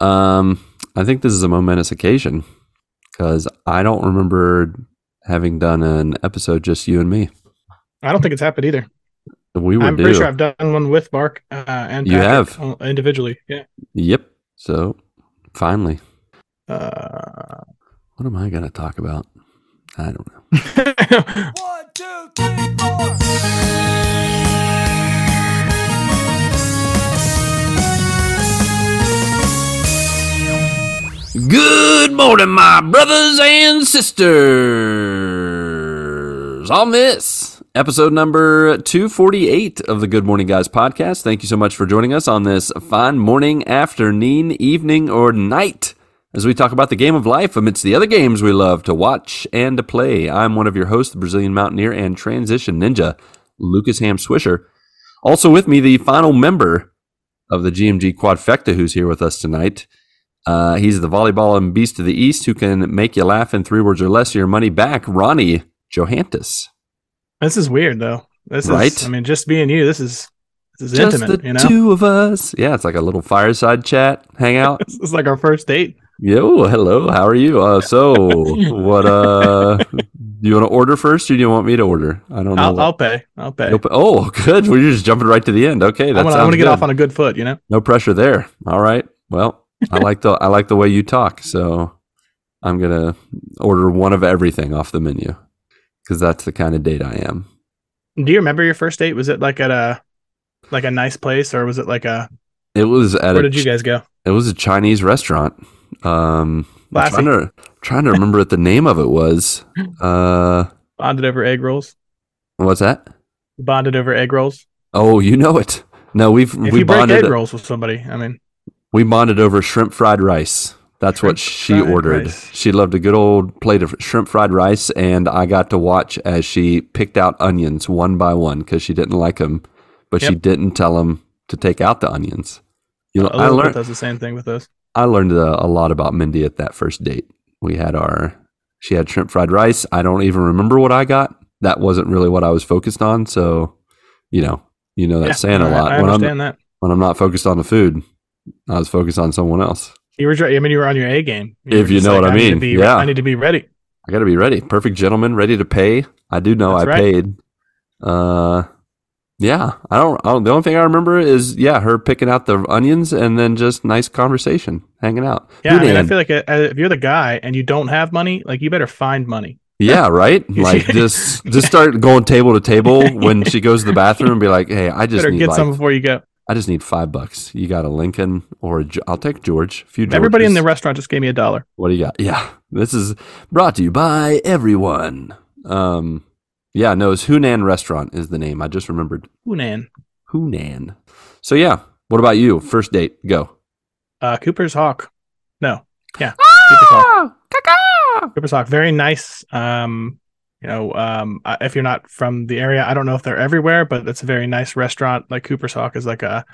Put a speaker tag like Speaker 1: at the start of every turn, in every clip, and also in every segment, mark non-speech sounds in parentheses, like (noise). Speaker 1: Um, I think this is a momentous occasion because I don't remember having done an episode just you and me.
Speaker 2: I don't think it's happened either.
Speaker 1: We were
Speaker 2: I'm pretty sure I've done one with Mark uh, and
Speaker 1: You
Speaker 2: Patrick uh, individually. Yeah.
Speaker 1: Yep. So finally,
Speaker 2: Uh, (laughs)
Speaker 1: what am I going to talk about? I don't know.
Speaker 3: One, two, three, four.
Speaker 1: Good morning, my brothers and sisters. On this episode number 248 of the Good Morning Guys podcast, thank you so much for joining us on this fine morning, afternoon, evening, or night as we talk about the game of life amidst the other games we love to watch and to play. I'm one of your hosts, the Brazilian Mountaineer and Transition Ninja, Lucas Ham Swisher. Also with me, the final member of the GMG Quadfecta who's here with us tonight. Uh, he's the volleyball and beast of the East who can make you laugh in three words or less or your money back. Ronnie Johantis.
Speaker 2: this is weird though. This
Speaker 1: Right?
Speaker 2: is. I mean, just being you. This is. This is
Speaker 1: Just
Speaker 2: intimate.
Speaker 1: the
Speaker 2: You know.
Speaker 1: two of us. Yeah, it's like a little fireside chat, (laughs) hangout.
Speaker 2: (laughs) This is like our first date.
Speaker 1: Yo, hello, how are you? Uh, so, what? Uh, you want to order first, or do you want me to order? I don't know.
Speaker 2: I'll,
Speaker 1: what-
Speaker 2: I'll pay. I'll pay.
Speaker 1: Nope. Oh, good. We're just jumping right to the end. Okay,
Speaker 2: I
Speaker 1: that's
Speaker 2: want to get off on a good foot. You know.
Speaker 1: no pressure there. All right. Well, I like the I like the way you talk, so I'm gonna order one of everything off the menu because that's the kind of date I am.
Speaker 2: Do you remember your first date? Was it like at a, like a nice place, or was it like a?
Speaker 1: It was at
Speaker 2: Where
Speaker 1: a
Speaker 2: did you guys go?
Speaker 1: it was a Chinese restaurant. Um, I'm
Speaker 2: Classy.
Speaker 1: trying to trying to remember what the name of it was. Uh,
Speaker 2: Bonded over egg rolls.
Speaker 1: what's that?
Speaker 2: Bonded over egg rolls.
Speaker 1: Oh, you know it. No, we've
Speaker 2: If
Speaker 1: we
Speaker 2: you break egg
Speaker 1: bonded
Speaker 2: rolls with somebody, I mean,
Speaker 1: we bonded over shrimp fried rice. That's what she
Speaker 2: fried
Speaker 1: ordered.
Speaker 2: rice.
Speaker 1: She loved a good old plate of shrimp fried rice, and I got to watch as she picked out onions one by one because she didn't like them, but she
Speaker 2: Yep.
Speaker 1: didn't tell them to take out the onions. You know, I
Speaker 2: Elizabeth
Speaker 1: learned
Speaker 2: does the same thing with us.
Speaker 1: I learned a, a lot about Mindy at that first date. We had our she had shrimp fried rice. I don't even remember what I got. That wasn't really what I was focused on. So, you know, you know that
Speaker 2: Yeah,
Speaker 1: saying a
Speaker 2: I-
Speaker 1: lot.
Speaker 2: I,
Speaker 1: when I'm
Speaker 2: understand that.
Speaker 1: when I'm not focused on the food, I was focused on someone else.
Speaker 2: You were, dr- I mean, you were on your A game.
Speaker 1: If
Speaker 2: were
Speaker 1: you
Speaker 2: just
Speaker 1: know what I
Speaker 2: need to
Speaker 1: mean,
Speaker 2: be-
Speaker 1: yeah.
Speaker 2: I need to be ready.
Speaker 1: I got to be ready. Perfect gentleman, ready to pay. I do know
Speaker 2: That's
Speaker 1: I
Speaker 2: right.
Speaker 1: paid. Uh, yeah. I don't, I don't. The only thing I remember is yeah, her picking out the onions and then just nice conversation, hanging out.
Speaker 2: Yeah,
Speaker 1: You,
Speaker 2: I mean, I
Speaker 1: Dan.
Speaker 2: feel like uh uh, if you're the guy and you don't have money, like you better find money.
Speaker 1: Yeah,
Speaker 2: (laughs)
Speaker 1: right. Like just just start going table to table when she goes to the bathroom and be like, "Hey, I just
Speaker 2: better
Speaker 1: need
Speaker 2: get
Speaker 1: like,
Speaker 2: some before you go.
Speaker 1: I just need five bucks. You got a Lincoln or a, Ge- I'll take George. A few
Speaker 2: Everybody in the
Speaker 1: Georges.
Speaker 2: restaurant just gave me a dollar.
Speaker 1: what do you got? Yeah, this is brought to you by everyone. Um, yeah, no, it's Hunan Restaurant is the name. I just remembered
Speaker 2: Ooh, man.
Speaker 1: Hunan. So yeah, what about you? First date, go.
Speaker 2: Uh, Cooper's Hawk. No. Yeah. Cooper's Hawk.
Speaker 1: Ah,
Speaker 2: Cooper's Hawk. Very nice. Um, you know, um, I- if you're not from the area, I don't know if they're everywhere, but it's a very nice restaurant. Like Cooper's Hawk is like a,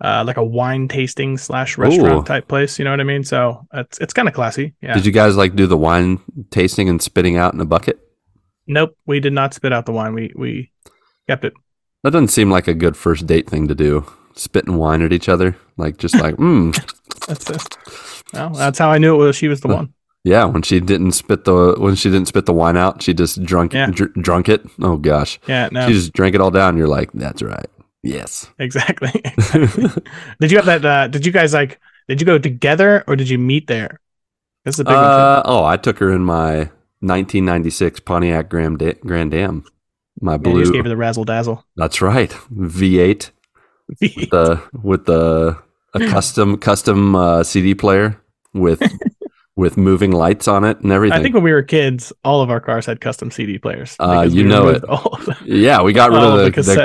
Speaker 2: uh, like a wine tasting slash restaurant
Speaker 1: Ooh.
Speaker 2: type place. You know what I mean? So it's it's kind of classy. Yeah.
Speaker 1: Did you guys like do the wine tasting and spitting out in a bucket?
Speaker 2: Nope, we did not spit out the wine. We we kept it.
Speaker 1: That doesn't seem like a good first date thing to do. Spitting wine at each other, like just
Speaker 2: (laughs)
Speaker 1: like, mm,
Speaker 2: That's it. Well, that's how I knew it was. She was the one.
Speaker 1: yeah. When she didn't spit the when she didn't spit the wine out, she just drunk
Speaker 2: Yeah.
Speaker 1: dr- drunk it. Oh gosh,
Speaker 2: Yeah. No.
Speaker 1: she just drank it all down. You're like, that's right. Yes.
Speaker 2: (laughs) Exactly. (laughs)
Speaker 1: (laughs)
Speaker 2: did you have that? Uh, did you guys like? Did you go together or did you meet there? This is a big one.
Speaker 1: Uh, oh, I took her in my 1996 Pontiac Grand, da- Grand Am. My
Speaker 2: too. Yeah, you
Speaker 1: blue.
Speaker 2: just gave her the razzle (laughs) dazzle.
Speaker 1: that's right. V8 with the with the a custom custom uh, CD player
Speaker 2: (laughs)
Speaker 1: with with moving lights on it and everything.
Speaker 2: I think when we were kids, all of our cars had custom CD players.
Speaker 1: Uh,
Speaker 2: because
Speaker 1: you
Speaker 2: we
Speaker 1: know
Speaker 2: removed
Speaker 1: it.
Speaker 2: all of them.
Speaker 1: Yeah, we got rid
Speaker 2: Oh,
Speaker 1: of the,
Speaker 2: the
Speaker 1: the, the,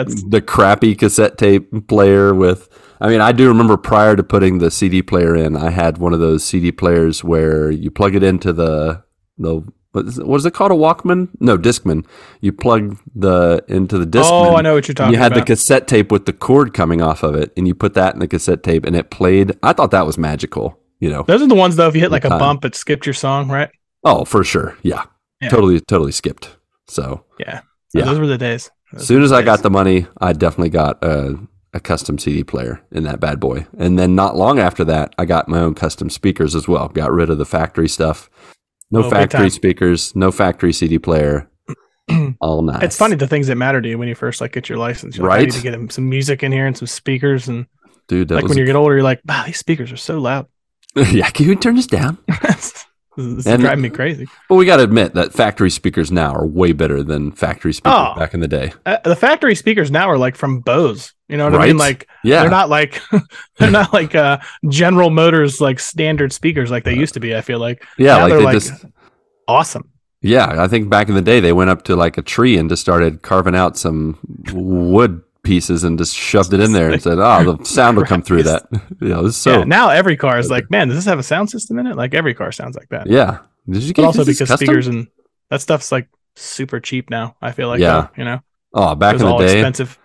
Speaker 2: cassettes.
Speaker 1: crappy cassette tape player with. I mean, I do remember prior to putting the CD player in, I had one of those CD players where you plug it into the the what is it, what is it called a Walkman? No, Discman. You plug the into the Discman.
Speaker 2: Oh, I know what you're
Speaker 1: and
Speaker 2: talking
Speaker 1: You had
Speaker 2: about.
Speaker 1: the cassette tape with the cord coming off of it, and you put that in the cassette tape, and it played. I thought that was magical. You know,
Speaker 2: Those are the ones though. If you hit like a
Speaker 1: Time.
Speaker 2: bump, it skipped your song, right?
Speaker 1: oh for sure, yeah,
Speaker 2: Yeah.
Speaker 1: totally, totally skipped. So
Speaker 2: Yeah. So
Speaker 1: Yeah.
Speaker 2: Those were the days.
Speaker 1: As soon as I got the money, I definitely got a, a custom CD player in that bad boy. And then not long after that, I got my own custom speakers as well. Got rid of the factory stuff. No
Speaker 2: Oh, big
Speaker 1: factory
Speaker 2: time.
Speaker 1: speakers, no factory CD
Speaker 2: (clears throat)
Speaker 1: player. All nice.
Speaker 2: It's funny the things that matter to you when you first like get your license. You're like, I
Speaker 1: Right.
Speaker 2: need to get him some music in here and some speakers, and
Speaker 1: dude. That
Speaker 2: like
Speaker 1: was
Speaker 2: when you get older, you're like, wow, these speakers are so loud.
Speaker 1: (laughs) yeah. Can you turn this down?
Speaker 2: this is
Speaker 1: And-
Speaker 2: driving me crazy.
Speaker 1: But we got to admit that factory speakers now are way better than factory speakers
Speaker 2: Oh.
Speaker 1: back in the day.
Speaker 2: Uh, the factory speakers now are like from Bose. You know what I
Speaker 1: Right?
Speaker 2: mean? Like
Speaker 1: Yeah,
Speaker 2: they're not like (laughs) they're not like uh, General Motors like standard speakers like they used to be. I feel like
Speaker 1: yeah.
Speaker 2: now
Speaker 1: Like
Speaker 2: they're
Speaker 1: they
Speaker 2: like-
Speaker 1: just
Speaker 2: awesome.
Speaker 1: Yeah, I think back in the day they went up to like a tree and just started carving out some wood pieces and just shoved it in there and said, "Oh, the sound will come through that." (laughs) you know, it's so
Speaker 2: yeah, now every car is like, man, does this have a sound system in it? Like every car sounds like that.
Speaker 1: yeah. Did you
Speaker 2: but
Speaker 1: get
Speaker 2: also
Speaker 1: this is
Speaker 2: because
Speaker 1: custom?
Speaker 2: speakers and that stuff's like super cheap now. I feel like
Speaker 1: Yeah.
Speaker 2: though, you know,
Speaker 1: Oh, back
Speaker 2: it
Speaker 1: in
Speaker 2: was
Speaker 1: the
Speaker 2: all
Speaker 1: day.
Speaker 2: expensive.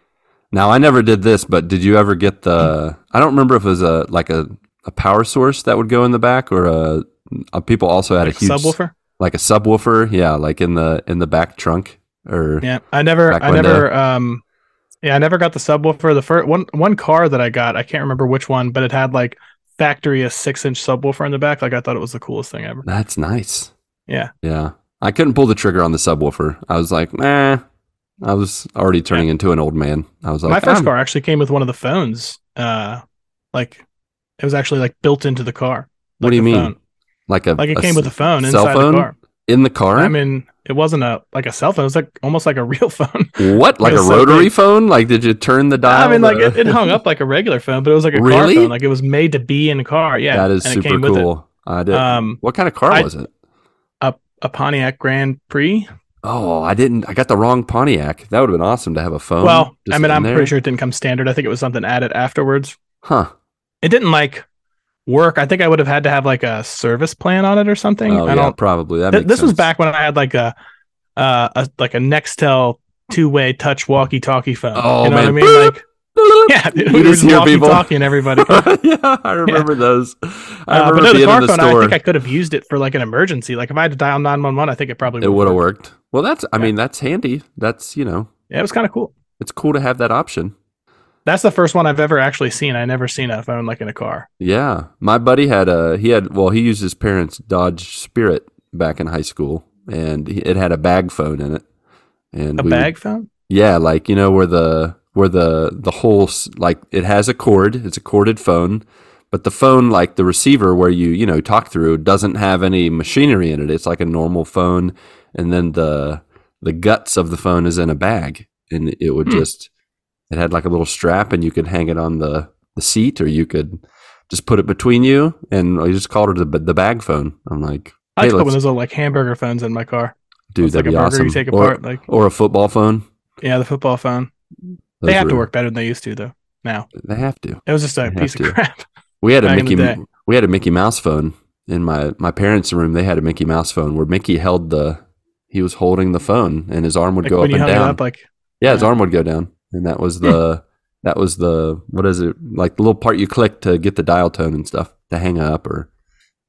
Speaker 1: Now I never did this, but did you ever get the? I don't remember if it was a like a, a power source that would go in the back or a. uh people also had
Speaker 2: Like
Speaker 1: a huge
Speaker 2: subwoofer.
Speaker 1: like a subwoofer. Yeah, like in the in the back trunk or
Speaker 2: Yeah, I never,
Speaker 1: Back
Speaker 2: I
Speaker 1: window.
Speaker 2: never, um, yeah, I never got the subwoofer. The first one, one car that I got, I can't remember which one, but it had like factory a six inch subwoofer in the back. Like I thought it was the coolest thing ever.
Speaker 1: That's nice.
Speaker 2: Yeah.
Speaker 1: Yeah. I couldn't pull the trigger on the subwoofer. I was like, nah. I was already turning into an old man. I was like,
Speaker 2: My first
Speaker 1: "I'm-
Speaker 2: car actually came with one of the phones. Uh, like it was actually like built into the car.
Speaker 1: What do you
Speaker 2: the
Speaker 1: mean?
Speaker 2: phone.
Speaker 1: Like a
Speaker 2: Like it
Speaker 1: a
Speaker 2: came
Speaker 1: s-
Speaker 2: with a phone
Speaker 1: cell
Speaker 2: inside
Speaker 1: phone?
Speaker 2: the car.
Speaker 1: in the car.
Speaker 2: I mean, it wasn't a like a cell phone. It was like almost like a (laughs) real phone.
Speaker 1: what? Like a
Speaker 2: was so
Speaker 1: rotary
Speaker 2: big.
Speaker 1: phone? Like did you turn the dial?
Speaker 2: I mean, like
Speaker 1: to-
Speaker 2: it, it hung up like a regular phone, but it was like a
Speaker 1: Really?
Speaker 2: car phone. Like it was made to be in a car. Yeah,
Speaker 1: that is
Speaker 2: and it
Speaker 1: super
Speaker 2: came with it.
Speaker 1: cool. I did.
Speaker 2: Um,
Speaker 1: what kind of car
Speaker 2: I-
Speaker 1: was it?
Speaker 2: a Pontiac Grand Prix.
Speaker 1: Oh, I didn't. I got the wrong Pontiac. That would have been awesome to have a phone.
Speaker 2: Well, I
Speaker 1: Um, just
Speaker 2: mean,
Speaker 1: in
Speaker 2: I'm
Speaker 1: there.
Speaker 2: pretty sure it didn't come standard. I think it was something added afterwards.
Speaker 1: Huh?
Speaker 2: It didn't like work. I think I would have had to have like a service plan on it or something.
Speaker 1: Oh yeah,
Speaker 2: I don't.
Speaker 1: probably. That
Speaker 2: Th-
Speaker 1: makes
Speaker 2: this was
Speaker 1: sense. (laughs)
Speaker 2: back (laughs) when I had like a, uh, a like a Nextel two-way touch walkie-talkie phone.
Speaker 1: Oh,
Speaker 2: you know
Speaker 1: man.
Speaker 2: what I mean? Like, yeah,
Speaker 1: You
Speaker 2: dude, we were
Speaker 1: just
Speaker 2: just
Speaker 1: hear people.
Speaker 2: walkie-talkieing everybody.
Speaker 1: (laughs) yeah,
Speaker 2: (laughs)
Speaker 1: I remember those. I
Speaker 2: Uh,
Speaker 1: remember
Speaker 2: but no, the
Speaker 1: being
Speaker 2: car
Speaker 1: in the
Speaker 2: phone.
Speaker 1: store.
Speaker 2: I think I could have used it for like an emergency. Like if I had to dial nine one one, I think it probably
Speaker 1: it
Speaker 2: would've
Speaker 1: would have
Speaker 2: worked.
Speaker 1: worked. Well, that's, I mean, that's handy. That's, you know,
Speaker 2: Yeah, it was kind of cool.
Speaker 1: it's cool to have that option.
Speaker 2: That's the first one I've ever actually seen. I never seen a phone like in a car.
Speaker 1: Yeah. My buddy had a, he had, well, he used his parents' Dodge Spirit back in high school and he- it had a bag phone in it. And
Speaker 2: A
Speaker 1: we would-
Speaker 2: bag phone.
Speaker 1: yeah. Like, you know, where the, where the, the whole, s- like, it has a cord, it's a corded phone. But the phone, like the receiver where you, you know, talk through, doesn't have any machinery in it. It's like a normal phone. And then the, the guts of the phone is in a bag and it would
Speaker 2: Hmm.
Speaker 1: just it had like a little strap and you could hang it on the, the seat or you could just put it between you and I just called it the, the bag phone i'm like
Speaker 2: I
Speaker 1: Hey,
Speaker 2: just
Speaker 1: let's-
Speaker 2: put one of those little like hamburger phones in my car.
Speaker 1: dude
Speaker 2: it's like
Speaker 1: that'd be
Speaker 2: a burger
Speaker 1: awesome
Speaker 2: you take
Speaker 1: Or-
Speaker 2: apart. like
Speaker 1: Or, a football phone
Speaker 2: yeah, the football phone.
Speaker 1: Those
Speaker 2: They have to
Speaker 1: were-
Speaker 2: work better than they used to though. Now
Speaker 1: they have to
Speaker 2: it was just a
Speaker 1: They
Speaker 2: piece
Speaker 1: have to.
Speaker 2: of crap.
Speaker 1: we had a
Speaker 2: Back in the
Speaker 1: mickey
Speaker 2: day.
Speaker 1: we had a mickey mouse phone in my my parents room they had a mickey mouse phone where mickey held the he was holding the phone and his arm would
Speaker 2: Like
Speaker 1: go
Speaker 2: when
Speaker 1: up
Speaker 2: you
Speaker 1: and
Speaker 2: hung it
Speaker 1: down
Speaker 2: up, like
Speaker 1: Yeah, his
Speaker 2: Yeah.
Speaker 1: arm would go down, and that was
Speaker 2: (laughs)
Speaker 1: the that was the what is it like the little part you click to get the dial tone and stuff to hang up or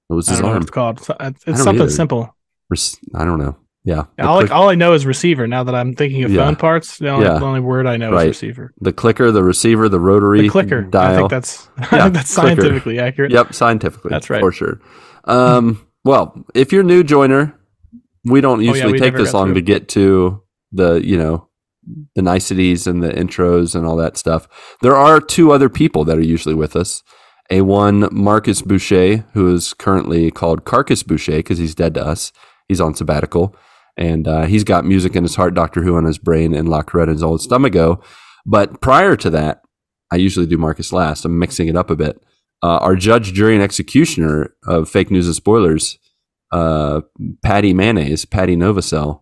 Speaker 1: it was
Speaker 2: I
Speaker 1: his
Speaker 2: don't know what
Speaker 1: arm.
Speaker 2: it's called. So- It's
Speaker 1: don't
Speaker 2: it's something
Speaker 1: either.
Speaker 2: simple.
Speaker 1: Res- I don't know. Yeah,
Speaker 2: Yeah,
Speaker 1: the,
Speaker 2: all,
Speaker 1: click-
Speaker 2: I, all I know is receiver. Now that I'm thinking of
Speaker 1: Yeah.
Speaker 2: phone parts, the only,
Speaker 1: Yeah.
Speaker 2: the only word I know
Speaker 1: Right.
Speaker 2: is receiver.
Speaker 1: the clicker, the receiver, the rotary,
Speaker 2: The clicker. I
Speaker 1: dial.
Speaker 2: think that's
Speaker 1: Yeah,
Speaker 2: I think that's
Speaker 1: clicker.
Speaker 2: scientifically accurate.
Speaker 1: yep, scientifically.
Speaker 2: That's right.
Speaker 1: for sure. Um, well, if you're a new joiner, we don't
Speaker 2: Oh, yeah,
Speaker 1: usually
Speaker 2: we
Speaker 1: take
Speaker 2: never
Speaker 1: this
Speaker 2: got
Speaker 1: long
Speaker 2: through.
Speaker 1: to get to the you know the niceties and the intros and all that stuff. There are two other people that are usually with us. A one Marcus Boucher, who is currently called Carcass Boucher because he's dead to us. He's on sabbatical, and uh, he's got music in his heart, Doctor Who on his brain, and La Coretta's old stomacho. But prior to that, I usually do Marcus last. I'm mixing it up a bit. Uh, our judge, jury, and executioner of fake news and spoilers, uh, Patty Mayonnaise, Patty Novacell,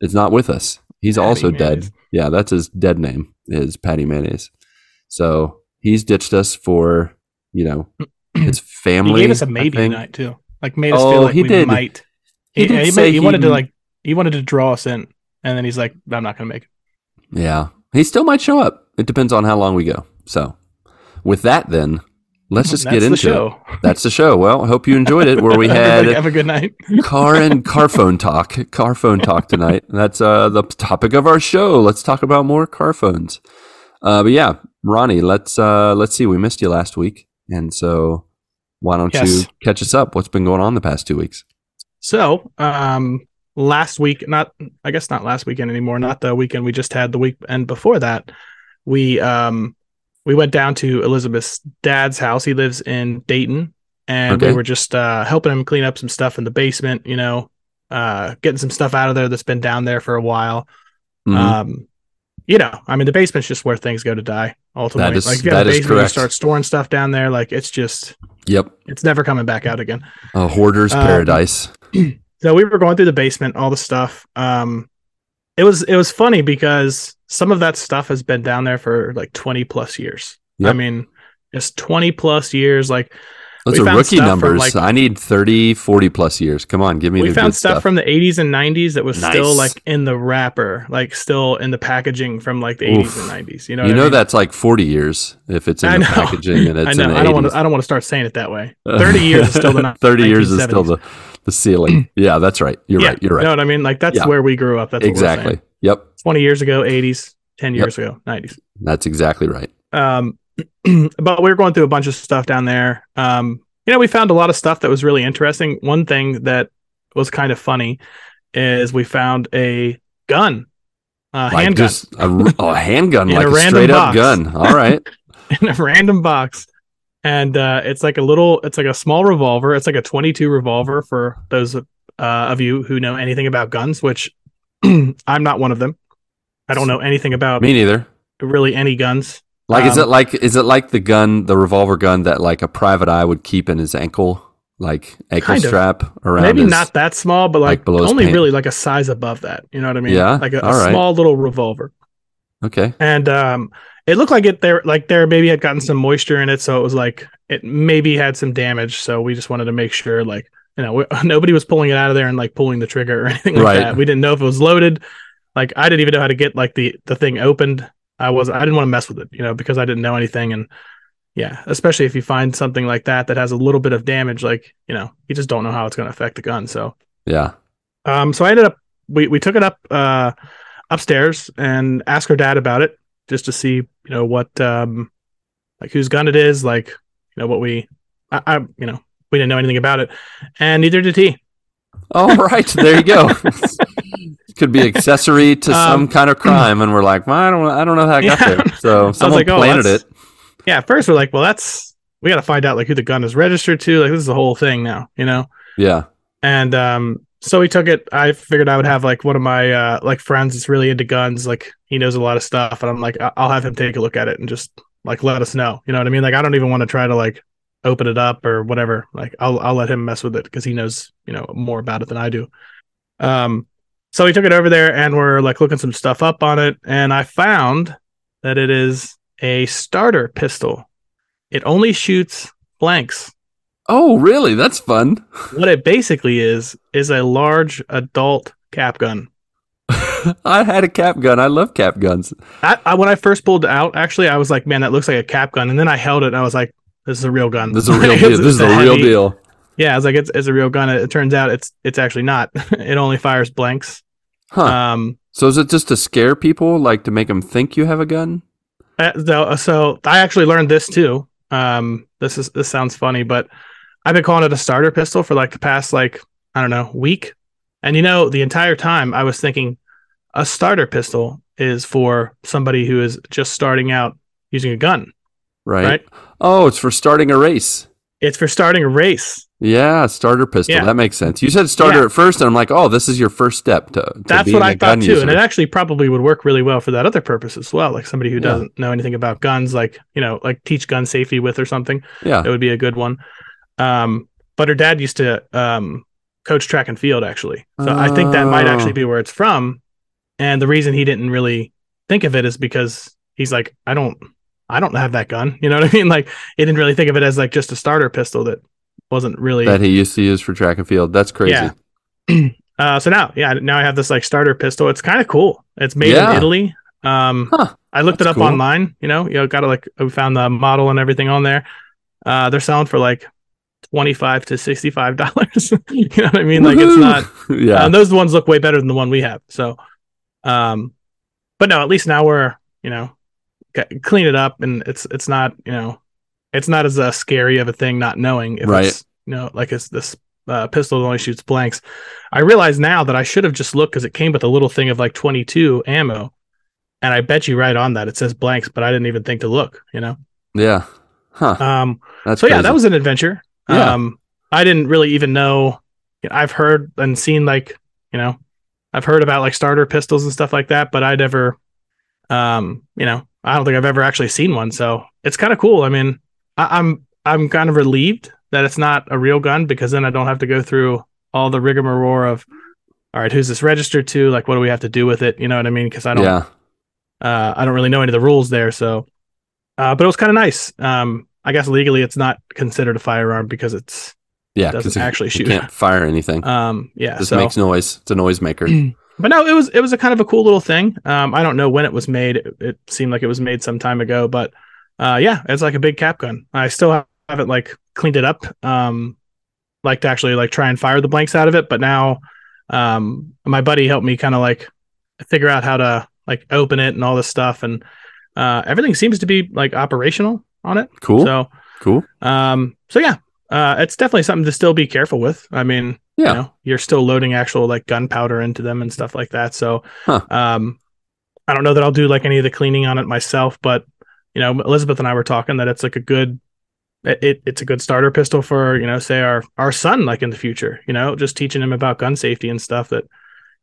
Speaker 1: is not with us. He's
Speaker 2: Patty
Speaker 1: also
Speaker 2: Mayonnaise.
Speaker 1: dead. Yeah, that's his dead name is Patty Mayonnaise. So he's ditched us for you
Speaker 2: (clears throat)
Speaker 1: know his
Speaker 2: He
Speaker 1: family.
Speaker 2: gave us a
Speaker 1: I
Speaker 2: maybe
Speaker 1: think.
Speaker 2: night too. Like made us
Speaker 1: Oh,
Speaker 2: feel like
Speaker 1: he
Speaker 2: we
Speaker 1: did.
Speaker 2: might.
Speaker 1: He did
Speaker 2: yeah, he,
Speaker 1: say
Speaker 2: made- he
Speaker 1: he-
Speaker 2: wanted to like he wanted to draw us in, and then he's like, "I'm not gonna make it."
Speaker 1: Yeah, he still might show up. It depends on how long we go. So with that, then
Speaker 2: (laughs)
Speaker 1: let's just
Speaker 2: That's
Speaker 1: get
Speaker 2: the
Speaker 1: into it.
Speaker 2: show.
Speaker 1: That's the show. Well, I hope you enjoyed it.
Speaker 2: (laughs)
Speaker 1: Where we
Speaker 2: Everybody
Speaker 1: had
Speaker 2: have a good night. (laughs)
Speaker 1: car and car phone talk, car phone talk tonight. That's uh, the topic of our show. Let's talk about more car phones. Uh, but yeah, Ronnie, let's uh, let's see. We missed you last week, and so why don't you
Speaker 2: Yes.
Speaker 1: catch us up? What's been going on the past two weeks?
Speaker 2: So, um, last week, not I guess not last weekend anymore, not the weekend we just had, the weekend before that, we um we went down to Elizabeth's dad's house. He lives in Dayton, and
Speaker 1: Okay.
Speaker 2: we were just uh helping him clean up some stuff in the basement, you know, uh getting some stuff out of there that's been down there for a while.
Speaker 1: Mhm.
Speaker 2: Um you know, I mean the basement's just where things go to die ultimately.
Speaker 1: is-
Speaker 2: like if you have
Speaker 1: that
Speaker 2: a
Speaker 1: is
Speaker 2: basement, you
Speaker 1: correct.
Speaker 2: start storing stuff down there, like it's just
Speaker 1: yep,
Speaker 2: it's never coming back out again.
Speaker 1: a hoarder's
Speaker 2: um,
Speaker 1: paradise.
Speaker 2: So we were going through the basement, all the stuff. Um, it was it was funny because some of that stuff has been down there for like twenty plus years. I
Speaker 1: Yep.
Speaker 2: mean, it's twenty plus years. Like
Speaker 1: Those
Speaker 2: we
Speaker 1: are
Speaker 2: found
Speaker 1: rookie
Speaker 2: stuff from,
Speaker 1: numbers.
Speaker 2: like-
Speaker 1: I need 30, 40 plus years. Come on, give me
Speaker 2: we
Speaker 1: the
Speaker 2: found
Speaker 1: good
Speaker 2: stuff,
Speaker 1: stuff.
Speaker 2: from the eighties and nineties that was still
Speaker 1: Nice.
Speaker 2: like in the wrapper, like still in the packaging from like the
Speaker 1: Oof.
Speaker 2: eighties and nineties. You know,
Speaker 1: you
Speaker 2: what
Speaker 1: know
Speaker 2: I mean?
Speaker 1: that's like forty years if it's in
Speaker 2: I
Speaker 1: the
Speaker 2: know.
Speaker 1: packaging and
Speaker 2: (laughs) I
Speaker 1: it's
Speaker 2: know.
Speaker 1: in the
Speaker 2: I don't want
Speaker 1: 80s.
Speaker 2: to. I don't want to start saying it that way.
Speaker 1: (laughs)
Speaker 2: Thirty years is still the ni-
Speaker 1: thirty years is still the the ceiling. Yeah, that's right. You're
Speaker 2: Yeah.
Speaker 1: right. You're right.
Speaker 2: You know what I mean? Like that's
Speaker 1: Yeah.
Speaker 2: where we grew up. That's what we're saying.
Speaker 1: exactly. Yep.
Speaker 2: Twenty years ago, eighties. Ten
Speaker 1: Yep.
Speaker 2: years ago, nineties.
Speaker 1: That's exactly right.
Speaker 2: um (clears throat) but we were going through a bunch of stuff down there um you know we found a lot of stuff that was really interesting one thing that was kind of funny is we found a gun a
Speaker 1: like
Speaker 2: handgun
Speaker 1: just a, r- a handgun,
Speaker 2: (laughs) In
Speaker 1: like
Speaker 2: a
Speaker 1: a,
Speaker 2: random
Speaker 1: straight up
Speaker 2: box.
Speaker 1: gun. All right.
Speaker 2: (laughs) (laughs) in a random box and uh it's like a little it's like a small revolver it's like a 22 revolver for those uh, of you who know anything about guns which (clears throat) i'm not one of them i don't know anything about
Speaker 1: Me neither.
Speaker 2: really any guns
Speaker 1: Like, is
Speaker 2: Um,
Speaker 1: it like is it like the gun, the revolver gun that like a private eye would keep in his ankle, like ankle
Speaker 2: Kind of.
Speaker 1: strap around?
Speaker 2: Maybe
Speaker 1: his,
Speaker 2: not that small, but
Speaker 1: like,
Speaker 2: like,
Speaker 1: below his
Speaker 2: only
Speaker 1: pant.
Speaker 2: really like a size above that. You know what I mean?
Speaker 1: Yeah,
Speaker 2: Like a, a
Speaker 1: all right.
Speaker 2: small little revolver.
Speaker 1: Okay.
Speaker 2: And um it looked like it there like there maybe had gotten some moisture in it, so it was like it maybe had some damage. So we just wanted to make sure like you know, we- (laughs) nobody was pulling it out of there and like pulling the trigger or (laughs) anything like
Speaker 1: Right.
Speaker 2: that. We didn't know if it was loaded. Like I didn't even know how to get like the the thing opened. I was I didn't want to mess with it, you know, because I didn't know anything and yeah, especially if you find something like that that has a little bit of damage, like, you know, you just don't know how it's going to affect the gun. So,
Speaker 1: Yeah.
Speaker 2: um, so I ended up we we took it up uh, upstairs and asked her dad about it just to see you know what um, like whose gun it is, like you know what we I, I you know we didn't know anything about it, and neither did he.
Speaker 1: All right. There you go. (laughs) Could be accessory to some
Speaker 2: Um,
Speaker 1: kind
Speaker 2: (clears throat)
Speaker 1: of crime, and we're like, well, I don't, I don't know how it got
Speaker 2: Yeah.
Speaker 1: there. So someone
Speaker 2: like, oh,
Speaker 1: planted
Speaker 2: that's-
Speaker 1: it.
Speaker 2: Yeah, at first we're like, well, that's we got to find out like who the gun is registered to. Like this is the whole thing now, you know.
Speaker 1: Yeah.
Speaker 2: and um so we took it i figured i would have like one of my uh like friends that's really into guns like he knows a lot of stuff and i'm like I- i'll have him take a look at it and just like let us know you know what i mean like i don't even want to try to like open it up or whatever like i'll i'll let him mess with it because he knows you know more about it than i do um so we took it over there and we're like looking some stuff up on it and i found that it is a starter pistol it only shoots blanks
Speaker 1: Oh, really? That's fun. (laughs)
Speaker 2: what it basically is is a large adult cap gun.
Speaker 1: I had a cap gun. I love cap guns.
Speaker 2: I, I when I first pulled it out, actually, I was like, "Man, that looks like a cap gun." And then I held it, and I was like, "This is a real gun.
Speaker 1: This is a real
Speaker 2: (laughs) It's-
Speaker 1: deal. This
Speaker 2: it's
Speaker 1: is a real
Speaker 2: heavy-
Speaker 1: deal.
Speaker 2: Yeah, I was like, "It's it's a real gun." It, it turns out it's it's actually not. (laughs) it only fires blanks.
Speaker 1: Huh.
Speaker 2: Um,
Speaker 1: so is it just to scare people, like to make them think you have a gun?
Speaker 2: Uh, so, so I actually learned this too. Um, this is this sounds funny, but I've been calling it a starter pistol for like the past like I don't know week, and you know the entire time I was thinking a starter pistol is for somebody who is just starting out using a gun.
Speaker 1: Right.
Speaker 2: Right.
Speaker 1: Oh, it's for starting a race.
Speaker 2: It's for starting a race.
Speaker 1: Yeah, starter pistol.
Speaker 2: Yeah.
Speaker 1: That makes sense. You said starter
Speaker 2: Yeah.
Speaker 1: at first, and I'm like, oh, this is your first step to. to
Speaker 2: That's
Speaker 1: being
Speaker 2: what
Speaker 1: a
Speaker 2: I
Speaker 1: gun
Speaker 2: thought too, and
Speaker 1: user.
Speaker 2: it actually probably would work really well for that other purpose as well. Like somebody who
Speaker 1: Yeah.
Speaker 2: doesn't know anything about guns, like you know, like teach gun safety with or something.
Speaker 1: yeah.
Speaker 2: that would be a good one. Um, but her dad used to um, coach track and field actually, so I think that might
Speaker 1: Oh.
Speaker 2: actually be where it's from. And the reason he didn't really think of it is because he's like, I don't, I don't have that gun. You know what I mean? (laughs) Like, he didn't really think of it as like just a starter pistol that wasn't really.
Speaker 1: That he used to use for track and field. That's crazy.
Speaker 2: Yeah. uh, so now, yeah, now I have this like starter pistol. It's kind of cool. It's made
Speaker 1: Yeah.
Speaker 2: in Italy. Um,
Speaker 1: Huh.
Speaker 2: I looked it
Speaker 1: That's
Speaker 2: up
Speaker 1: cool.
Speaker 2: online. You know, you know, got to like we found the model and everything on there. Uh, they're selling for like twenty five to sixty five dollars. (laughs) you know what I mean? Like it's
Speaker 1: Woohoo!
Speaker 2: not.
Speaker 1: yeah.
Speaker 2: And those ones look way um, better than the one we have. So, um, but no, at least now we're you know c- clean it up, and it's it's not you know, it's not as uh, scary of a thing not knowing if
Speaker 1: Right.
Speaker 2: it's you know like it's this uh, pistol that only shoots blanks. I realize now that I should have just looked because it came with a little thing of like 22 ammo, and I bet you right on that it says blanks, but I didn't even think to look. You know,
Speaker 1: Yeah. Huh.
Speaker 2: um,
Speaker 1: That's
Speaker 2: so yeah,
Speaker 1: crazy.
Speaker 2: that was an adventure.
Speaker 1: Yeah.
Speaker 2: Um, I didn't really even know. you know, I've heard and seen like you know, I've heard about like starter pistols and stuff like that, but I never, um, you know, I don't think I've ever actually seen one. So it's kind of cool. I mean, I, I'm I'm kind of relieved that it's not a real gun because then I don't have to go through all the rigmarole of, all right, who's this registered to? Like, what do we have to do with it? You know what I mean? Because I don't
Speaker 1: yeah.
Speaker 2: uh, I don't really know any of the rules there, so. Uh, but it was kind of nice. Um, I guess legally it's not considered a firearm because it's
Speaker 1: Yeah.
Speaker 2: doesn't
Speaker 1: 'cause it-
Speaker 2: actually
Speaker 1: it
Speaker 2: shoot.
Speaker 1: can't fire
Speaker 2: (laughs)
Speaker 1: anything.
Speaker 2: um, yeah.
Speaker 1: Just
Speaker 2: so,
Speaker 1: makes noise. It's a
Speaker 2: (clears throat)
Speaker 1: noisemaker.
Speaker 2: but no, it was it was a kind of a cool little thing. Um, I don't know when it was made. It, it seemed like it was made some time ago, but uh, yeah, it's like a big cap gun. I still haven't like cleaned it up. Um, like to actually like try and fire the blanks out of it, but now, um, my buddy helped me kind of like figure out how to like open it and all this stuff, and uh, everything seems to be like operational on it.
Speaker 1: Cool.
Speaker 2: So
Speaker 1: cool.
Speaker 2: um, so yeah, uh, it's definitely something to still be careful with. I mean,
Speaker 1: Yeah.
Speaker 2: you know, you're still loading actual like gunpowder into them and stuff like that. So,
Speaker 1: Huh.
Speaker 2: um, I don't know that I'll do like any of the cleaning on it myself, but you know, Elizabeth and I were talking that it's like a good, it, it it's a good starter pistol for you know, say our our son like in the future. You know, just teaching him about gun safety and stuff that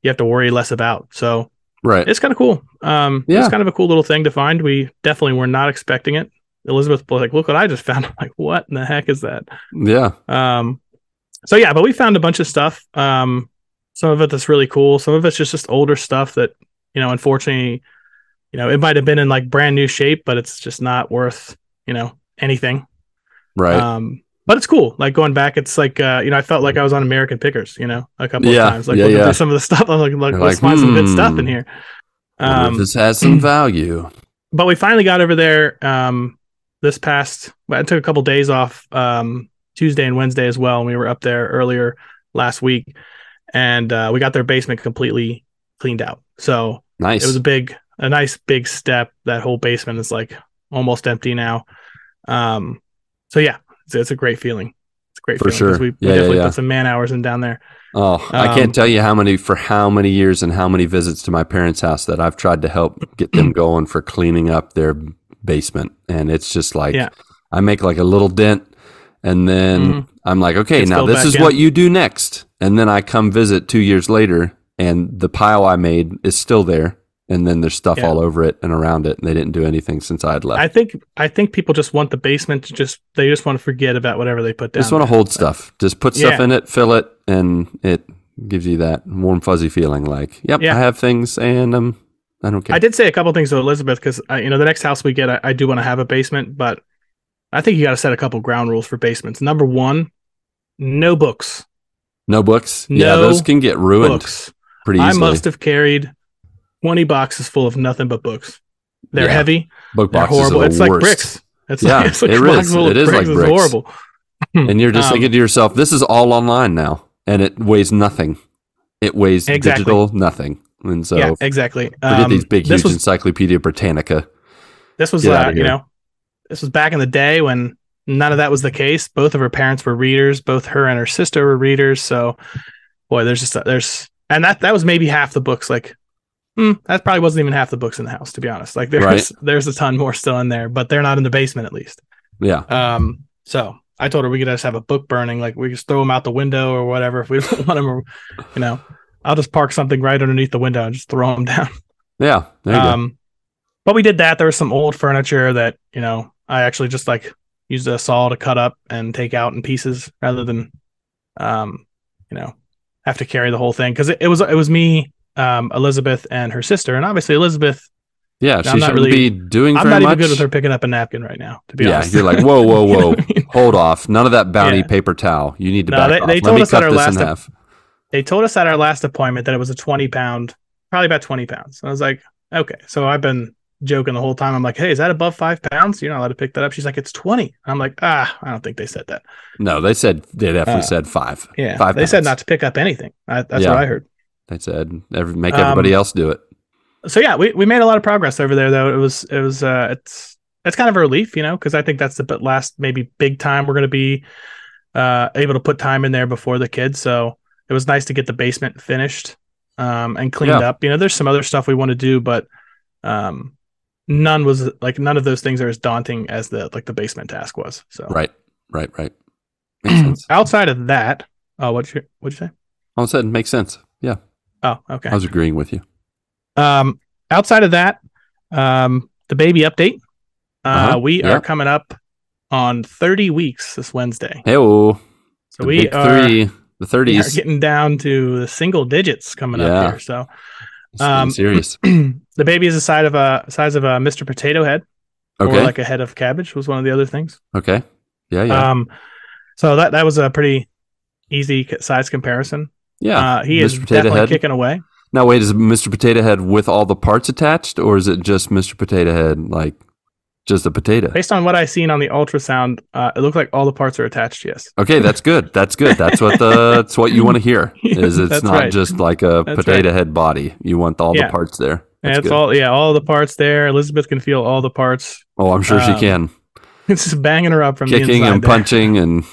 Speaker 2: you have to worry less about. So
Speaker 1: Right.
Speaker 2: it's kind of cool. Um,
Speaker 1: Yeah.
Speaker 2: it's kind of a cool little thing to find. We definitely were not expecting it. Elizabeth was like, "Look what I just found!" (laughs) I'm like, "What in the heck is that?"
Speaker 1: Yeah.
Speaker 2: Um, so yeah, but we found a bunch of stuff. Um, some of it that's really cool. Some of it's just just older stuff that you know, unfortunately, you know, it might have been in like brand new shape, but it's just not worth you know anything.
Speaker 1: Right.
Speaker 2: Um, but it's cool. Like going back, it's like uh, you know, I felt like I was on American Pickers. You know, a couple
Speaker 1: Yeah,
Speaker 2: of times. Like
Speaker 1: yeah,
Speaker 2: looking
Speaker 1: yeah.
Speaker 2: through some of the (laughs) stuff, I'm like, look,
Speaker 1: You're
Speaker 2: let's
Speaker 1: like,
Speaker 2: find some good
Speaker 1: hmm.
Speaker 2: stuff in here. Um,
Speaker 1: Wonder if this has
Speaker 2: (clears throat)
Speaker 1: some value.
Speaker 2: but we finally got over there um this past well, I took a couple days off um Tuesday and Wednesday as well and we were up there earlier last week and uh, we got their basement completely cleaned out so
Speaker 1: Nice.
Speaker 2: it was a big a nice big step that whole basement is like almost empty now um so yeah it's, it's a great feeling it's a great
Speaker 1: For
Speaker 2: feeling 'cause
Speaker 1: sure.
Speaker 2: we, we
Speaker 1: Yeah, yeah,
Speaker 2: definitely
Speaker 1: yeah.
Speaker 2: put some man hours in down there
Speaker 1: Oh, I
Speaker 2: Um,
Speaker 1: can't tell you how many for how many years and how many visits to my parents' house that I've tried to help get
Speaker 2: (clears throat)
Speaker 1: them going for cleaning up their basement, and it's just like
Speaker 2: Yeah.
Speaker 1: I make like a little dent, and then
Speaker 2: Mhm.
Speaker 1: I'm like, okay,
Speaker 2: Gets
Speaker 1: now
Speaker 2: filled
Speaker 1: this
Speaker 2: back
Speaker 1: is
Speaker 2: in.
Speaker 1: what you do next, and then I come visit two years later, and the pile I made is still there, and then there's stuff
Speaker 2: Yeah.
Speaker 1: all over it and around it, and they didn't do anything since I had left.
Speaker 2: I think I think people just want the basement to just they just want to forget about whatever they put down
Speaker 1: just want to
Speaker 2: there.
Speaker 1: hold stuff. Just put stuff
Speaker 2: Yeah.
Speaker 1: in it, fill it, and it gives you that warm fuzzy feeling. Like, yep,
Speaker 2: Yeah.
Speaker 1: I have things, and um, I don't care.
Speaker 2: I did say a couple things to Elizabeth because you know the next house we get, I, I do want to have a basement, but I think you got to set a couple ground rules for basements. Number one, no books.
Speaker 1: no books. yeah,
Speaker 2: No
Speaker 1: those can get ruined
Speaker 2: Books.
Speaker 1: pretty
Speaker 2: I
Speaker 1: easily.
Speaker 2: must have carried twenty boxes full of nothing but books. They're
Speaker 1: Yeah,
Speaker 2: heavy.
Speaker 1: Book
Speaker 2: They're
Speaker 1: boxes
Speaker 2: horrible.
Speaker 1: are the
Speaker 2: It's
Speaker 1: worst.
Speaker 2: like bricks. It's
Speaker 1: Yeah,
Speaker 2: like, (laughs) it's like
Speaker 1: it is.
Speaker 2: boxes full of
Speaker 1: It is like
Speaker 2: It's
Speaker 1: bricks.
Speaker 2: horrible.
Speaker 1: And you're just
Speaker 2: Um,
Speaker 1: thinking to yourself, this is all online now, and it weighs nothing. It weighs
Speaker 2: Exactly.
Speaker 1: digital nothing, and so
Speaker 2: yeah, exactly.
Speaker 1: forget
Speaker 2: Um,
Speaker 1: these big,
Speaker 2: this
Speaker 1: huge
Speaker 2: was
Speaker 1: Encyclopedia Britannica.
Speaker 2: This was,
Speaker 1: Get
Speaker 2: uh,
Speaker 1: outta
Speaker 2: you
Speaker 1: here.
Speaker 2: know, this was back in the day when none of that was the case. Both of her parents were readers. Both her and her sister were readers. So, boy, there's just there's and that that was maybe half the books. Like, hmm, that probably wasn't even half the books in the house, to be honest. Like, there's
Speaker 1: Right.
Speaker 2: there's a ton more still in there, but they're not in the basement at least.
Speaker 1: Yeah,
Speaker 2: Um, so I told her we could just have a book burning, like we just throw them out the window or whatever if we (laughs) don't want them, or you know, I'll just park something right underneath the window and just throw them down.
Speaker 1: yeah. There you go.
Speaker 2: Um, but we did that. There was some old furniture that you know I actually just like used a saw to cut up and take out in pieces rather than, um, you know, have to carry the whole thing because it, it was it was me, um, Elizabeth and her sister, and obviously Elizabeth.
Speaker 1: Yeah, she
Speaker 2: not
Speaker 1: shouldn't be
Speaker 2: really-
Speaker 1: doing
Speaker 2: I'm
Speaker 1: very
Speaker 2: not even
Speaker 1: much.
Speaker 2: good with her picking up a napkin right now. To be
Speaker 1: Yeah,
Speaker 2: honest,
Speaker 1: you're
Speaker 2: (laughs)
Speaker 1: like, whoa, whoa,
Speaker 2: You know
Speaker 1: whoa.
Speaker 2: what I mean?
Speaker 1: Hold off. None of that bounty
Speaker 2: Yeah.
Speaker 1: paper towel. You need to
Speaker 2: No,
Speaker 1: back
Speaker 2: they-
Speaker 1: off.
Speaker 2: they
Speaker 1: Let
Speaker 2: told
Speaker 1: me
Speaker 2: us
Speaker 1: cut
Speaker 2: at our
Speaker 1: this
Speaker 2: last
Speaker 1: in half.
Speaker 2: They told us at our last appointment that it was a 20 pound, probably about 20 pounds. And I was like, okay. So I've been joking the whole time. I'm like, hey, is that above five pounds? You're not allowed to pick that up. She's like, it's 20. And I'm like, ah, I don't think they said that.
Speaker 1: No, they said they definitely
Speaker 2: Uh,
Speaker 1: said five.
Speaker 2: Yeah.
Speaker 1: Five
Speaker 2: they said
Speaker 1: pounds.
Speaker 2: not to pick up anything. I, that's
Speaker 1: Yeah.
Speaker 2: what I heard.
Speaker 1: They said every, make
Speaker 2: Um,
Speaker 1: everybody else do it.
Speaker 2: so yeah, we, we made a lot of progress over there though. It was it was uh it's it's kind of a relief, you know, because I think that's the bit last maybe big time we're gonna be uh able to put time in there before the kids. So it was nice to get the basement finished um and cleaned
Speaker 1: Yeah.
Speaker 2: up. You know, there's some other stuff we want to do, but um none was like none of those things are as daunting as the like the basement task was. So
Speaker 1: Right, right, right. Makes sense.
Speaker 2: (clears throat) outside of that, oh what'd you what'd you say?
Speaker 1: All of a sudden, makes sense. Yeah,
Speaker 2: Oh, okay.
Speaker 1: I was agreeing with you.
Speaker 2: Um, outside of that, um, the baby update. Uh,
Speaker 1: Uh-huh,
Speaker 2: We
Speaker 1: yeah.
Speaker 2: are coming up on 30 weeks this Wednesday.
Speaker 1: Hey, oh,
Speaker 2: So we are,
Speaker 1: three, the
Speaker 2: we are
Speaker 1: thirties.
Speaker 2: getting down to the single digits coming
Speaker 1: Yeah.
Speaker 2: up here. So (clears throat) um,
Speaker 1: serious.
Speaker 2: the baby is the size of a size of a Mr. Potato Head,
Speaker 1: Okay,
Speaker 2: or like a head of cabbage was one of the other things.
Speaker 1: okay, yeah, yeah,
Speaker 2: Um, so that that was a pretty easy c- size comparison.
Speaker 1: yeah.
Speaker 2: uh, he is
Speaker 1: Mr. Potato
Speaker 2: definitely
Speaker 1: Head.
Speaker 2: kicking away.
Speaker 1: now, wait, is Mr. Potato Head with all the parts attached, or is it just Mr. Potato Head, like just a potato?
Speaker 2: Based on what I seen on the ultrasound, uh, it looked like all the parts are attached. Yes.
Speaker 1: Okay, that's good. That's good. That's what the that's what you want to hear. Is it's
Speaker 2: (laughs) That's
Speaker 1: not
Speaker 2: right.
Speaker 1: just like a
Speaker 2: That's
Speaker 1: potato head body. You want all the
Speaker 2: Yeah.
Speaker 1: parts there.
Speaker 2: And
Speaker 1: That's
Speaker 2: it's
Speaker 1: good.
Speaker 2: all yeah, all the parts there. Elizabeth can feel all the parts. (laughs)
Speaker 1: oh, I'm sure she
Speaker 2: um,
Speaker 1: can.
Speaker 2: It's just banging her up from the
Speaker 1: Kicking
Speaker 2: inside
Speaker 1: and
Speaker 2: there.
Speaker 1: punching and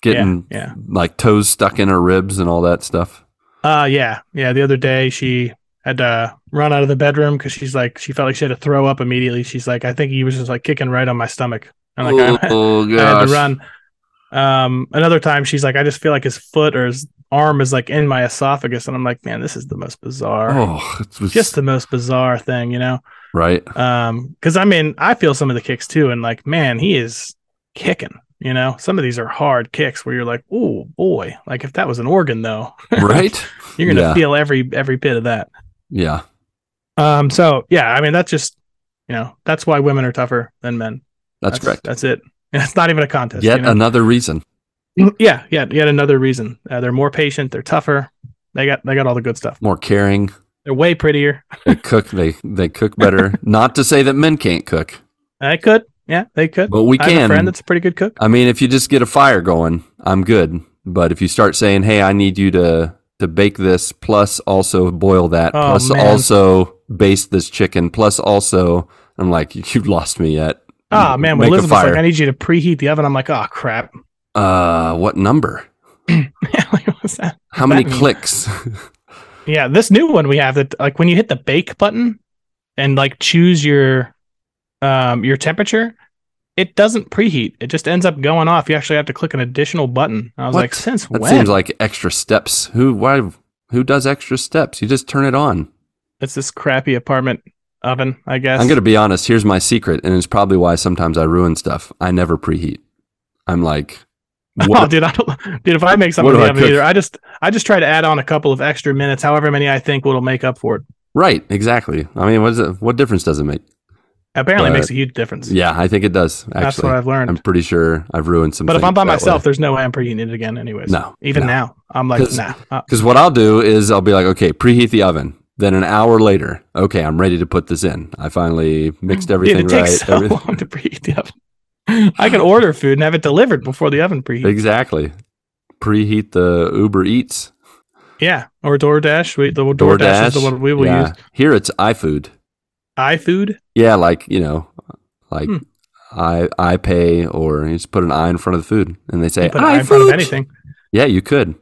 Speaker 1: getting
Speaker 2: Yeah,
Speaker 1: like toes stuck in her ribs and all that stuff.
Speaker 2: yeah. Uh, yeah, yeah. The other day she had to run out of the bedroom because she's like she felt like she had to throw up immediately. She's like, I think he was just like kicking right on my stomach. I'm like, (laughs) I,
Speaker 1: oh
Speaker 2: I had
Speaker 1: gosh.
Speaker 2: to run. Um, another time she's like, I just feel like his foot or his arm is like in my esophagus, and I'm like, man, this is the most bizarre,
Speaker 1: Oh, it was
Speaker 2: just the most bizarre thing, you know.
Speaker 1: right.
Speaker 2: (laughs) um because i mean i feel some of the kicks too and like man he is kicking you know some of these are hard kicks where you're like oh boy like if that was an organ though
Speaker 1: Right?
Speaker 2: you're gonna
Speaker 1: Yeah.
Speaker 2: feel every every bit of that
Speaker 1: yeah.
Speaker 2: um so yeah i mean that's just you know that's why women are tougher than men
Speaker 1: That's, correct.
Speaker 2: that's it (laughs) it's not even a contest
Speaker 1: Yet
Speaker 2: you know?
Speaker 1: another reason.
Speaker 2: (clears throat) yeah yeah yet another reason uh, they're more patient they're tougher they got they got all the good stuff
Speaker 1: More caring.
Speaker 2: they're way prettier
Speaker 1: They cook they they cook
Speaker 2: (laughs)
Speaker 1: better. Not to say that men can't cook,
Speaker 2: i could yeah they could
Speaker 1: but we
Speaker 2: i have a
Speaker 1: can.
Speaker 2: friend that's a pretty good cook
Speaker 1: I mean, if you just get a fire going, I'm good. But if you start saying, "Hey, I need you to to bake this, plus also boil that,
Speaker 2: Oh,
Speaker 1: plus
Speaker 2: man.
Speaker 1: also baste this chicken, plus also," I'm like, (laughs) "You've lost me yet."
Speaker 2: Ah
Speaker 1: M-
Speaker 2: man, when
Speaker 1: make a
Speaker 2: Elizabeth's like,
Speaker 1: fire.
Speaker 2: I need you to preheat the oven. I'm like, oh crap.
Speaker 1: uh, what number?
Speaker 2: like, what's that?
Speaker 1: How many
Speaker 2: That mean-
Speaker 1: clicks? (laughs)
Speaker 2: Yeah, this new one we have that like when you hit the bake button and like choose your um your temperature, it doesn't preheat. It just ends up going off. You actually have to click an additional button. I was
Speaker 1: What?
Speaker 2: like, since
Speaker 1: that
Speaker 2: when?
Speaker 1: seems like extra steps. Who? Why? Who does extra steps? You just turn it on.
Speaker 2: it's this crappy apartment oven, I guess.
Speaker 1: I'm gonna be honest. Here's my secret, and it's probably why sometimes I ruin stuff. I never preheat. I'm like,
Speaker 2: (laughs) (laughs) Oh,
Speaker 1: what?
Speaker 2: dude, I don't, dude. If I make
Speaker 1: What
Speaker 2: something
Speaker 1: do
Speaker 2: in
Speaker 1: I
Speaker 2: the oven
Speaker 1: cook?
Speaker 2: either, I just, I just try to add on a couple of extra minutes, however many I think will make up for it.
Speaker 1: right? Exactly. I mean, what is it? What difference does it make?
Speaker 2: Apparently, it
Speaker 1: But-
Speaker 2: makes a huge difference.
Speaker 1: Yeah, I think it does. Actually,
Speaker 2: that's what I've learned.
Speaker 1: I'm pretty sure I've ruined some.
Speaker 2: But if
Speaker 1: things
Speaker 2: I'm by
Speaker 1: that
Speaker 2: myself,
Speaker 1: way.
Speaker 2: there's no way I'm preheating it again, anyways.
Speaker 1: No,
Speaker 2: Even
Speaker 1: no.
Speaker 2: now, I'm like,
Speaker 1: 'Cause-
Speaker 2: nah. Uh,
Speaker 1: because what I'll do is I'll be like, okay, preheat the oven. Then an hour later, okay, I'm ready to put this in. I finally mixed
Speaker 2: dude,
Speaker 1: everything
Speaker 2: it
Speaker 1: right.
Speaker 2: takes so
Speaker 1: everything-
Speaker 2: long to preheat the oven. I could order food and have it delivered before the oven preheats.
Speaker 1: Exactly. Preheat the Uber Eats,
Speaker 2: Yeah, or DoorDash. We, the DoorDash,
Speaker 1: DoorDash.
Speaker 2: is the one we will
Speaker 1: yeah.
Speaker 2: use.
Speaker 1: Here it's iFood.
Speaker 2: iFood.
Speaker 1: Yeah, like you know, like
Speaker 2: Hmm.
Speaker 1: I I pay or you just put an I in front of the food, and they say
Speaker 2: You put an eye in front of
Speaker 1: "iFood."
Speaker 2: anything.
Speaker 1: Yeah, you could.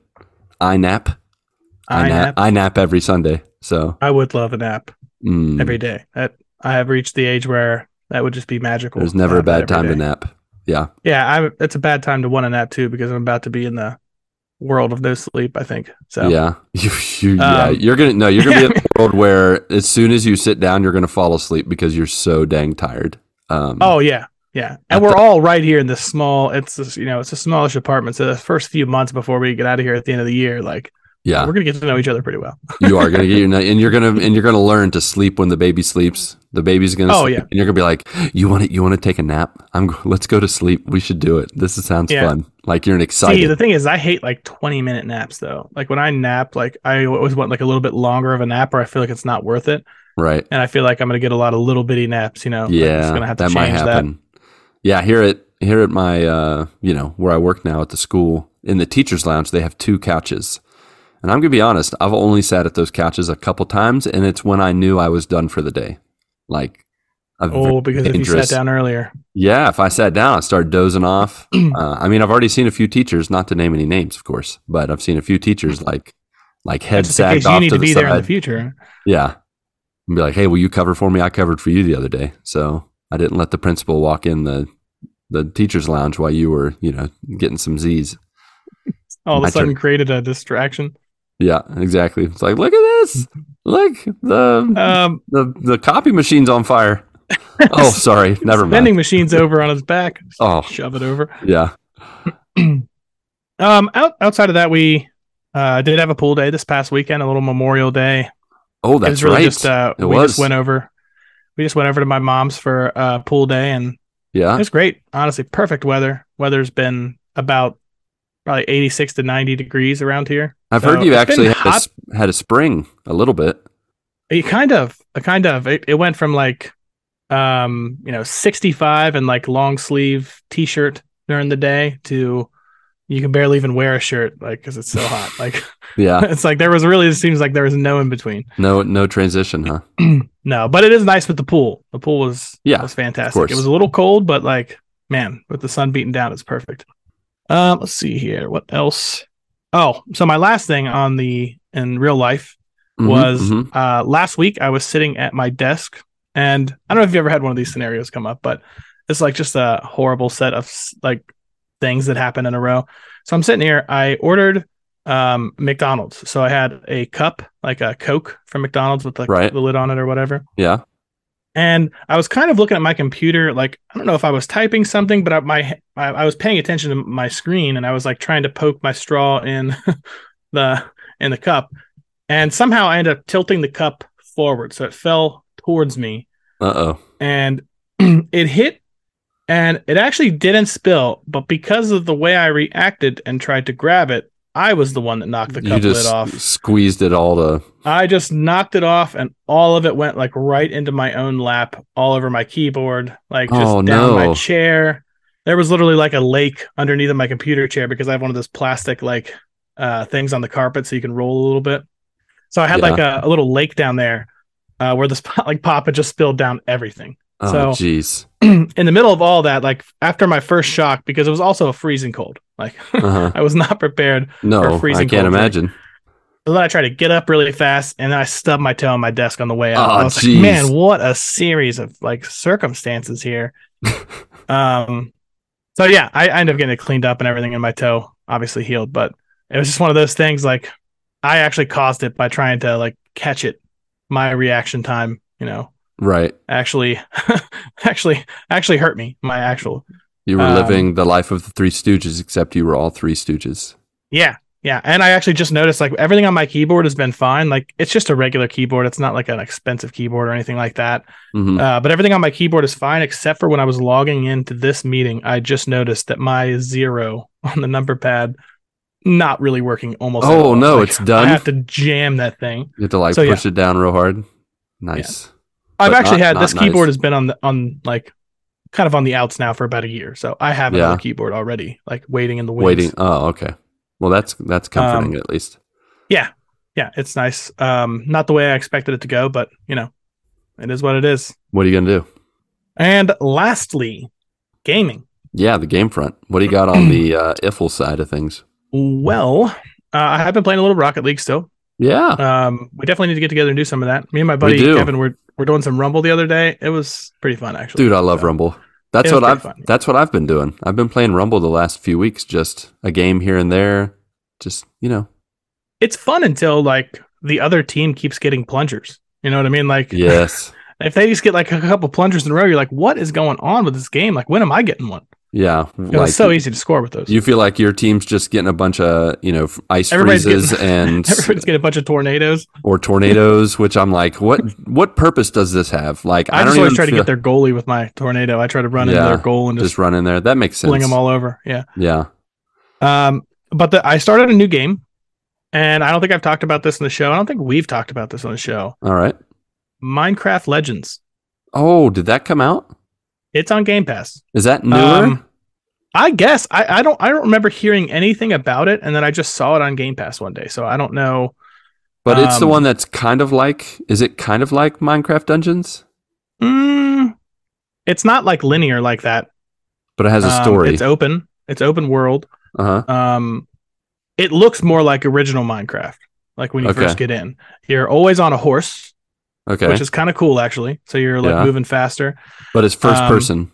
Speaker 1: I nap. I nap.
Speaker 2: iNap.
Speaker 1: I nap every Sunday. So
Speaker 2: I would love an app
Speaker 1: mm.
Speaker 2: every day. That I have reached the age where that would just be magical.
Speaker 1: There's never
Speaker 2: to
Speaker 1: a
Speaker 2: have that
Speaker 1: bad
Speaker 2: every
Speaker 1: time to
Speaker 2: day.
Speaker 1: nap. Yeah.
Speaker 2: Yeah, I, it's a bad time to want a nap too because I'm about to be in the world of no sleep. I think so.
Speaker 1: Yeah. (laughs) You, you, yeah.
Speaker 2: Um,
Speaker 1: You're going to, no, you're
Speaker 2: (laughs)
Speaker 1: going to be in a world where as soon as you sit down, you're going to fall asleep because you're so dang tired. Um,
Speaker 2: Oh yeah, yeah.
Speaker 1: I
Speaker 2: And we're all right here in this small. It's this, you know, it's a smallish apartment. So the first few months before we get out of here at the end of the year, like
Speaker 1: yeah.
Speaker 2: we're gonna get to know each other pretty well.
Speaker 1: You
Speaker 2: (laughs)
Speaker 1: are going to get your night and you're going to, and you're going to learn to sleep when the baby sleeps. The baby's going to,
Speaker 2: Oh,
Speaker 1: sleep,
Speaker 2: yeah.
Speaker 1: And you're going to be like, you want to, you want to take a nap? I'm, g- let's go to sleep. We should do it. This is, sounds
Speaker 2: Yeah.
Speaker 1: fun. Like you're an excited.
Speaker 2: See, the thing is, I hate like twenty minute naps though. Like when I nap, like I always want like a little bit longer of a nap, or I feel like it's not worth it,
Speaker 1: right.
Speaker 2: and I feel like I'm gonna get a lot of little bitty naps. You know, Like, I'm
Speaker 1: yeah
Speaker 2: just gonna have to
Speaker 1: that
Speaker 2: change
Speaker 1: might happen yeah here at here at my uh you know where i work now at the school in the teachers lounge they have two couches And I'm going to be honest, I've only sat at those couches a couple times, and it's when I knew I was done for the day. Like, a very
Speaker 2: Oh, because if you sat
Speaker 1: dangerous-
Speaker 2: down earlier,
Speaker 1: Yeah, if I sat down, I started dozing
Speaker 2: (clears throat)
Speaker 1: off. uh, I mean, I've already seen a few teachers, not to name any names, of course, but I've seen a few teachers like, like head
Speaker 2: just in
Speaker 1: sagged
Speaker 2: case you
Speaker 1: off
Speaker 2: need
Speaker 1: to
Speaker 2: to
Speaker 1: the
Speaker 2: be there in the
Speaker 1: side.
Speaker 2: future.
Speaker 1: yeah, and be like, "Hey, will you cover for me? I covered for you the other day, so I didn't let the principal walk in the the teachers' lounge while you were, you know, getting some Z's."
Speaker 2: All of
Speaker 1: My
Speaker 2: a sudden,
Speaker 1: turn.
Speaker 2: created a distraction.
Speaker 1: Yeah, exactly. It's like, look at this. Look the
Speaker 2: Um,
Speaker 1: the the copy machine's on
Speaker 2: (laughs)
Speaker 1: fire. Oh, sorry, (laughs) never
Speaker 2: vending
Speaker 1: mind.
Speaker 2: machine's over on his back.
Speaker 1: Oh,
Speaker 2: Shove it over.
Speaker 1: yeah.
Speaker 2: Um, out, outside of that, we uh, did have a pool day this past weekend, a little Memorial Day.
Speaker 1: Oh,
Speaker 2: It
Speaker 1: that's
Speaker 2: was really
Speaker 1: right.
Speaker 2: Just, uh,
Speaker 1: It
Speaker 2: we
Speaker 1: was.
Speaker 2: just went over. We just went over to my mom's for uh, pool day, and it
Speaker 1: yeah.
Speaker 2: was great. Honestly, perfect weather. Weather's been about probably eighty-six to ninety degrees around here.
Speaker 1: I've
Speaker 2: So
Speaker 1: heard you
Speaker 2: uh, it's been
Speaker 1: actually had a,
Speaker 2: hot.
Speaker 1: s- had a spring a little bit.
Speaker 2: It kind of, it kind of. It, it went from like, um, you know, sixty-five and like long sleeve t-shirt during the day to you can barely even wear a shirt like because it's so hot. Like (laughs)
Speaker 1: Yeah,
Speaker 2: it's like there was really it seems like there was no in between.
Speaker 1: no, no transition, huh?
Speaker 2: No, but it is nice with the pool. The pool was
Speaker 1: Yeah,
Speaker 2: was
Speaker 1: of
Speaker 2: fantastic.
Speaker 1: course.
Speaker 2: It was a little cold, but like man, with the sun beating down, it's perfect. Um, let's see here. What else? Oh, so my last thing on the in real life
Speaker 1: Mhm,
Speaker 2: was
Speaker 1: mhm.
Speaker 2: uh, last week I was sitting at my desk, and I don't know if you ever had one of these scenarios come up, but it's like just a horrible set of s- like things that happen in a row. So I'm sitting here. I ordered um, McDonald's, so I had a cup like a Coke from McDonald's with like
Speaker 1: Right.
Speaker 2: the lid on it or whatever.
Speaker 1: yeah,
Speaker 2: And I was kind of looking at my computer, like I don't know if I was typing something, but I, my I, I was paying attention to my screen, and I was like trying to poke my straw in (laughs) the in the cup, and somehow I ended up tilting the cup forward, so it fell towards me,
Speaker 1: uh oh,
Speaker 2: and (clears throat) it hit, and it actually didn't spill, but because of the way I reacted and tried to grab it, I was the one that knocked the
Speaker 1: you
Speaker 2: cup
Speaker 1: just
Speaker 2: lid off.
Speaker 1: squeezed it all to.
Speaker 2: I just knocked it off and all of it went like right into my own lap, all over my keyboard, like just
Speaker 1: Oh,
Speaker 2: down
Speaker 1: no.
Speaker 2: my chair. There was literally like a lake underneath of my computer chair because I have one of those plastic like uh things on the carpet so you can roll a little bit. So I had
Speaker 1: Yeah.
Speaker 2: like a, a little lake down there uh where the spot (laughs) like pop had just spilled down everything. (clears throat)
Speaker 1: Oh,
Speaker 2: So-
Speaker 1: jeez.
Speaker 2: In the middle of all that, like after my first shock, because it was also a freezing cold. Like (laughs)
Speaker 1: Uh-huh.
Speaker 2: I was not prepared.
Speaker 1: No, I
Speaker 2: freezing
Speaker 1: can't
Speaker 2: cold drink.
Speaker 1: imagine.
Speaker 2: But then I tried to get up really fast, and then I stubbed my toe on my desk on the way out.
Speaker 1: Aw,
Speaker 2: I was
Speaker 1: jeez.
Speaker 2: like, man, what a series of like circumstances here.
Speaker 1: (laughs)
Speaker 2: um, so yeah, I, I ended up getting it cleaned up and everything, and my toe obviously healed. But it was just one of those things. Like I actually caused it by trying to like catch it. My reaction time, you know,
Speaker 1: Right,
Speaker 2: actually, (laughs) actually, actually hurt me. My actual,
Speaker 1: you were
Speaker 2: Um,
Speaker 1: living the life of the Three Stooges, except you were all Three Stooges.
Speaker 2: yeah. Yeah, and I actually just noticed like everything on my keyboard has been fine. Like it's just a regular keyboard. It's not like an expensive keyboard or anything like that.
Speaker 1: hmm
Speaker 2: Uh, but everything on my keyboard is fine except for when I was logging into this meeting, I just noticed that my zero (laughs) on the number pad not really working almost. at
Speaker 1: Oh,
Speaker 2: all.
Speaker 1: no, it's done?
Speaker 2: I have to jam that thing.
Speaker 1: you have to like
Speaker 2: so, yeah.
Speaker 1: push it down real hard. Nice.
Speaker 2: I've
Speaker 1: But
Speaker 2: actually
Speaker 1: not-
Speaker 2: had
Speaker 1: not
Speaker 2: this
Speaker 1: nice.
Speaker 2: keyboard has been on the on like kind of on the outs now for about a year, so I have
Speaker 1: Yeah.
Speaker 2: another keyboard already, like waiting in the wings. Um,
Speaker 1: Waiting. Oh, okay. Well, that's that's comforting at least.
Speaker 2: Yeah, it's nice. Um, not the way I expected it to go, but you know, it is what it is.
Speaker 1: What are you gonna do?
Speaker 2: And lastly, gaming.
Speaker 1: Yeah, the game front. What do you got on
Speaker 2: (clears throat)
Speaker 1: the uh, Iffle side of things?
Speaker 2: Well, uh, I have been playing a little Rocket League still.
Speaker 1: Yeah.
Speaker 2: Um, we definitely need to get together and do some of that. Me and my buddy
Speaker 1: do.
Speaker 2: Kevin were were doing some Rumble the other day. It was pretty fun actually.
Speaker 1: Dude, I love
Speaker 2: So,
Speaker 1: Rumble. That's
Speaker 2: it
Speaker 1: what
Speaker 2: was
Speaker 1: I've
Speaker 2: pretty fun.
Speaker 1: that's what I've been doing. I've been playing Rumble the last few weeks, just a game here and there. Just you
Speaker 2: (laughs)
Speaker 1: know.
Speaker 2: It's fun until like the other team keeps getting plungers. You know what I mean? Like
Speaker 1: Yes.
Speaker 2: if they just get like a couple plungers in a row, you're like, what is going on with this game? Like when am I getting one?
Speaker 1: Yeah.
Speaker 2: It
Speaker 1: like,
Speaker 2: was so easy to score with those.
Speaker 1: You feel like your team's just getting a bunch of you know f- ice
Speaker 2: Everybody's
Speaker 1: freezes
Speaker 2: (laughs)
Speaker 1: and
Speaker 2: (laughs) Everybody's getting a bunch of tornadoes.
Speaker 1: (laughs) or tornadoes, which I'm like,
Speaker 2: (laughs)
Speaker 1: what what purpose does this have? Like I,
Speaker 2: I, just
Speaker 1: don't
Speaker 2: always
Speaker 1: even
Speaker 2: try to
Speaker 1: feel,
Speaker 2: get their goalie with my tornado. I try to run
Speaker 1: Yeah,
Speaker 2: into their goal and just,
Speaker 1: just run in there. That makes sense.
Speaker 2: fling them all over. Yeah.
Speaker 1: Yeah.
Speaker 2: Um, but the, I started a new game, and I don't think I've talked about this in the show. I don't think we've talked about this on the show.
Speaker 1: All right.
Speaker 2: Minecraft Legends.
Speaker 1: Oh, did that come out?
Speaker 2: It's on Game Pass.
Speaker 1: Is that newer?
Speaker 2: Um, I guess I, I don't I don't remember hearing anything about it, and then I just saw it on Game Pass one day, so I don't know.
Speaker 1: But it's the
Speaker 2: Um,
Speaker 1: one that's kind of like. Is it kind of like Minecraft Dungeons?
Speaker 2: Mm, it's not like linear like that.
Speaker 1: But it has a
Speaker 2: Um,
Speaker 1: story.
Speaker 2: it's open. It's open world.
Speaker 1: uh huh.
Speaker 2: Um, it looks more like original Minecraft. Like when you
Speaker 1: Okay.
Speaker 2: first get in, you're always on a horse,
Speaker 1: Okay.
Speaker 2: which is kind of cool actually. So you're like
Speaker 1: Yeah.
Speaker 2: moving faster.
Speaker 1: but it's first
Speaker 2: um,
Speaker 1: person.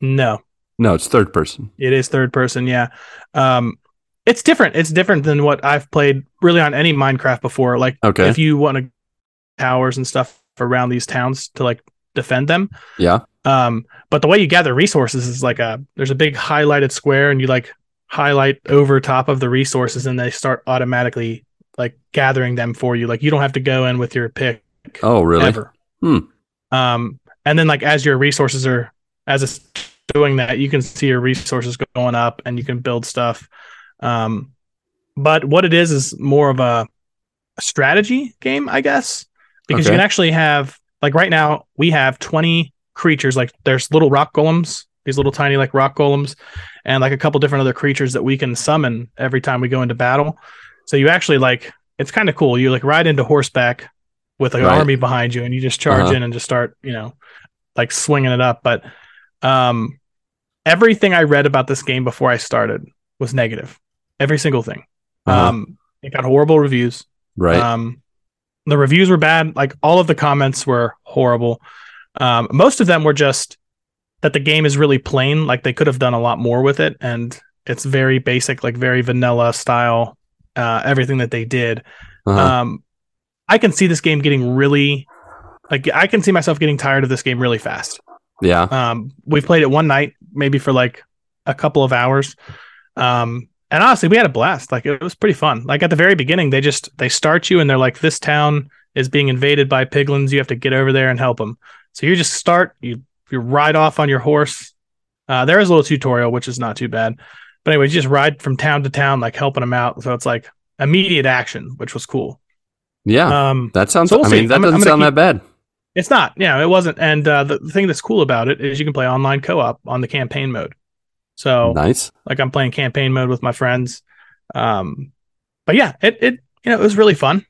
Speaker 2: No,
Speaker 1: No, it's third person.
Speaker 2: It is third person, yeah. Um, it's different. It's different than what I've played really on any Minecraft before. Like
Speaker 1: Okay.
Speaker 2: if you want to towers and stuff around these towns to like defend them.
Speaker 1: Yeah.
Speaker 2: Um, but the way you gather resources is like a there's a big highlighted square and you like highlight over top of the resources and they start automatically like gathering them for you. Like you don't have to go in with your pick
Speaker 1: Oh, really?
Speaker 2: ever.
Speaker 1: Hmm.
Speaker 2: Um, and then like as your resources are as it's doing that, you can see your resources going up, and you can build stuff. Um, but what it is is more of a a strategy game, I guess, because
Speaker 1: Okay.
Speaker 2: you can actually have like right now we have twenty creatures. Like there's little rock golems, these little tiny like rock golems, and like a couple different other creatures that we can summon every time we go into battle. So you actually like it's kind of cool. You like ride into horseback with like, an
Speaker 1: Right.
Speaker 2: army behind you, and you just charge
Speaker 1: Uh-huh.
Speaker 2: in and just start you know like swinging it up. But um, everything I read about this game before I started was negative. Every single thing.
Speaker 1: Uh-huh.
Speaker 2: Um, it got horrible reviews.
Speaker 1: right.
Speaker 2: Um, the reviews were bad. Like all of the comments were horrible. Um, most of them were just that the game is really plain. Like they could have done a lot more with it, and it's very basic, like very vanilla style. Uh, everything that they did.
Speaker 1: uh-huh.
Speaker 2: Um, I can see this game getting really, like I can see myself getting tired of this game really fast.
Speaker 1: yeah.
Speaker 2: Um, we played it one night, maybe for like a couple of hours. Um, and honestly, we had a blast. Like it was pretty fun. Like at the very beginning, they just they start you and they're like, "This town is being invaded by piglins. You have to get over there and help them." So you just start. You you ride off on your horse. Uh, there is a little tutorial, which is not too bad. But anyway, you just ride from town to town, like helping them out. So it's like immediate action, which was cool.
Speaker 1: Yeah.
Speaker 2: Um,
Speaker 1: that sounds.
Speaker 2: so we'll
Speaker 1: I
Speaker 2: see.
Speaker 1: mean, that
Speaker 2: I'm- I'm
Speaker 1: doesn't sound
Speaker 2: gonna
Speaker 1: that bad.
Speaker 2: it's not. Yeah, it wasn't. And uh, the the thing that's cool about it is you can play online co-op on the campaign mode. So
Speaker 1: Nice.
Speaker 2: like I'm playing campaign mode with my friends. Um, but yeah, it it you know it was really fun.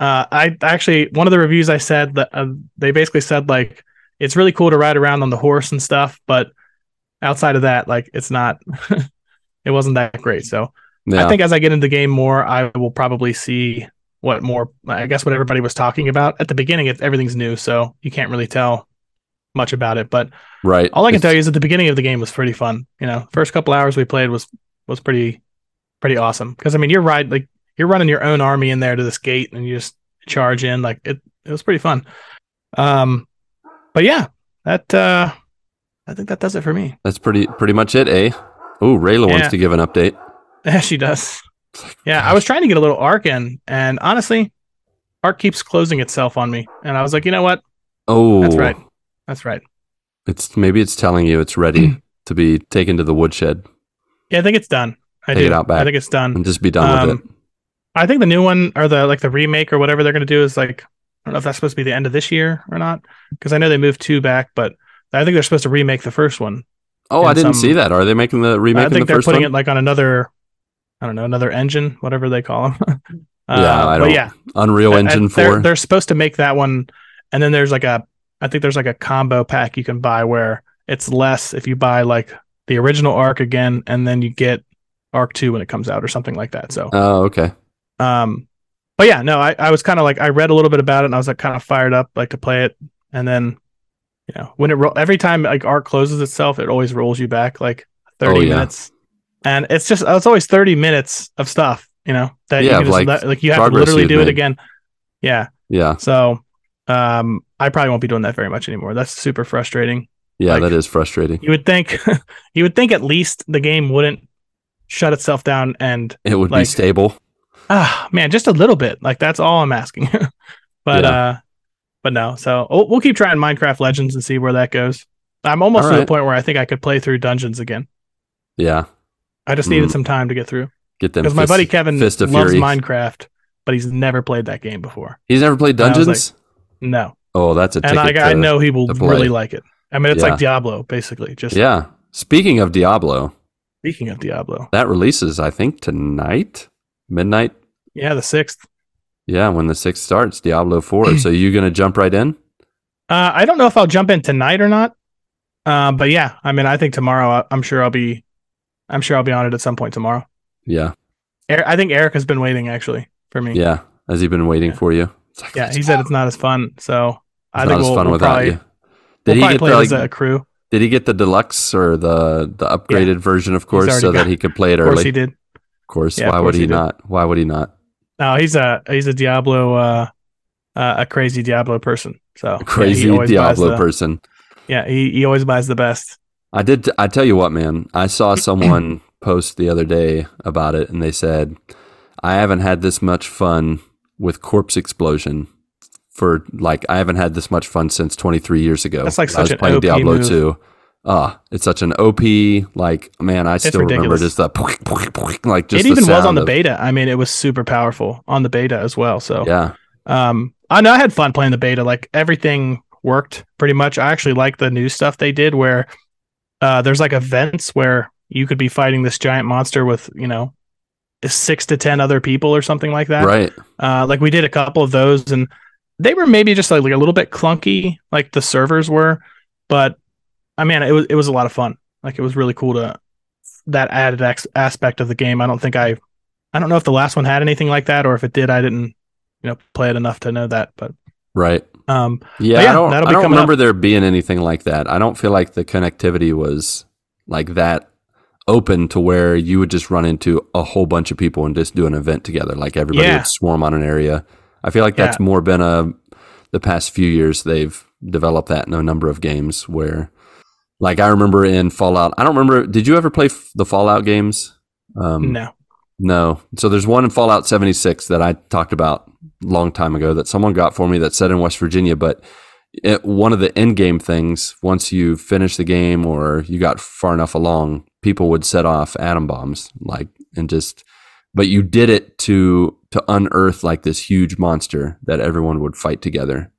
Speaker 2: Uh, I actually one of the reviews I said that uh, they basically said like it's really cool to ride around on the horse and stuff, but outside of that, like it's not. (laughs) it wasn't that great. So
Speaker 1: Yeah.
Speaker 2: I think as I get into the game more, I will probably see what more, I guess, what everybody was talking about at the beginning. If everything's new, so you can't really tell much about it. But
Speaker 1: right.
Speaker 2: all I can
Speaker 1: It's-
Speaker 2: tell you is at the beginning of the game was pretty fun. You know, first couple hours we played was was pretty pretty awesome because I mean you're right, like you're running your own army in there to this gate and you just charge in. Like it, it was pretty fun. Um, but yeah, that uh, I think that does it for me.
Speaker 1: That's pretty pretty much it, eh? Oh, Rayla
Speaker 2: Yeah.
Speaker 1: wants to give an update.
Speaker 2: Yeah, (laughs) she does. Yeah, I was trying to get a little arc in, and honestly, arc keeps closing itself on me. And I was like, you know what?
Speaker 1: Oh,
Speaker 2: That's right. That's right.
Speaker 1: It's maybe it's telling you it's ready
Speaker 2: (clears throat)
Speaker 1: to be taken to the woodshed
Speaker 2: Yeah, I think it's done. I
Speaker 1: Take
Speaker 2: do.
Speaker 1: it out back. Mm-hmm.
Speaker 2: I think it's done.
Speaker 1: and just be
Speaker 2: Um,
Speaker 1: done with it.
Speaker 2: I think the new one or the like the remake or whatever they're gonna do is like I don't know if that's supposed to be the end of this year or not because I know they moved two back, but I think they're supposed to remake the first one.
Speaker 1: Oh, I
Speaker 2: and
Speaker 1: didn't
Speaker 2: some-
Speaker 1: see that. Are they making the
Speaker 2: I
Speaker 1: remaking
Speaker 2: think
Speaker 1: the
Speaker 2: they're
Speaker 1: first
Speaker 2: putting
Speaker 1: one?
Speaker 2: it like on another, I don't know, another engine, whatever they call (laughs) them.
Speaker 1: Yeah, I
Speaker 2: but
Speaker 1: don't-
Speaker 2: yeah,
Speaker 1: Unreal
Speaker 2: I- I-
Speaker 1: Engine
Speaker 2: They're,
Speaker 1: 4.
Speaker 2: they're supposed to make that one, and then there's like a, I think there's like a combo pack you can buy where it's less if you buy like the original arc again, and then you get arc two when it comes out or something like that. So,
Speaker 1: Oh, okay.
Speaker 2: um, but yeah, no, I, I was kind of like I read a little bit about it and I was like kind of fired up like to play it, and then, you know, when it ro- every time like arc closes itself, it always rolls you back like thirty
Speaker 1: Oh, yeah.
Speaker 2: minutes, and it's just it's always thirty minutes of stuff, you know, that
Speaker 1: Yeah,
Speaker 2: you can just
Speaker 1: like,
Speaker 2: let- like you have to
Speaker 1: progress
Speaker 2: literally
Speaker 1: you've
Speaker 2: do
Speaker 1: made.
Speaker 2: it again. Yeah.
Speaker 1: Yeah.
Speaker 2: So um I probably won't be doing that very much anymore. That's super frustrating.
Speaker 1: Yeah,
Speaker 2: Like-
Speaker 1: that is frustrating.
Speaker 2: You would think (laughs) you would think at least the game wouldn't shut itself down and
Speaker 1: It would be
Speaker 2: like-
Speaker 1: stable.
Speaker 2: ah man, just a little bit. Like that's all I'm asking. (laughs) but
Speaker 1: Yeah.
Speaker 2: uh but no. So oh, we'll, we'll keep trying Minecraft Legends and see where that goes. I'm almost
Speaker 1: All
Speaker 2: to the
Speaker 1: right.
Speaker 2: point where I think I could play through dungeons again.
Speaker 1: Yeah.
Speaker 2: I just
Speaker 1: Mm.
Speaker 2: needed some time to get through
Speaker 1: Get them.
Speaker 2: because my
Speaker 1: fist-
Speaker 2: buddy Kevin loves
Speaker 1: Fist of Fury.
Speaker 2: Minecraft, but he's never played that game before.
Speaker 1: He's never played
Speaker 2: And I was like,
Speaker 1: Dungeons?
Speaker 2: No,
Speaker 1: oh, that's a
Speaker 2: and
Speaker 1: ticket.
Speaker 2: I, I
Speaker 1: to-
Speaker 2: know he will
Speaker 1: to play.
Speaker 2: really like it. I mean, it's
Speaker 1: Yeah.
Speaker 2: like Diablo, basically. Just
Speaker 1: Yeah. Speaking of Diablo,
Speaker 2: Speaking of Diablo,
Speaker 1: That releases, I think, tonight, midnight.
Speaker 2: yeah, the sixth.
Speaker 1: Yeah, when the sixth starts, Diablo four. so you gonna jump right in?
Speaker 2: Uh, I don't know if I'll jump in tonight or not. Uh, but yeah, I mean, I think tomorrow. I- I'm sure I'll be, I'm sure I'll be on it at some point tomorrow.
Speaker 1: Yeah,
Speaker 2: Er- I think Eric has been waiting actually for me.
Speaker 1: yeah. Has he been waiting
Speaker 2: Yeah.
Speaker 1: for you? It's like,
Speaker 2: Yeah,
Speaker 1: it's
Speaker 2: he said it's not as fun. So I
Speaker 1: not
Speaker 2: think
Speaker 1: as
Speaker 2: we'll,
Speaker 1: fun
Speaker 2: we'll
Speaker 1: without
Speaker 2: probably,
Speaker 1: you.
Speaker 2: we'll
Speaker 1: Did he
Speaker 2: probably
Speaker 1: get
Speaker 2: play
Speaker 1: the
Speaker 2: as
Speaker 1: like,
Speaker 2: a crew.
Speaker 1: Did he get the deluxe or the the upgraded version? Of course,
Speaker 2: already
Speaker 1: so that
Speaker 2: got-
Speaker 1: he could play it
Speaker 2: Of course
Speaker 1: early.
Speaker 2: he did.
Speaker 1: Of course.
Speaker 2: Yeah, of
Speaker 1: Why would
Speaker 2: course
Speaker 1: he,
Speaker 2: he did.
Speaker 1: not? Why would he not?
Speaker 2: No, he's a he's a Diablo, uh, uh, a crazy Diablo person. So yeah,
Speaker 1: Crazy
Speaker 2: he always buys
Speaker 1: Diablo
Speaker 2: the-
Speaker 1: person.
Speaker 2: Yeah, he, he always buys the best.
Speaker 1: I did. I tell you what, man. I saw someone post the other day about it, and they said, "I haven't had this much fun with corpse explosion for like I haven't had this much fun since 23 years ago.
Speaker 2: That's like
Speaker 1: when I was
Speaker 2: such an
Speaker 1: playing
Speaker 2: OP
Speaker 1: Diablo
Speaker 2: move.
Speaker 1: 2. Ah, it's such an OP. Like, man, I still remember
Speaker 2: ridiculous.
Speaker 1: just the poink, poink, poink, like just
Speaker 2: it even
Speaker 1: the (laughs)
Speaker 2: was
Speaker 1: sound
Speaker 2: on the
Speaker 1: of-
Speaker 2: beta. I mean, it was super powerful on the beta as well. So
Speaker 1: Yeah,
Speaker 2: Um, I know I had fun playing the beta. Like everything worked pretty much. I actually like the new stuff they did where uh, there's like events where you could be fighting this giant monster with you know six to ten other people or something like that.
Speaker 1: right.
Speaker 2: Uh, like we did a couple of those, and they were maybe just like, like a little bit clunky, like the servers were. But I mean, it was it was a lot of fun. Like it was really cool to that added ex- aspect of the game. I don't think I, I don't know if the last one had anything like that, or if it did, I didn't, you know, play it enough to know that. But
Speaker 1: Right.
Speaker 2: um,
Speaker 1: Yeah,
Speaker 2: But yeah,
Speaker 1: I don't,
Speaker 2: that'll
Speaker 1: I
Speaker 2: be
Speaker 1: don't
Speaker 2: coming up.
Speaker 1: remember there being anything like that. I don't feel like the connectivity was like that open to where you would just run into a whole bunch of people and just do an event together. Like everybody
Speaker 2: Yeah.
Speaker 1: would swarm on an area. I feel like that's more been a the past few years they've developed that in a number of games where like I remember in Fallout. I don't remember. Did you ever play f- the Fallout games? Um,
Speaker 2: no,
Speaker 1: no. So there's one in Fallout 76 that I talked about a long time ago that someone got for me that's set in West Virginia, but it, one of the end game things, once you finish the game or you got far enough along, people would set off atom bombs, like and just. But you did it to to unearth like this huge monster that everyone would fight together.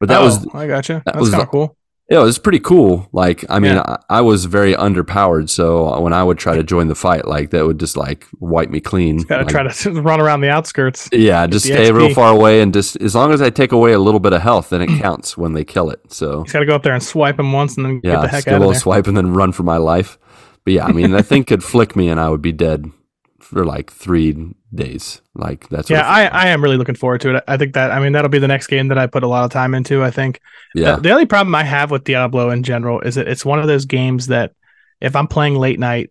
Speaker 1: But that
Speaker 2: Oh,
Speaker 1: was
Speaker 2: I gotcha. That's
Speaker 1: was
Speaker 2: kind
Speaker 1: the-
Speaker 2: of cool.
Speaker 1: yeah, it was pretty cool. Like, I mean,
Speaker 2: Yeah.
Speaker 1: I, I was very underpowered, so when I would try to join the fight, like that would just like wipe me clean.
Speaker 2: Got to
Speaker 1: Like,
Speaker 2: try to (laughs) run around the outskirts.
Speaker 1: yeah, just
Speaker 2: the
Speaker 1: stay real
Speaker 2: XP.
Speaker 1: far away, and just as long as I take away a little bit of health, then it counts when they kill it.
Speaker 2: (laughs)
Speaker 1: So
Speaker 2: He's got to go up there and swipe him once, and then
Speaker 1: yeah,
Speaker 2: get the
Speaker 1: just
Speaker 2: heck
Speaker 1: do a
Speaker 2: out of
Speaker 1: little
Speaker 2: there.
Speaker 1: swipe and then run for my life. But yeah, I mean, that thing could flick me, and I would be dead for like three days. Like that's
Speaker 2: Yeah, I, I am really looking forward to it. I think that I mean that'll be the next game that I put a lot of time into. I think
Speaker 1: yeah,
Speaker 2: the, the only problem I have with Diablo in general is that it's one of those games that if I'm playing late night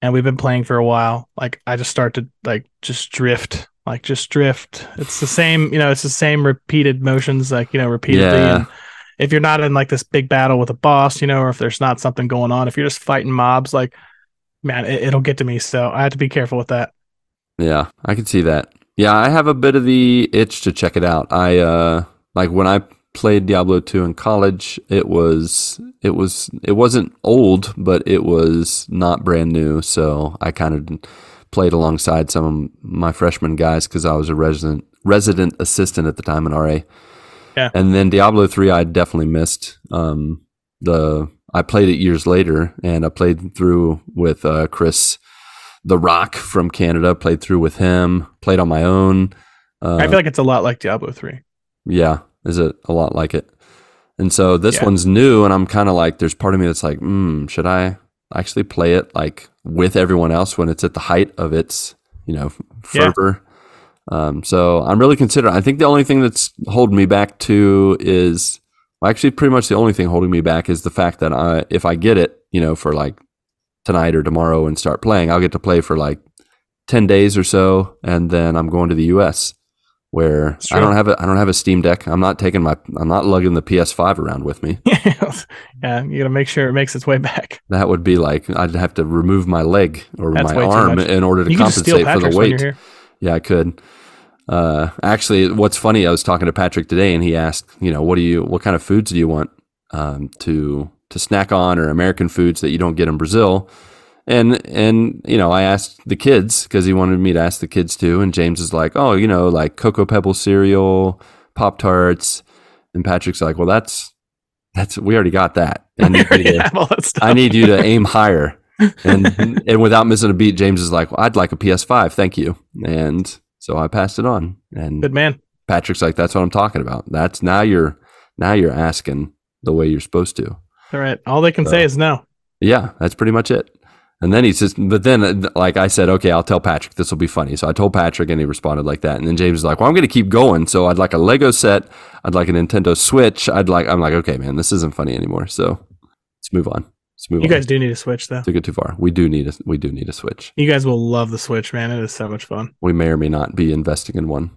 Speaker 2: and we've been playing for a while, like I just start to like just drift, like just drift. It's the same, you know, it's the same repeated motions, like you know, repeatedly.
Speaker 1: Yeah.
Speaker 2: And if you're not in like this big battle with a boss, you know, or if there's not something going on, if you're just fighting mobs, like man, it, it'll get to me. So I have to be careful with that.
Speaker 1: Yeah, I can see that. Yeah, I have a bit of the itch to check it out. I uh like when I played Diablo 2 in college, it was it was it wasn't old, but it was not brand new, so I kind of played alongside some of my freshman guys cuz I was a resident resident assistant at the time in RA.
Speaker 2: Yeah.
Speaker 1: And then Diablo 3 I definitely missed. Um the I played it years later and I played through with uh Chris the Rock from Canada. Played through with him. Played on my own. Uh,
Speaker 2: I feel like it's a lot like Diablo three. (laughs)
Speaker 1: yeah, is it a lot like it? And so this
Speaker 2: Yeah.
Speaker 1: one's new, and I'm kind of like, there's part of me that's like, mm, should I actually play it like with everyone else when it's at the height of its, you know,
Speaker 2: Yeah.
Speaker 1: fervor? Um, so I'm really considering. I think the only thing that's holding me back to is well, actually pretty much the only thing holding me back is the fact that I, if I get it, you know, for like tonight or tomorrow and start playing, I'll get to play for like 10 days or so and then I'm going to the US where
Speaker 2: That's
Speaker 1: I don't
Speaker 2: true.
Speaker 1: have a I don't have a Steam Deck. I'm not taking my I'm not lugging the PS5 around with me.
Speaker 2: yeah, you gotta make sure it makes its way back.
Speaker 1: That would be like I'd have to remove my leg or
Speaker 2: That's
Speaker 1: my
Speaker 2: way too
Speaker 1: arm
Speaker 2: much.
Speaker 1: in order to
Speaker 2: You can just steal
Speaker 1: compensate for the
Speaker 2: Patrick's when you're
Speaker 1: weight.
Speaker 2: here.
Speaker 1: Yeah, I could. Uh, actually, what's funny, I was talking to Patrick today, and he asked, you know, what do you, what kind of foods do you want um, to to snack on, or American foods that you don't get in Brazil? And and you know, I asked the kids because he wanted me to ask the kids too. And James is like, oh, you know, like cocoa pebble cereal, pop tarts, and Patrick's like, well, that's that's we already got that. I need you
Speaker 2: (laughs) You
Speaker 1: to,
Speaker 2: have all that stuff.
Speaker 1: I need you to aim higher. and and without missing a beat, James is like, well, "I'd like a PS5, thank you." And so I passed it on.
Speaker 2: Good
Speaker 1: And
Speaker 2: man.
Speaker 1: Patrick's like, "That's what I'm talking about. That's now you're now you're asking the way you're supposed to."
Speaker 2: All right. All they can say is no.
Speaker 1: Yeah, that's pretty much it. And then he says, but then, uh, like I said, okay, I'll tell Patrick this will be funny. So I told Patrick, and he responded like that. And then James is like, "Well, I'm going to keep going. So I'd like a Lego set. I'd like a Nintendo Switch. I'd like." I'm like, "Okay, man, this isn't funny anymore. So let's move on. Let's move
Speaker 2: You
Speaker 1: on."
Speaker 2: guys do need a Switch though.
Speaker 1: Took it too far. We do need a we do need a Switch.
Speaker 2: You guys will love the Switch, man. It is so much fun.
Speaker 1: We may or may not be investing in one,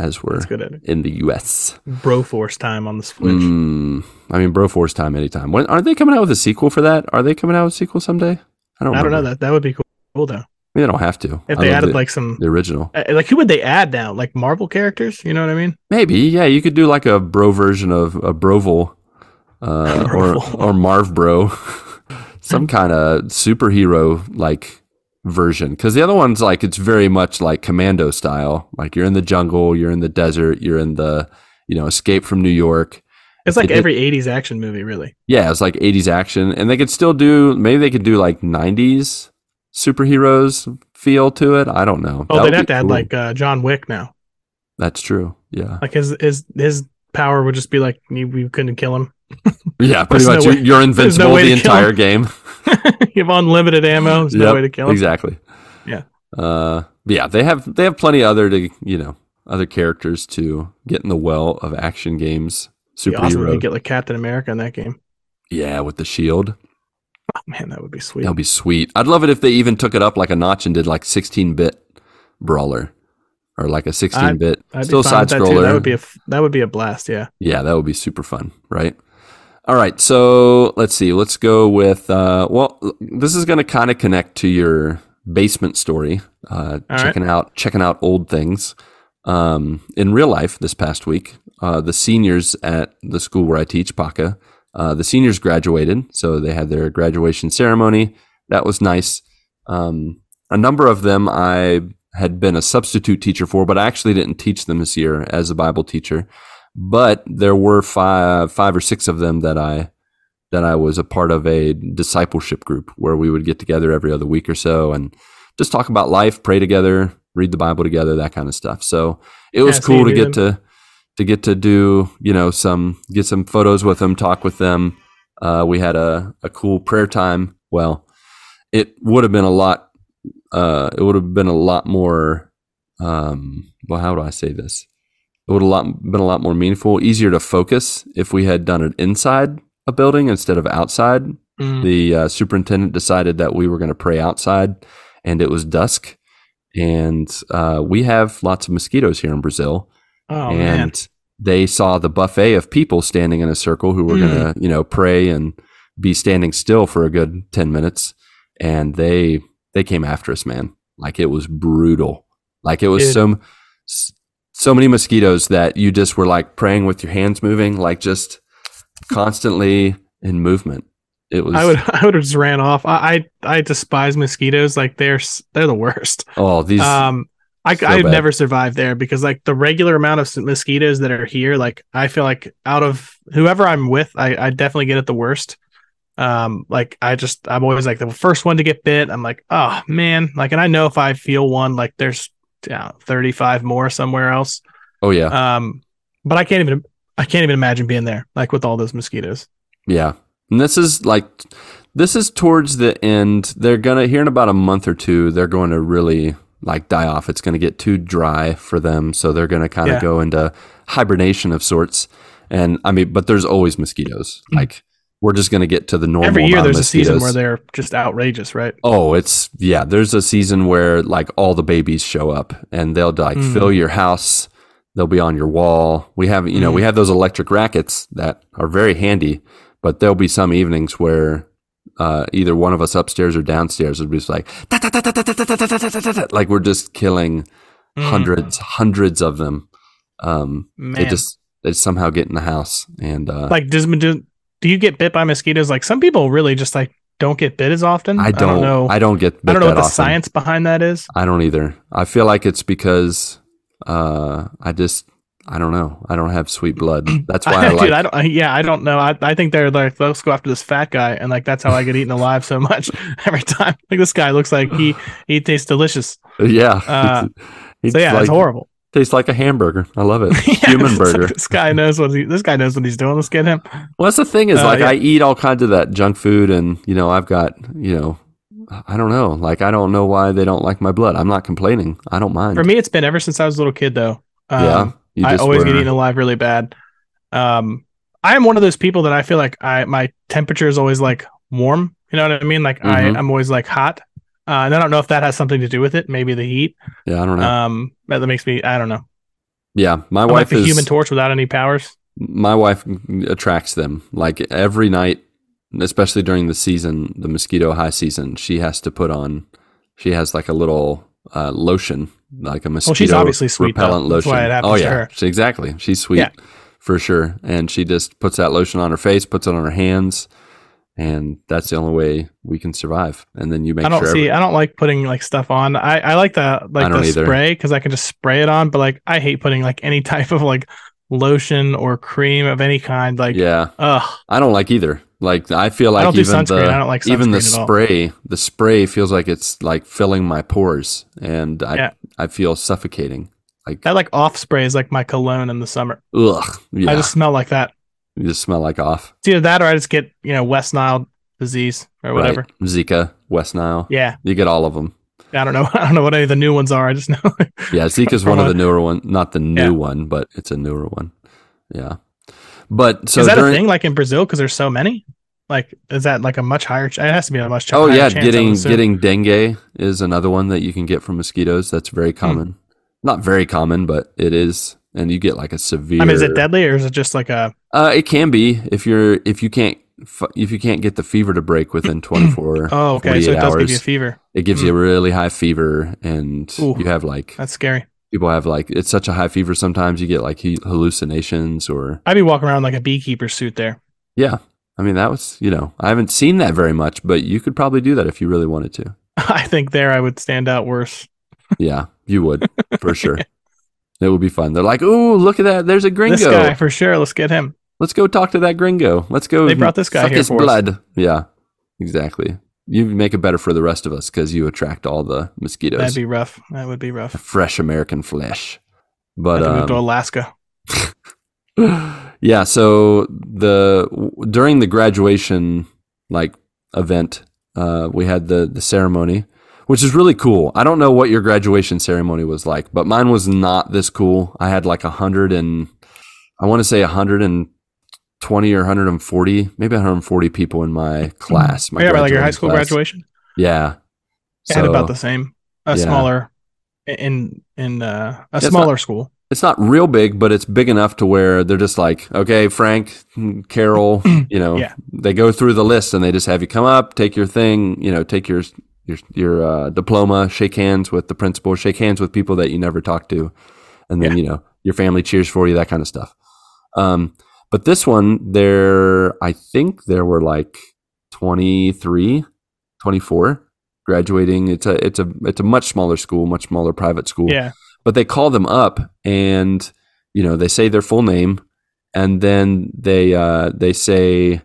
Speaker 1: as we're
Speaker 2: It's good at it.
Speaker 1: in the U.S.
Speaker 2: Bro Force time on the Switch.
Speaker 1: Mm, I mean, Broforce time anytime. When aren't they coming out with a sequel for that? Are they coming out with a sequel someday? I don't.
Speaker 2: I don't know
Speaker 1: remember.
Speaker 2: that. That would be cool, cool though.
Speaker 1: I mean, they don't have to.
Speaker 2: If
Speaker 1: I
Speaker 2: they
Speaker 1: love
Speaker 2: added
Speaker 1: the-
Speaker 2: like some,
Speaker 1: the original.
Speaker 2: uh, like who would they add now? Like Marvel characters? You know what I mean?
Speaker 1: Maybe, yeah. You could do like a bro version of a brovel,
Speaker 2: (laughs)
Speaker 1: uh, or
Speaker 2: Brovel.
Speaker 1: or Marv Bro, (laughs) some kind of superhero like version. Because the other one's like it's very much like commando style. Like you're in the jungle, you're in the desert, you're in the you know escape from New York.
Speaker 2: It's like
Speaker 1: They did-
Speaker 2: every '80s action movie, really.
Speaker 1: Yeah, it's like 80s action, and they could still do maybe they could do like 90s superheroes feel to it. I don't know.
Speaker 2: Oh,
Speaker 1: That would
Speaker 2: they'd
Speaker 1: be
Speaker 2: have to add
Speaker 1: cool.
Speaker 2: like uh, John Wick now.
Speaker 1: that's true. Yeah,
Speaker 2: Like his his his power would just be like you, we couldn't kill him. (laughs)
Speaker 1: yeah. Pretty
Speaker 2: (laughs) There's no
Speaker 1: much, you're,
Speaker 2: way-
Speaker 1: you're
Speaker 2: there's
Speaker 1: invincible
Speaker 2: no way
Speaker 1: the
Speaker 2: to kill 'em.
Speaker 1: entire game.
Speaker 2: you have unlimited ammo. There's no
Speaker 1: Yep,
Speaker 2: way to kill him.
Speaker 1: Exactly.
Speaker 2: Yeah.
Speaker 1: Uh, yeah, they have they have plenty other to you know other characters to get in the well of action games.
Speaker 2: It'd be awesome if
Speaker 1: Superhero.
Speaker 2: you get like Captain America in that game.
Speaker 1: yeah, with the shield,
Speaker 2: Oh, man, that would be sweet.
Speaker 1: that'll be sweet. I'd love it if they even took it up like a notch and did like 16-bit brawler, or like a 16-bit
Speaker 2: I'd be
Speaker 1: still
Speaker 2: fine
Speaker 1: side
Speaker 2: with that too.
Speaker 1: scroller.
Speaker 2: That would be a f- that would be a blast. Yeah.
Speaker 1: Yeah, that would be super fun, right? All right, so let's see. Let's go with uh, well, this is going to kind of connect to your basement story, uh,
Speaker 2: right.
Speaker 1: checking out checking out old things. Um, in real life, this past week, uh, the seniors at the school where I teach, Paca, uh, the seniors graduated, so they had their graduation ceremony. That was nice. Um, a number of them I had been a substitute teacher for, but I actually didn't teach them this year as a Bible teacher. But there were five, five or six of them that I that I was a part of a discipleship group where we would get together every other week or so and just talk about life, pray together, read the Bible together, that kind of stuff. So it was
Speaker 2: Yeah, so you
Speaker 1: cool to
Speaker 2: knew
Speaker 1: get to to get to do you know some get some photos with them, talk with them. Uh, we had a, a cool prayer time. Well, it would have been a lot. Uh, it would have been a lot more. Um, well, how do I say this? It would have a lot, been a lot more meaningful, easier to focus if we had done it inside a building instead of outside.
Speaker 2: Mm.
Speaker 1: The uh, superintendent decided that we were going to pray outside, and it was dusk. And uh, we have lots of mosquitoes here in Brazil
Speaker 2: Oh
Speaker 1: and
Speaker 2: man.
Speaker 1: they saw the buffet of people standing in a circle who were
Speaker 2: Mm.
Speaker 1: going to, you know, pray and be standing still for a good 10 minutes. And they, they came after us, man. Like it was brutal. Like it was
Speaker 2: Dude.
Speaker 1: so, s- so many mosquitoes that you just were like praying with your hands moving, like just constantly in movement. It was,
Speaker 2: I would (laughs) I would have just ran off. I, I I despise mosquitoes. Like they're s- they're the worst.
Speaker 1: oh, these,
Speaker 2: Um, I
Speaker 1: so
Speaker 2: I've
Speaker 1: bad.
Speaker 2: never survived there because like the regular amount of s- mosquitoes that are here, like I feel like out of whoever I'm with, I I definitely get it the worst. Um, like I just I'm always like the first one to get bit. I'm like, oh man, like, and I know if I feel one, like there's yeah, 35 more somewhere else.
Speaker 1: oh yeah.
Speaker 2: Um, but I can't even I can't even imagine being there like with all those mosquitoes.
Speaker 1: Yeah. And this is like this is towards the end. They're gonna here in about a month or two, they're going to really like die off. It's gonna get too dry for them, so they're gonna kind of
Speaker 2: Yeah.
Speaker 1: go into hibernation of sorts. And I mean, but there's always mosquitoes. Like we're just gonna get to the normal.
Speaker 2: Hmm. Every year
Speaker 1: amount of
Speaker 2: there's a season
Speaker 1: mosquitoes.
Speaker 2: where they're just outrageous, right?
Speaker 1: Oh, it's yeah. There's a season where like all the babies show up and they'll like
Speaker 2: Mm.
Speaker 1: fill your house. They'll be on your wall. We have you know
Speaker 2: Hmm.
Speaker 1: we have those electric rackets that are very handy, but there'll be some evenings where uh, either one of us upstairs or downstairs would be just like "Ta, ta, ta, ta, ta, ta, ta, ta, ta, ta, ta, ta," like we're just killing
Speaker 2: Hmm.
Speaker 1: hundreds, hundreds of them. Um,
Speaker 2: Mm, Man.
Speaker 1: they just they somehow get in the house and uh,
Speaker 2: like does do, do you get bit by mosquitoes like some people really just like don't get bit as often
Speaker 1: I don't I don't,
Speaker 2: know i,
Speaker 1: get bit
Speaker 2: don't know
Speaker 1: that
Speaker 2: what the
Speaker 1: often.
Speaker 2: science behind that is
Speaker 1: I don't either. I feel like it's because uh, I just I don't know. I don't have sweet
Speaker 2: (clears throat)
Speaker 1: blood. That's
Speaker 2: (laughs)
Speaker 1: why I
Speaker 2: Dude,
Speaker 1: like.
Speaker 2: I don't. I- Yeah, I don't know. I, I think they're like, let's go after this fat guy, and like that's how I get eaten alive so much (laughs) every time. Like this guy looks like he he tastes delicious.
Speaker 1: (laughs) yeah.
Speaker 2: Uh,
Speaker 1: It's
Speaker 2: So yeah,
Speaker 1: like,
Speaker 2: it's horrible. (laughs)
Speaker 1: Tastes like a hamburger. I love it.
Speaker 2: Yeah,
Speaker 1: Human
Speaker 2: it's like,
Speaker 1: burger.
Speaker 2: This guy knows what he. This guy knows what he's doing. Let's get him.
Speaker 1: Well, that's the thing is
Speaker 2: Uh,
Speaker 1: like
Speaker 2: yeah.
Speaker 1: I eat all kinds of that junk food, and you know I've got you know I don't know like I don't know why they don't like my blood. I'm not complaining. I don't mind.
Speaker 2: For me, it's been ever since I was a little kid, though. Um,
Speaker 1: yeah, you
Speaker 2: I
Speaker 1: just
Speaker 2: always get
Speaker 1: were-
Speaker 2: eaten alive really bad. Um, I am one of those people that I feel like I my temperature is always like warm. You know what I mean? Like
Speaker 1: Mhm.
Speaker 2: I, I'm always like hot. Uh, and I don't know if that has something to do with it. Maybe the heat.
Speaker 1: Yeah, I don't know.
Speaker 2: Um, but that makes me. I don't know.
Speaker 1: yeah, my
Speaker 2: I'm like
Speaker 1: wife
Speaker 2: the
Speaker 1: is
Speaker 2: Human Torch without any powers.
Speaker 1: my wife attracts them like every night especially during the season the mosquito high season she has to put on she has like a little uh, lotion like a mosquito
Speaker 2: obviously sweet, though.
Speaker 1: repellent
Speaker 2: That's
Speaker 1: lotion
Speaker 2: why it happens
Speaker 1: oh
Speaker 2: to
Speaker 1: yeah
Speaker 2: her.
Speaker 1: She- exactly she's sweet
Speaker 2: Yeah.
Speaker 1: for sure and she just puts that lotion on her face puts it on her hands and that's the only way we can survive and then you make
Speaker 2: I don't
Speaker 1: sure
Speaker 2: see. I don't like putting like stuff on. I I like the
Speaker 1: I
Speaker 2: like the
Speaker 1: don't either.
Speaker 2: spray because I can just spray it on. But like I hate putting like any (laughs) type of like lotion or cream of any kind. Like
Speaker 1: yeah
Speaker 2: ugh.
Speaker 1: I don't like either. Like I feel like
Speaker 2: I don't do
Speaker 1: even
Speaker 2: sunscreen.
Speaker 1: the
Speaker 2: I don't like
Speaker 1: even the
Speaker 2: sunscreen at all.
Speaker 1: spray, the spray feels like it's like filling my pores, and I
Speaker 2: Yeah.
Speaker 1: I feel suffocating. Like
Speaker 2: That like off spray is like my cologne in the summer.
Speaker 1: ugh, yeah,
Speaker 2: I just smell like that.
Speaker 1: you just smell like off.
Speaker 2: It's either that or I just get, you know, West Nile disease or
Speaker 1: right?
Speaker 2: whatever.
Speaker 1: Zika, West Nile,
Speaker 2: Yeah.
Speaker 1: you get all of them.
Speaker 2: I don't know. (laughs) I don't know what any of the new ones are. I just know. (laughs)
Speaker 1: Yeah, Zika's one of
Speaker 2: From
Speaker 1: the newer one, not the new
Speaker 2: Yeah.
Speaker 1: one, but it's a newer one. Yeah, but so
Speaker 2: is that
Speaker 1: during,
Speaker 2: a thing like in Brazil because there's so many? Like, is that like a much higher? Ch- it has to be a much.
Speaker 1: Oh
Speaker 2: higher
Speaker 1: yeah,
Speaker 2: chance, I would
Speaker 1: getting
Speaker 2: assume.
Speaker 1: getting dengue is another one that you can get from mosquitoes. That's very
Speaker 2: Hmm.
Speaker 1: common. Not very common, but it is, and you get like a severe.
Speaker 2: I mean, is it deadly or is it just like a?
Speaker 1: Uh, it can be if you're if you can't f- if you can't get the fever to break
Speaker 2: (clears throat)
Speaker 1: within 24.
Speaker 2: Oh, okay. So
Speaker 1: 48
Speaker 2: it does give
Speaker 1: hours.
Speaker 2: you a fever.
Speaker 1: It gives you a really high fever, and
Speaker 2: Ooh.
Speaker 1: you have like
Speaker 2: That's scary.
Speaker 1: people have like it's such a high fever. Sometimes you get like he- hallucinations or
Speaker 2: I'd be walking around like a beekeeper suit there. (laughs)
Speaker 1: yeah. I mean that was you know I haven't seen that very much, but you could probably do that if you really wanted to.
Speaker 2: I think there I would stand out worse.
Speaker 1: Yeah, you would for
Speaker 2: (laughs)
Speaker 1: sure. It would be fun. They're like, "Oh, look at that! There's a gringo.
Speaker 2: This guy for sure. Let's get him.
Speaker 1: Let's go talk to that gringo. Let's go.
Speaker 2: They brought this guy
Speaker 1: suck
Speaker 2: here
Speaker 1: his
Speaker 2: for us."
Speaker 1: blood. Yeah, exactly. You make it better for the rest of us because you attract all the mosquitoes.
Speaker 2: That'd be rough. That would be rough.
Speaker 1: Fresh American flesh.
Speaker 2: I'd
Speaker 1: But
Speaker 2: have moved to
Speaker 1: um,
Speaker 2: Alaska.
Speaker 1: (sighs) yeah, so the during the graduation like event, uh, we had the the ceremony, which is really cool. I don't know what your graduation ceremony was like, but mine was not this cool. I had like a hundred and I want to say a hundred and twenty or hundred and forty, maybe hundred and forty people in my class. My
Speaker 2: Mm-hmm. Oh, yeah, but like your high
Speaker 1: graduating
Speaker 2: school
Speaker 1: class.
Speaker 2: graduation.
Speaker 1: Yeah,
Speaker 2: It had about the same. A
Speaker 1: yeah.
Speaker 2: smaller in in uh, a
Speaker 1: It's
Speaker 2: smaller school.
Speaker 1: it's not real big, but it's big enough to where they're just like, okay, Frank, (clears throat) Carol, you know,
Speaker 2: Yeah.
Speaker 1: they go through the list and they just have you come up, take your thing, you know, take your your your uh, diploma, shake hands with the principal, shake hands with people that you never talk to, and then you know your family cheers for you, that kind of stuff. Um, but this one, there, I think there were like 23, 24 graduating. It's a it's a it's a much smaller school, much smaller private school
Speaker 2: Yeah.
Speaker 1: but they call them up and you know they say their full name and then they uh, they say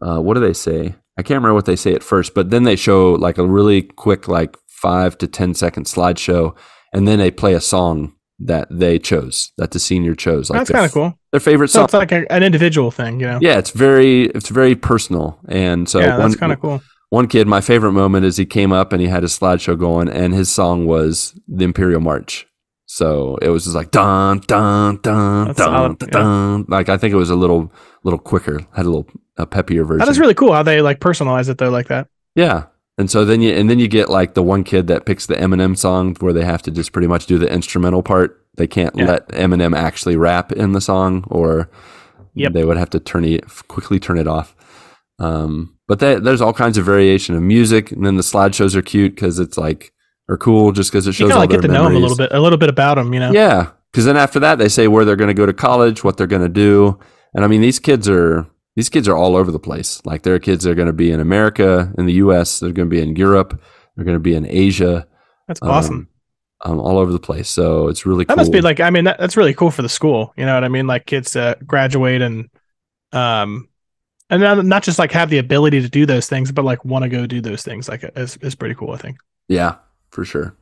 Speaker 1: uh, what do they say i can't remember what they say at first but then they show like a really quick like five to ten second slideshow and then they play a song that they chose that the senior chose like
Speaker 2: That's
Speaker 1: their,
Speaker 2: kind of cool.
Speaker 1: their favorite
Speaker 2: So
Speaker 1: song
Speaker 2: it's like a, an individual thing, you know.
Speaker 1: yeah it's very it's very personal and so
Speaker 2: yeah, that's
Speaker 1: one-
Speaker 2: kind of cool.
Speaker 1: one kid, my favorite moment is he came up and he had his slideshow going, and his song was the Imperial March. So it was just like dun dun dun
Speaker 2: That's
Speaker 1: dun
Speaker 2: solid,
Speaker 1: dun,
Speaker 2: yeah.
Speaker 1: dun. Like I think it was a little little quicker, had a little a peppier version.
Speaker 2: That is really cool how they like personalize it though, like that.
Speaker 1: yeah. And so then you and then you get like the one kid that picks the Eminem song where they have to just pretty much do the instrumental part. They can't
Speaker 2: Yeah.
Speaker 1: let Eminem actually rap in the song, or
Speaker 2: Yep.
Speaker 1: they would have to turn it quickly turn it off. Um, but that, there's all kinds of variation of music, and then the slideshows are cute because it's like or cool just because it
Speaker 2: You
Speaker 1: shows
Speaker 2: kind of
Speaker 1: all
Speaker 2: like
Speaker 1: their
Speaker 2: get to know
Speaker 1: memories.
Speaker 2: them a little bit, a little bit about them, you know.
Speaker 1: Yeah, because then after that they say where they're going to go to college, what they're going to do, and I mean these kids are these kids are all over the place. Like there are kids that are going to be in America, in the U.S., they're going to be in Europe, they're going to be in Asia.
Speaker 2: That's
Speaker 1: Um,
Speaker 2: awesome.
Speaker 1: um, all over the place. So it's really
Speaker 2: That
Speaker 1: cool.
Speaker 2: must be like I mean that, that's really cool for the school. You know what I mean? Like kids to graduate and um and not, not just like have the ability to do those things, but like want to go do those things. Like is is pretty cool. I think.
Speaker 1: Yeah, for sure.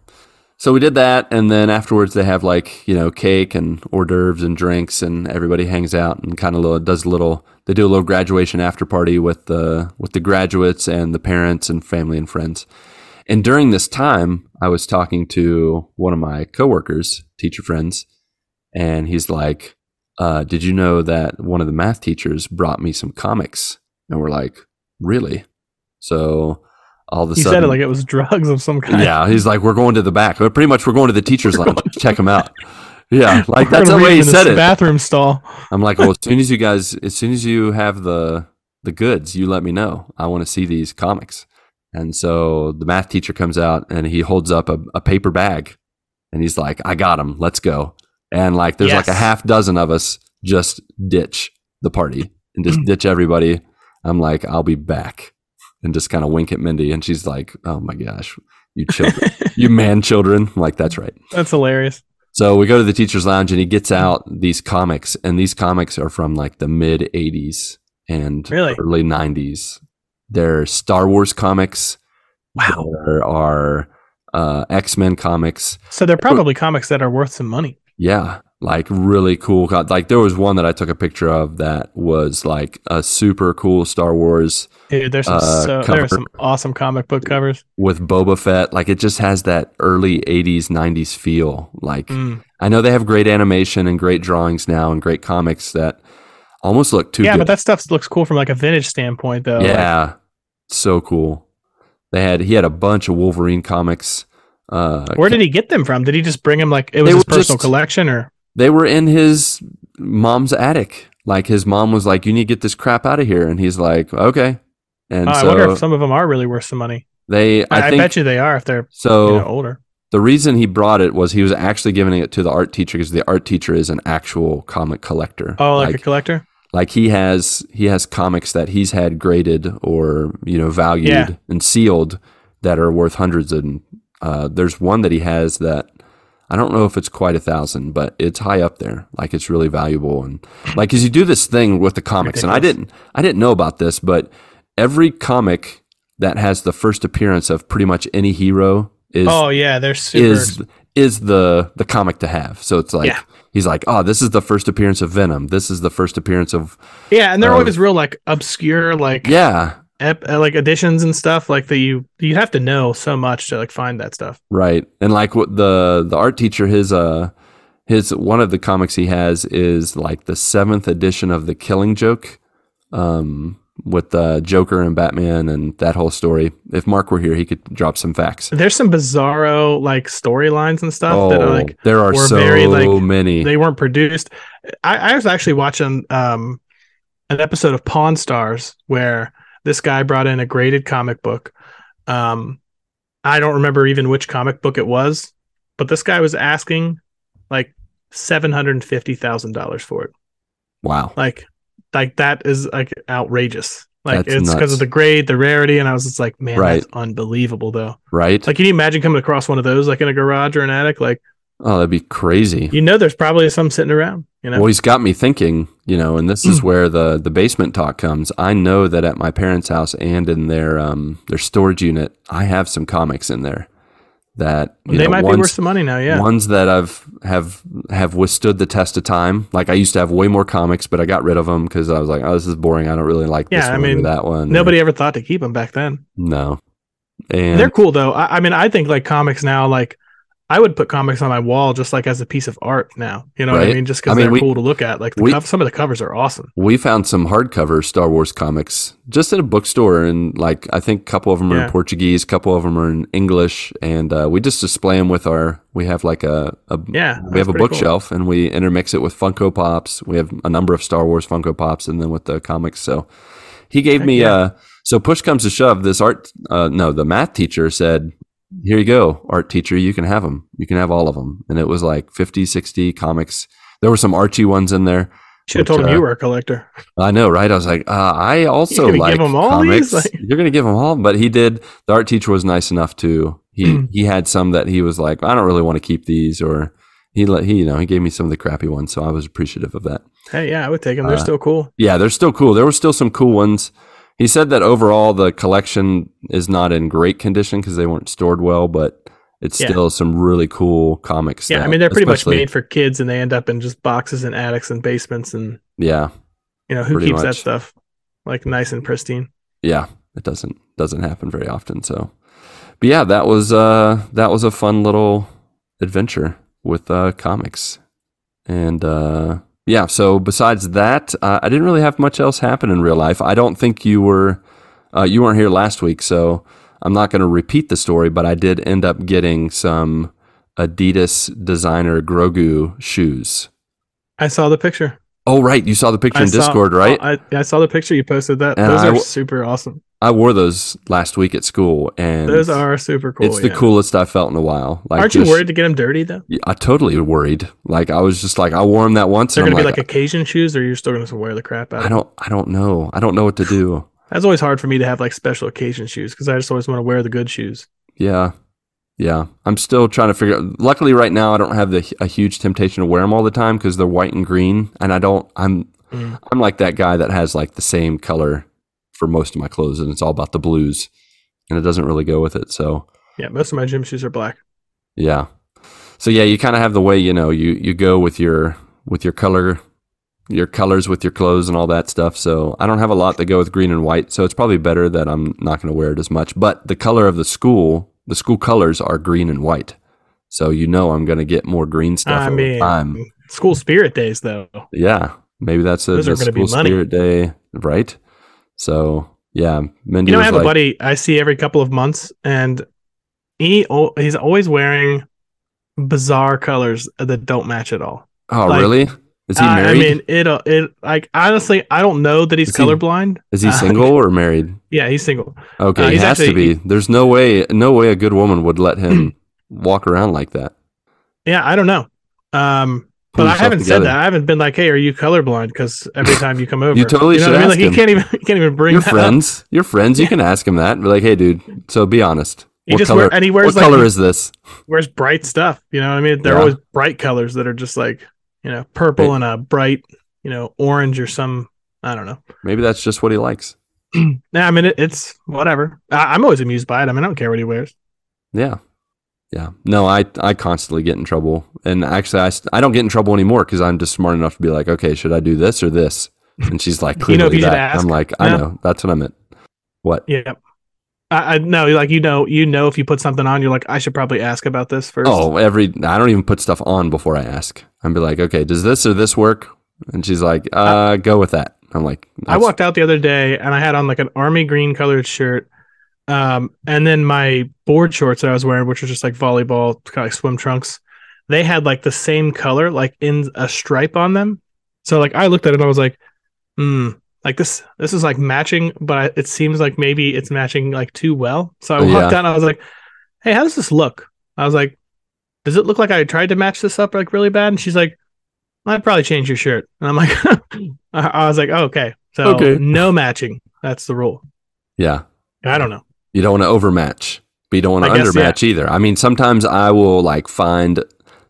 Speaker 1: So we did that, and then afterwards they have like you know cake and hors d'oeuvres and drinks, and everybody hangs out and kind of does a little. They do a little graduation after party with the with the graduates and the parents and family and friends. And during this time, I was talking to one of my coworkers, teacher friends, and he's like, uh, "Did you know that one of the math teachers brought me some comics?" And we're like, "Really?" So all of a
Speaker 2: You
Speaker 1: sudden,
Speaker 2: said it like it was drugs of some kind.
Speaker 1: yeah, he's like, we're going to the back. But pretty much, we're going to the teacher's lounge. Check him out. Yeah, like
Speaker 2: We're
Speaker 1: that's the
Speaker 2: gonna
Speaker 1: way
Speaker 2: leave
Speaker 1: he
Speaker 2: him in this
Speaker 1: said it.
Speaker 2: Bathroom stall.
Speaker 1: I'm like, well, as soon as you guys, as soon as you have the the goods, you let me know. I want to see these comics. And so the math teacher comes out and he holds up a, a paper bag, and he's like, I got him. Let's go. And like, there's like a
Speaker 2: Yes.
Speaker 1: half dozen of us just ditch the party and just ditch everybody. I'm like, I'll be back, and just kind of wink at Mindy, and she's like, Oh my gosh, you children, you man children. I'm like, that's right.
Speaker 2: That's hilarious.
Speaker 1: So we go to the teacher's lounge and he gets out these comics, and these comics are from like the mid 80s and
Speaker 2: Really?
Speaker 1: early 90s. They're Star Wars comics.
Speaker 2: Wow.
Speaker 1: There are uh, X Men comics.
Speaker 2: So they're probably comics that are worth some money.
Speaker 1: Yeah, like really cool. co- Like there was one that I took a picture of that was like a super cool Star Wars
Speaker 2: Dude, there's some
Speaker 1: Uh,
Speaker 2: so, there
Speaker 1: cover.
Speaker 2: are some awesome comic book covers.
Speaker 1: with Boba Fett. Like it just has that early 80s, 90s feel. Like
Speaker 2: Mm.
Speaker 1: I know they have great animation and great drawings now and great comics that almost look too
Speaker 2: Yeah,
Speaker 1: good.
Speaker 2: but that stuff looks cool from like a vintage standpoint, though. Like,
Speaker 1: yeah, so cool. They had he had a bunch of Wolverine comics. Uh,
Speaker 2: Where did he get them from? Did he just bring them like
Speaker 1: They
Speaker 2: it was his
Speaker 1: were
Speaker 2: personal
Speaker 1: just-
Speaker 2: collection or
Speaker 1: they were in his mom's attic. Like his mom was like, "You need to get this crap out of here," and he's like, "Okay." And
Speaker 2: Oh, I wonder
Speaker 1: so
Speaker 2: if some of them are really worth some money.
Speaker 1: they, I,
Speaker 2: I, I
Speaker 1: think,
Speaker 2: bet you they are if they're
Speaker 1: so.
Speaker 2: you know, older.
Speaker 1: The reason he brought it was he was actually giving it to the art teacher because the art teacher is an actual comic collector.
Speaker 2: Oh, like, a collector?
Speaker 1: like he has he has comics that he's had graded or you know valued
Speaker 2: Yeah.
Speaker 1: and sealed that are worth hundreds and uh, there's one that he has that I don't know if it's quite a thousand, but it's high up there. Like it's really valuable and like because you do this thing with the comics, and I
Speaker 2: Ridiculous.
Speaker 1: didn't I didn't know about this, but every comic that has the first appearance of pretty much any hero is
Speaker 2: oh yeah, they're super
Speaker 1: is is the the comic to have. So it's like
Speaker 2: Yeah.
Speaker 1: he's like, oh, this is the first appearance of Venom. This is the first appearance of
Speaker 2: Yeah, and they're
Speaker 1: uh,
Speaker 2: always real like obscure like
Speaker 1: yeah,
Speaker 2: ep- uh, like editions and stuff like that you you have to know so much to like find that stuff.
Speaker 1: right. And like what the the art teacher, his uh his one of the comics he has is like the seventh edition of the Killing Joke, um, with the Joker and Batman and that whole story. If Mark were here, he could drop some facts.
Speaker 2: There's some bizarro like storylines and stuff
Speaker 1: Oh,
Speaker 2: that are like
Speaker 1: there are
Speaker 2: were
Speaker 1: so
Speaker 2: very, like,
Speaker 1: many.
Speaker 2: they weren't produced. I, I was actually watching um, an episode of Pawn Stars where this guy brought in a graded comic book. Um, I don't remember even which comic book it was, but this guy was asking like seven hundred and fifty thousand dollars for it.
Speaker 1: wow.
Speaker 2: Like, like that is like outrageous. Like
Speaker 1: That's
Speaker 2: it's because
Speaker 1: nuts.
Speaker 2: of the grade, the rarity, and I was just like, man,
Speaker 1: Right.
Speaker 2: that's unbelievable though.
Speaker 1: Right?
Speaker 2: Like, can you imagine coming across one of those like in a garage or an attic? Like,
Speaker 1: oh, that'd be crazy.
Speaker 2: you know, there's probably some sitting around. You know,
Speaker 1: Well, he's got me thinking, you know, and
Speaker 2: (clears throat)
Speaker 1: this is where the the basement talk comes. I know that at my parents' house and in their um their storage unit, I have some comics in there that you
Speaker 2: they
Speaker 1: know,
Speaker 2: might
Speaker 1: ones,
Speaker 2: be worth some money now. Yeah.
Speaker 1: ones that I've have have withstood the test of time. Like I used to have way more comics, but I got rid of them because I was like, oh, this is boring. I don't really like this
Speaker 2: Yeah, I
Speaker 1: one or
Speaker 2: mean,
Speaker 1: that one. or-
Speaker 2: Nobody ever thought to keep them back then.
Speaker 1: no, and
Speaker 2: They're cool though. I, I mean, I think like comics now, like I would put comics on my wall just like as a piece of art now. You know what I
Speaker 1: Right.
Speaker 2: mean? Just
Speaker 1: I
Speaker 2: because
Speaker 1: mean,
Speaker 2: they're
Speaker 1: we-
Speaker 2: cool to look at. Like the
Speaker 1: we-
Speaker 2: cov- some of the covers are awesome.
Speaker 1: we found some hardcover Star Wars comics just at a bookstore, and like I think a couple of them are
Speaker 2: Yeah.
Speaker 1: in Portuguese, a couple of them are in English, and uh, we just display them with our. We have like a, a
Speaker 2: Yeah,
Speaker 1: we have
Speaker 2: that's
Speaker 1: a
Speaker 2: pretty cool.
Speaker 1: bookshelf, and we intermix it with Funko Pops. We have a number of Star Wars Funko Pops, and then with the comics. So he gave
Speaker 2: Heck
Speaker 1: me
Speaker 2: yeah.
Speaker 1: uh so push comes to shove this art uh no the math teacher said here you go art teacher you can have them you can have all of them and it was like 50 60 comics there were some archie ones in there
Speaker 2: Should have told
Speaker 1: Which,
Speaker 2: him
Speaker 1: uh,
Speaker 2: you were a collector.
Speaker 1: I know, right? I was like, uh, I also
Speaker 2: gonna
Speaker 1: like
Speaker 2: give 'em all
Speaker 1: comics.
Speaker 2: these? Like-
Speaker 1: You're going to give them all, but he did. The art teacher was nice enough to
Speaker 2: Mm.
Speaker 1: he he had some that he was like, I don't really want to keep these, or he let he you know he gave me some of the crappy ones, so I was appreciative of that.
Speaker 2: Hey, yeah, I would take them. They're
Speaker 1: Uh,
Speaker 2: still cool.
Speaker 1: Yeah, they're still cool. There were still some cool ones. He said that overall the collection is not in great condition because they weren't stored well, but it's
Speaker 2: Yeah.
Speaker 1: still some really cool comics.
Speaker 2: Yeah, I
Speaker 1: that-
Speaker 2: mean they're pretty much
Speaker 1: especially-
Speaker 2: made for kids, and they end up in just boxes and attics and basements, and
Speaker 1: Yeah,
Speaker 2: you know who
Speaker 1: Pretty
Speaker 2: keeps that
Speaker 1: much.
Speaker 2: stuff like nice and pristine.
Speaker 1: yeah. It doesn't doesn't happen very often. So, but yeah, that was uh that was a fun little adventure with uh comics, and uh yeah. So besides that, uh, I didn't really have much else happen in real life. I don't think you were uh, you weren't here last week, so I'm not going to repeat the story. But I did end up getting some Adidas designer Grogu shoes.
Speaker 2: I saw the picture.
Speaker 1: Oh right, you saw the picture
Speaker 2: I
Speaker 1: in
Speaker 2: saw- Oh,
Speaker 1: Discord, right?
Speaker 2: I, I saw the picture you posted. That
Speaker 1: And
Speaker 2: those
Speaker 1: I
Speaker 2: are
Speaker 1: w-
Speaker 2: super awesome.
Speaker 1: I wore those last week at school, and
Speaker 2: Those are super cool.
Speaker 1: it's the
Speaker 2: yeah.
Speaker 1: coolest I've felt in a while. Like,
Speaker 2: Aren't
Speaker 1: just-
Speaker 2: you worried to get them dirty though?
Speaker 1: Yeah, I totally worried. Like I was just like I wore them that once,
Speaker 2: They're
Speaker 1: and
Speaker 2: gonna
Speaker 1: I'm
Speaker 2: be
Speaker 1: like,
Speaker 2: like occasion shoes, or you're still gonna wear the crap
Speaker 1: I
Speaker 2: out. of them?
Speaker 1: don't, I don't know, I don't know what to
Speaker 2: (laughs)
Speaker 1: do.
Speaker 2: That's always hard for me to have like special occasion shoes because I just always want to wear the good shoes.
Speaker 1: Yeah, yeah. I'm still trying to figure. out. Luckily, right now I don't have the a huge temptation to wear them all the time because they're white and green, and I don't. I'm
Speaker 2: Mm.
Speaker 1: I'm like that guy that has like the same color for most of my clothes, and it's all about the blues, and it doesn't really go with it. So
Speaker 2: Yeah, most of my gym shoes are black.
Speaker 1: Yeah. So yeah, you kind of have the way you know you you go with your with your color, your colors with your clothes and all that stuff. So I don't have a lot that go with green and white. So it's probably better that I'm not going to wear it as much. But the color of the school, the school colors are green and white. So you know I'm going to get more green stuff
Speaker 2: I
Speaker 1: over
Speaker 2: mean,
Speaker 1: time.
Speaker 2: school spirit days though.
Speaker 1: Yeah, maybe that's a
Speaker 2: Those are
Speaker 1: that's
Speaker 2: gonna be
Speaker 1: school
Speaker 2: money.
Speaker 1: spirit day, right? So yeah, Mindy
Speaker 2: You know,
Speaker 1: was
Speaker 2: I have
Speaker 1: like,
Speaker 2: a buddy I see every couple of months, and he al- he's always wearing bizarre colors that don't match at all.
Speaker 1: "Oh,
Speaker 2: like,
Speaker 1: really? Is he
Speaker 2: I-
Speaker 1: married?
Speaker 2: I mean, it'll it like honestly, I don't know that he's
Speaker 1: Is he-
Speaker 2: colorblind.
Speaker 1: Is he
Speaker 2: uh, (laughs)
Speaker 1: single or married?"
Speaker 2: Yeah, he's single.
Speaker 1: Okay,
Speaker 2: Uh,
Speaker 1: he
Speaker 2: he's
Speaker 1: has to
Speaker 2: actually-
Speaker 1: be. There's no way, no way a good woman would let him (clears throat) walk around like that.
Speaker 2: Yeah, I don't know. Um, but
Speaker 1: Pull
Speaker 2: I
Speaker 1: yourself
Speaker 2: haven't
Speaker 1: together.
Speaker 2: said that. I haven't been like, "Hey, are you colorblind?" Because
Speaker 1: (laughs)
Speaker 2: every time you come over,
Speaker 1: totally
Speaker 2: know what
Speaker 1: should
Speaker 2: I mean?
Speaker 1: ask
Speaker 2: Like,
Speaker 1: him.
Speaker 2: He can't even (laughs) he can't even bring
Speaker 1: Your
Speaker 2: that up.
Speaker 1: friends, your friends, you can ask him that. Be like, hey, dude. So be honest.
Speaker 2: He
Speaker 1: what
Speaker 2: just
Speaker 1: color?
Speaker 2: wear, and he wears
Speaker 1: what
Speaker 2: like
Speaker 1: color
Speaker 2: he
Speaker 1: is this?
Speaker 2: wears bright stuff. You know what I mean? They're
Speaker 1: Yeah.
Speaker 2: always bright colors that are just like you know purple
Speaker 1: Hey.
Speaker 2: and a bright you know orange or some I don't know.
Speaker 1: Maybe that's just what he likes.
Speaker 2: Yeah, I mean it, it's whatever. I, I'm always amused by it. I mean I don't care what he wears.
Speaker 1: Yeah, yeah. No, I I constantly get in trouble, and actually, I s- I don't get in trouble anymore because I'm just smart enough to be like, okay, should I do this or this? And she's like,
Speaker 2: (laughs) You
Speaker 1: clearly
Speaker 2: know who you should
Speaker 1: that.
Speaker 2: ask?
Speaker 1: I'm like, I
Speaker 2: No.
Speaker 1: know. That's what I meant. What?
Speaker 2: Yeah. I, I no, like you know, you know, if you put something on, you're like, I should probably ask about this first.
Speaker 1: Oh, every I don't even put stuff on before I ask. I'm be like, okay, does this or this work? And she's like, uh, go with that. I'm like,
Speaker 2: I walked out the other day and I had on like an army green colored shirt. Um, and then my board shorts that I was wearing, which was just like volleyball, kind of like swim trunks, they had like the same color, like in a stripe on them. So like I looked at it and I was like, hmm, like this, this is like matching, but I, it seems like maybe it's matching like too well. So I
Speaker 1: Oh, Yeah.
Speaker 2: walked out and I was like, hey, how does this look? I was like, does it look like I tried to match this up like really bad? And she's like, I'd probably change your shirt. And I'm like, (laughs) I- I was like, oh, okay. So
Speaker 1: Okay.
Speaker 2: no matching. That's the rule.
Speaker 1: yeah.
Speaker 2: I don't know.
Speaker 1: You don't want to overmatch, but you don't want to
Speaker 2: I guess,
Speaker 1: undermatch either. I mean, sometimes I will like find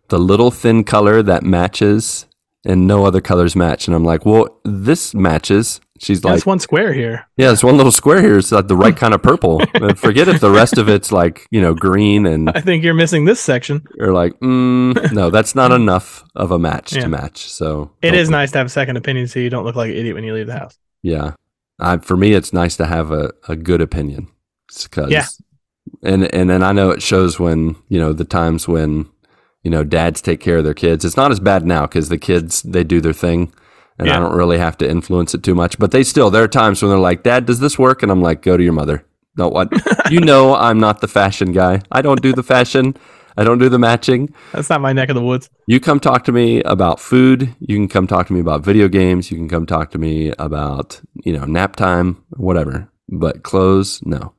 Speaker 1: the little thin color that matches, and no other colors match, and I'm like, well, this matches. She's like,
Speaker 2: That's one square here.
Speaker 1: yeah, it's one little square here. It's like the right kind of
Speaker 2: (laughs)
Speaker 1: purple. And Forget if the rest of it's like you know green and
Speaker 2: I think you're missing this section.
Speaker 1: or like, mm, no, that's not enough of a match
Speaker 2: Yeah.
Speaker 1: to match. So
Speaker 2: It
Speaker 1: don't
Speaker 2: is nice to have a second opinion so you don't look like an idiot when you leave the house.
Speaker 1: Yeah. I, for me, it's nice to have a, a good opinion. It's 'cause-
Speaker 2: Yeah.
Speaker 1: And, and then I know it shows when, you know, the times when, you know, dads take care of their kids. It's not as bad now because the kids, they do their thing and I
Speaker 2: Yeah.
Speaker 1: don't really have to influence it too much. But they still, there are times when they're like, Dad, does this work? And I'm like, go to your mother. No,
Speaker 2: (laughs)
Speaker 1: what? you know, I'm not the fashion guy. I don't do the fashion, I don't do the matching.
Speaker 2: That's not my neck of the woods.
Speaker 1: You come talk to me about food. You can come talk to me about video games. You can come talk to me about, you know, nap time, whatever. But clothes, no.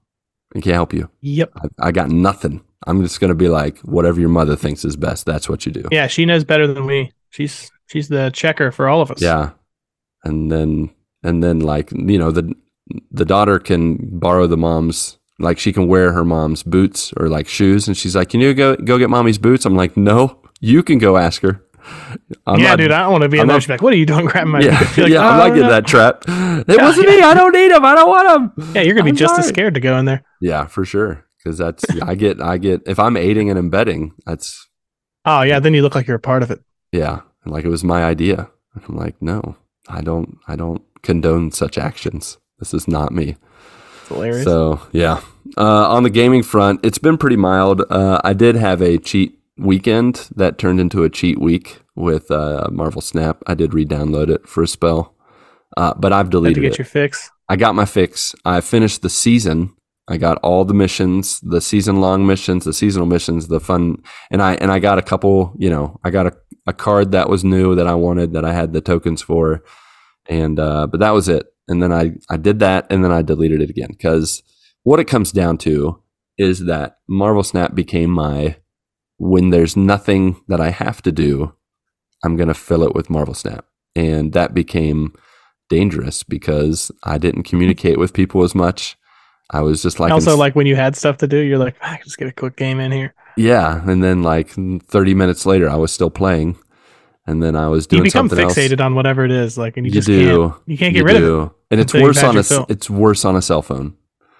Speaker 1: I can't help you.
Speaker 2: Yep.
Speaker 1: I, I got nothing. I'm just going to be like, whatever your mother thinks is best, that's what you do.
Speaker 2: Yeah, she knows better than we. She's she's the checker for all of us.
Speaker 1: Yeah. And then, and then like, you know, the, the daughter can borrow the mom's Like she can wear her mom's boots or like shoes, and she's like, "Can you go go get mommy's boots?" I'm like, "No, you can go ask her." I'm
Speaker 2: yeah,
Speaker 1: not-
Speaker 2: dude, I don't want to be in
Speaker 1: I'm
Speaker 2: there.
Speaker 1: not-
Speaker 2: She's like, what are you doing grabbing my (laughs)
Speaker 1: yeah,
Speaker 2: You're like,
Speaker 1: yeah, I'm
Speaker 2: "Oh,
Speaker 1: not getting
Speaker 2: no."
Speaker 1: that
Speaker 2: (laughs)
Speaker 1: trap. It wasn't me. I don't need them. I don't want them.
Speaker 2: Yeah, you're going to
Speaker 1: I'm
Speaker 2: be just as
Speaker 1: sorry.
Speaker 2: scared to go in there.
Speaker 1: Yeah, for sure. Because that's I get I get if I'm aiding and abetting, that's
Speaker 2: Oh, yeah, then you look like you're a part of it.
Speaker 1: yeah, like it was my idea. And I'm like, no, I don't I don't condone such actions. This is not me.
Speaker 2: It's hilarious.
Speaker 1: So yeah, uh, on the gaming front, it's been pretty mild. Uh, I did have a cheat weekend that turned into a cheat week with uh, Marvel Snap. I did re-download it for a spell, uh, but I've
Speaker 2: Had to
Speaker 1: deleted
Speaker 2: get
Speaker 1: it.
Speaker 2: your fix.
Speaker 1: I got my fix. I finished the season. I got all the missions, the season long missions, the seasonal missions, the fun, and I and I got a couple. You know, I got a, a card that was new that I wanted that I had the tokens for, and uh, but that was it. And then I I did that, and then I deleted it again because what it comes down to is that Marvel Snap became my when there's nothing that I have to do, I'm gonna fill it with Marvel Snap, and that became dangerous because I didn't communicate with people as much. I was just like
Speaker 2: also, like when you had stuff to do, you're like, "Ah, I can just get a quick game in here.
Speaker 1: yeah, and then like 30 minutes later, I was still playing, and then I was doing
Speaker 2: You become
Speaker 1: something else.
Speaker 2: fixated on whatever it is, like, and you,
Speaker 1: You
Speaker 2: just
Speaker 1: do.
Speaker 2: can't. You can't get
Speaker 1: You
Speaker 2: rid of it.
Speaker 1: do. and it's
Speaker 2: until you've
Speaker 1: worse
Speaker 2: had
Speaker 1: on a
Speaker 2: your
Speaker 1: s-
Speaker 2: fill.
Speaker 1: it's worse on a cell phone.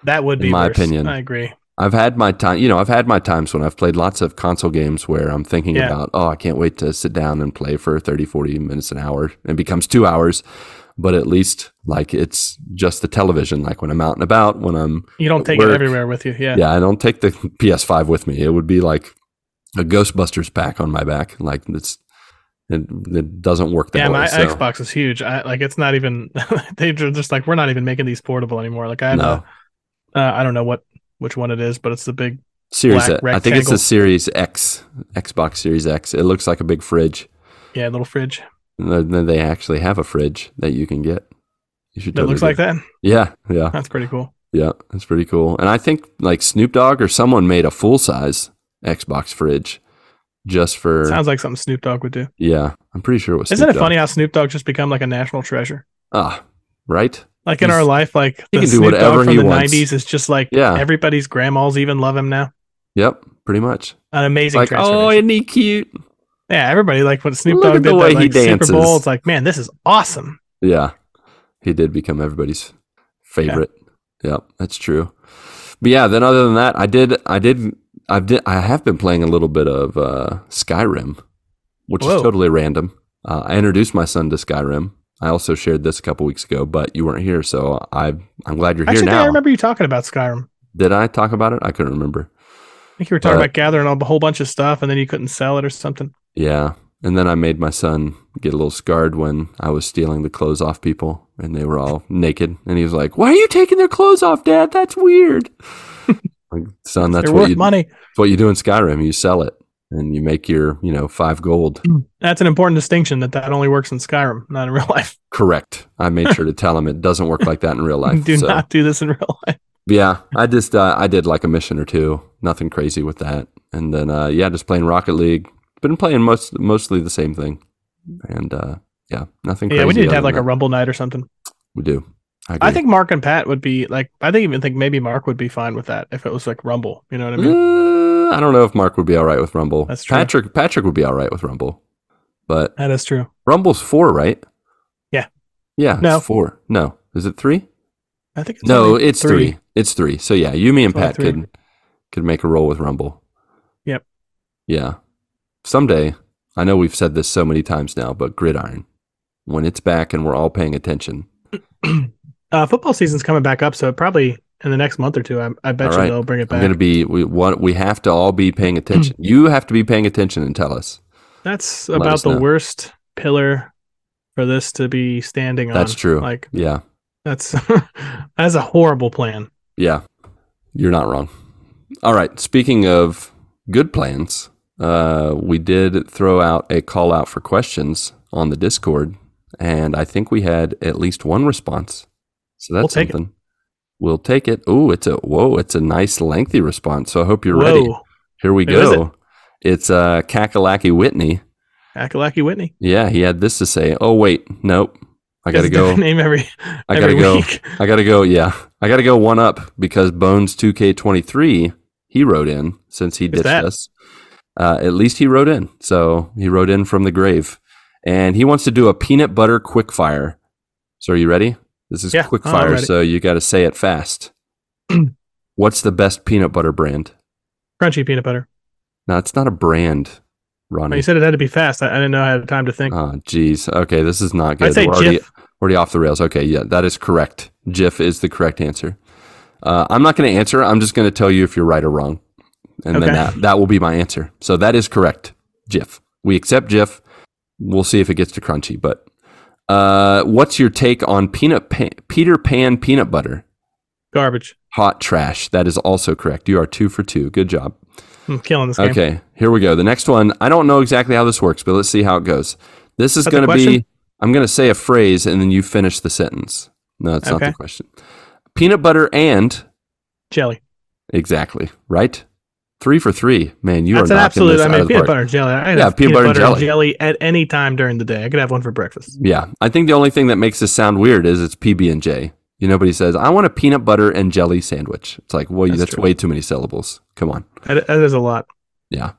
Speaker 2: That would
Speaker 1: in
Speaker 2: be
Speaker 1: my
Speaker 2: worse.
Speaker 1: opinion.
Speaker 2: I agree.
Speaker 1: I've had my time, you know, I've had my times when I've played lots of console games where I'm thinking
Speaker 2: Yeah.
Speaker 1: about, oh, I can't wait to sit down and play for 30, 40 minutes, an hour. It becomes two hours, but at least like it's just the television. Like when I'm out and about, when I'm
Speaker 2: You don't take
Speaker 1: Work.
Speaker 2: it everywhere with you. Yeah.
Speaker 1: yeah, I don't take the PS5 with me. It would be like a Ghostbusters pack on my back. Like it's it, it doesn't work that
Speaker 2: Yeah,
Speaker 1: way.
Speaker 2: my
Speaker 1: so-
Speaker 2: Xbox is huge. I like it's not even (laughs) they're just like we're not even making these portable anymore. Like I have
Speaker 1: No,
Speaker 2: a, uh, I don't know what which one it is, but it's the big
Speaker 1: Series.
Speaker 2: black
Speaker 1: X- I think it's the
Speaker 2: rectangle.
Speaker 1: Series X, Xbox Series X. It looks like a big fridge.
Speaker 2: yeah little fridge
Speaker 1: And then- then they actually have a fridge that you can get. You should.
Speaker 2: that
Speaker 1: totally
Speaker 2: looks like
Speaker 1: do
Speaker 2: that.
Speaker 1: Yeah, yeah,
Speaker 2: That's pretty cool.
Speaker 1: yeah. That's pretty cool. And I think like Snoop Dogg or someone made a full size Xbox fridge just for.
Speaker 2: Sounds like something Snoop Dogg would do.
Speaker 1: yeah, I'm pretty sure it was.
Speaker 2: Isn't
Speaker 1: Snoop
Speaker 2: it
Speaker 1: Dogg.
Speaker 2: funny how Snoop Dogg just become like a national treasure?
Speaker 1: Ah, right.
Speaker 2: Like in
Speaker 1: He's-
Speaker 2: our life, like
Speaker 1: he
Speaker 2: the
Speaker 1: can do
Speaker 2: Snoop
Speaker 1: whatever
Speaker 2: Dogg from
Speaker 1: he
Speaker 2: the
Speaker 1: wants.
Speaker 2: '90s is just like
Speaker 1: Yeah.
Speaker 2: everybody's grandmas even love him now.
Speaker 1: Yep, pretty much.
Speaker 2: An amazing
Speaker 1: like, oh, isn't
Speaker 2: transformation.
Speaker 1: he cute?
Speaker 2: yeah, everybody like when Snoop
Speaker 1: Look
Speaker 2: Dogg
Speaker 1: at
Speaker 2: did
Speaker 1: the
Speaker 2: that,
Speaker 1: way he
Speaker 2: like, Super
Speaker 1: dances.
Speaker 2: Bowl. It's like man, this is awesome.
Speaker 1: Yeah, he did become everybody's favorite. Yep, that's true. But yeah, then other than that, I did, I did, I did, I have been playing a little bit of uh, Skyrim, which is
Speaker 2: Whoa.
Speaker 1: totally random. Uh, I introduced my son to Skyrim. I also shared this a couple weeks ago, but you weren't here, so I I'm glad you're here
Speaker 2: Actually, I think I
Speaker 1: now.
Speaker 2: remember you talking about Skyrim.
Speaker 1: Did I talk about it? I couldn't remember.
Speaker 2: I think you were talking
Speaker 1: But-
Speaker 2: about gathering up a whole bunch of stuff and then you couldn't sell it or something.
Speaker 1: Yeah. And then I made my son get a little scarred when I was stealing the clothes off people and they were all naked. And he was like, Why are you taking their clothes off, Dad? That's
Speaker 2: (laughs)
Speaker 1: weird. like, son, that's
Speaker 2: They're
Speaker 1: what
Speaker 2: worth
Speaker 1: you,
Speaker 2: money.
Speaker 1: that's what you do in Skyrim. You sell it and you make your, you know, five gold.
Speaker 2: That's an important distinction that that only works in Skyrim, not in real (laughs) life.
Speaker 1: Correct. I made
Speaker 2: (laughs)
Speaker 1: sure to tell him it doesn't work like that in real life.
Speaker 2: do
Speaker 1: so.
Speaker 2: not do this in real life.
Speaker 1: Yeah, I just uh, I did like a mission or two, nothing crazy with that, and then uh, yeah, just playing Rocket League. Been playing most mostly the same thing, and uh, yeah, nothing.
Speaker 2: Yeah,
Speaker 1: crazy
Speaker 2: we need to
Speaker 1: other
Speaker 2: have
Speaker 1: than
Speaker 2: like a
Speaker 1: that.
Speaker 2: Rumble night or something.
Speaker 1: We do. I,
Speaker 2: I
Speaker 1: agree.
Speaker 2: think Mark and Pat would be like, I think even think maybe Mark would be fine with that if it was like Rumble. You know what I mean?
Speaker 1: Uh, I don't know if Mark would be all right with Rumble.
Speaker 2: That's true.
Speaker 1: Patrick Patrick would be all right with Rumble, but
Speaker 2: That is true.
Speaker 1: Rumble's four, right?
Speaker 2: Yeah.
Speaker 1: Yeah. it's
Speaker 2: No.
Speaker 1: four. No. Is it three?
Speaker 2: I think it's
Speaker 1: no,
Speaker 2: only
Speaker 1: it's three. It's three. So yeah, you, me, and
Speaker 2: It's only
Speaker 1: Pat
Speaker 2: three.
Speaker 1: could could make a roll with Rumble.
Speaker 2: Yep.
Speaker 1: Yeah. Someday, I know we've said this so many times now, but Gridiron, when it's back and we're all paying attention,
Speaker 2: (clears throat) Uh, football season's coming back up, so probably in the next month or two, I, I bet
Speaker 1: All
Speaker 2: you
Speaker 1: right.
Speaker 2: they'll bring it
Speaker 1: I'm
Speaker 2: back.
Speaker 1: gonna be we want we have to all be paying
Speaker 2: (clears throat)
Speaker 1: attention. you have to be paying attention and tell us.
Speaker 2: That's
Speaker 1: Let
Speaker 2: about
Speaker 1: us
Speaker 2: the
Speaker 1: know.
Speaker 2: worst pillar for this to be standing on.
Speaker 1: That's true.
Speaker 2: Like
Speaker 1: Yeah.
Speaker 2: that's (laughs) that's a horrible plan.
Speaker 1: Yeah, you're not wrong. All right. Speaking of good plans, uh, we did throw out a call out for questions on the Discord, and I think we had at least one response. So that's
Speaker 2: We'll take it.
Speaker 1: something. We'll take it. Oh, it's a whoa! It's a nice lengthy response. So I hope you're ready. Here we
Speaker 2: Who is
Speaker 1: go. It's uh, Kakalaki Whitney.
Speaker 2: Akalaki Whitney.
Speaker 1: Yeah, he had this to say. Oh wait, nope. I gotta
Speaker 2: It's a different
Speaker 1: go.
Speaker 2: (laughs) Name every.
Speaker 1: I
Speaker 2: every
Speaker 1: gotta go.
Speaker 2: week.
Speaker 1: I gotta go. Yeah, I gotta go one up because Bones two K twenty three he wrote in since he ditched
Speaker 2: that?
Speaker 1: us. Uh, at least he wrote in, so he wrote in from the grave, and he wants to do a peanut butter quick fire. So are you ready? This is
Speaker 2: Yeah,
Speaker 1: quick
Speaker 2: I'm
Speaker 1: fire,
Speaker 2: ready.
Speaker 1: so you got to say it
Speaker 2: (clears throat)
Speaker 1: fast. What's the best peanut butter brand?
Speaker 2: Crunchy peanut butter.
Speaker 1: No, it's not a brand,
Speaker 2: Well,
Speaker 1: Ronnie.
Speaker 2: you said it had to be fast. I, I didn't know I had time to think.
Speaker 1: Oh, jeez. Okay, this is not
Speaker 2: I'd
Speaker 1: good.
Speaker 2: say
Speaker 1: We're already,
Speaker 2: GIF.
Speaker 1: already off the rails. Okay, yeah, that is correct. GIF is the correct answer. Uh, I'm not going to answer. I'm just going to tell you if you're right or wrong. And then
Speaker 2: Okay.
Speaker 1: that, that will be my answer. So that is correct. GIF. We accept GIF. We'll see if it gets to crunchy. But uh, what's your take on peanut pan, Peter Pan peanut butter?
Speaker 2: Garbage.
Speaker 1: Hot trash. That is also correct. You are two for two. Good job.
Speaker 2: I'm killing this game.
Speaker 1: Okay, here we go. The next one, I don't know exactly how this works, but let's see how it goes. This is
Speaker 2: That's a
Speaker 1: going to be
Speaker 2: question?
Speaker 1: I'm going to say a phrase and then you finish the sentence. No, it's not
Speaker 2: Okay.
Speaker 1: the question. Peanut butter and
Speaker 2: Jelly.
Speaker 1: exactly, right? 3 for 3. Man, you
Speaker 2: That's
Speaker 1: are
Speaker 2: an
Speaker 1: not
Speaker 2: absolute. I mean,
Speaker 1: the
Speaker 2: peanut
Speaker 1: park.
Speaker 2: butter and jelly. I could
Speaker 1: Yeah,
Speaker 2: have
Speaker 1: peanut butter and
Speaker 2: jelly at any time during the day. I could have one for breakfast.
Speaker 1: Yeah, I think the only thing that makes this sound weird is it's PB&J. You know, nobody says, "I want a peanut butter and jelly sandwich." It's like, "Well, that's,
Speaker 2: That's
Speaker 1: that's
Speaker 2: true.
Speaker 1: way too many syllables." Come on.
Speaker 2: That, that is a lot.
Speaker 1: Yeah.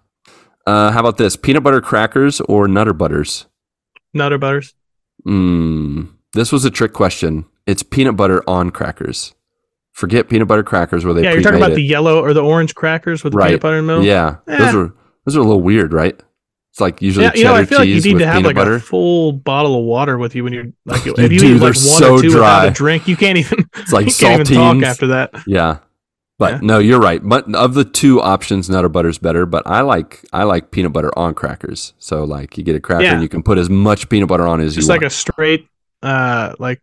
Speaker 1: Uh, how about this? Peanut butter crackers or Nutter Butters?
Speaker 2: Nutter butters.
Speaker 1: Mm, this was a trick question. It's peanut butter on crackers. Forget peanut butter crackers where they
Speaker 2: yeah, you're talking
Speaker 1: pre-made
Speaker 2: about the
Speaker 1: it.
Speaker 2: yellow or the orange crackers with the
Speaker 1: Right.
Speaker 2: peanut butter and milk.
Speaker 1: yeah. Those
Speaker 2: Eh.
Speaker 1: are those are a little weird, right? It's like usually
Speaker 2: yeah, you know,
Speaker 1: cheddar
Speaker 2: I feel like you
Speaker 1: cheese
Speaker 2: need
Speaker 1: with
Speaker 2: to have
Speaker 1: peanut
Speaker 2: like
Speaker 1: butter.
Speaker 2: (laughs) a full bottle of water with you when you're
Speaker 1: (laughs)
Speaker 2: like,
Speaker 1: You
Speaker 2: if you
Speaker 1: do,
Speaker 2: eat like one
Speaker 1: they're so
Speaker 2: or two without
Speaker 1: dry.
Speaker 2: a drink, you can't even (laughs)
Speaker 1: it's like
Speaker 2: you can't even talk
Speaker 1: saltines.
Speaker 2: after that.
Speaker 1: yeah. But
Speaker 2: Yeah.
Speaker 1: no, you're right. But of the two options, Nutter Butter's better. But I like I like peanut butter on crackers. So like you get a cracker
Speaker 2: Yeah.
Speaker 1: and you can put as much peanut butter on as
Speaker 2: Just
Speaker 1: you
Speaker 2: like
Speaker 1: want.
Speaker 2: a straight, uh, like,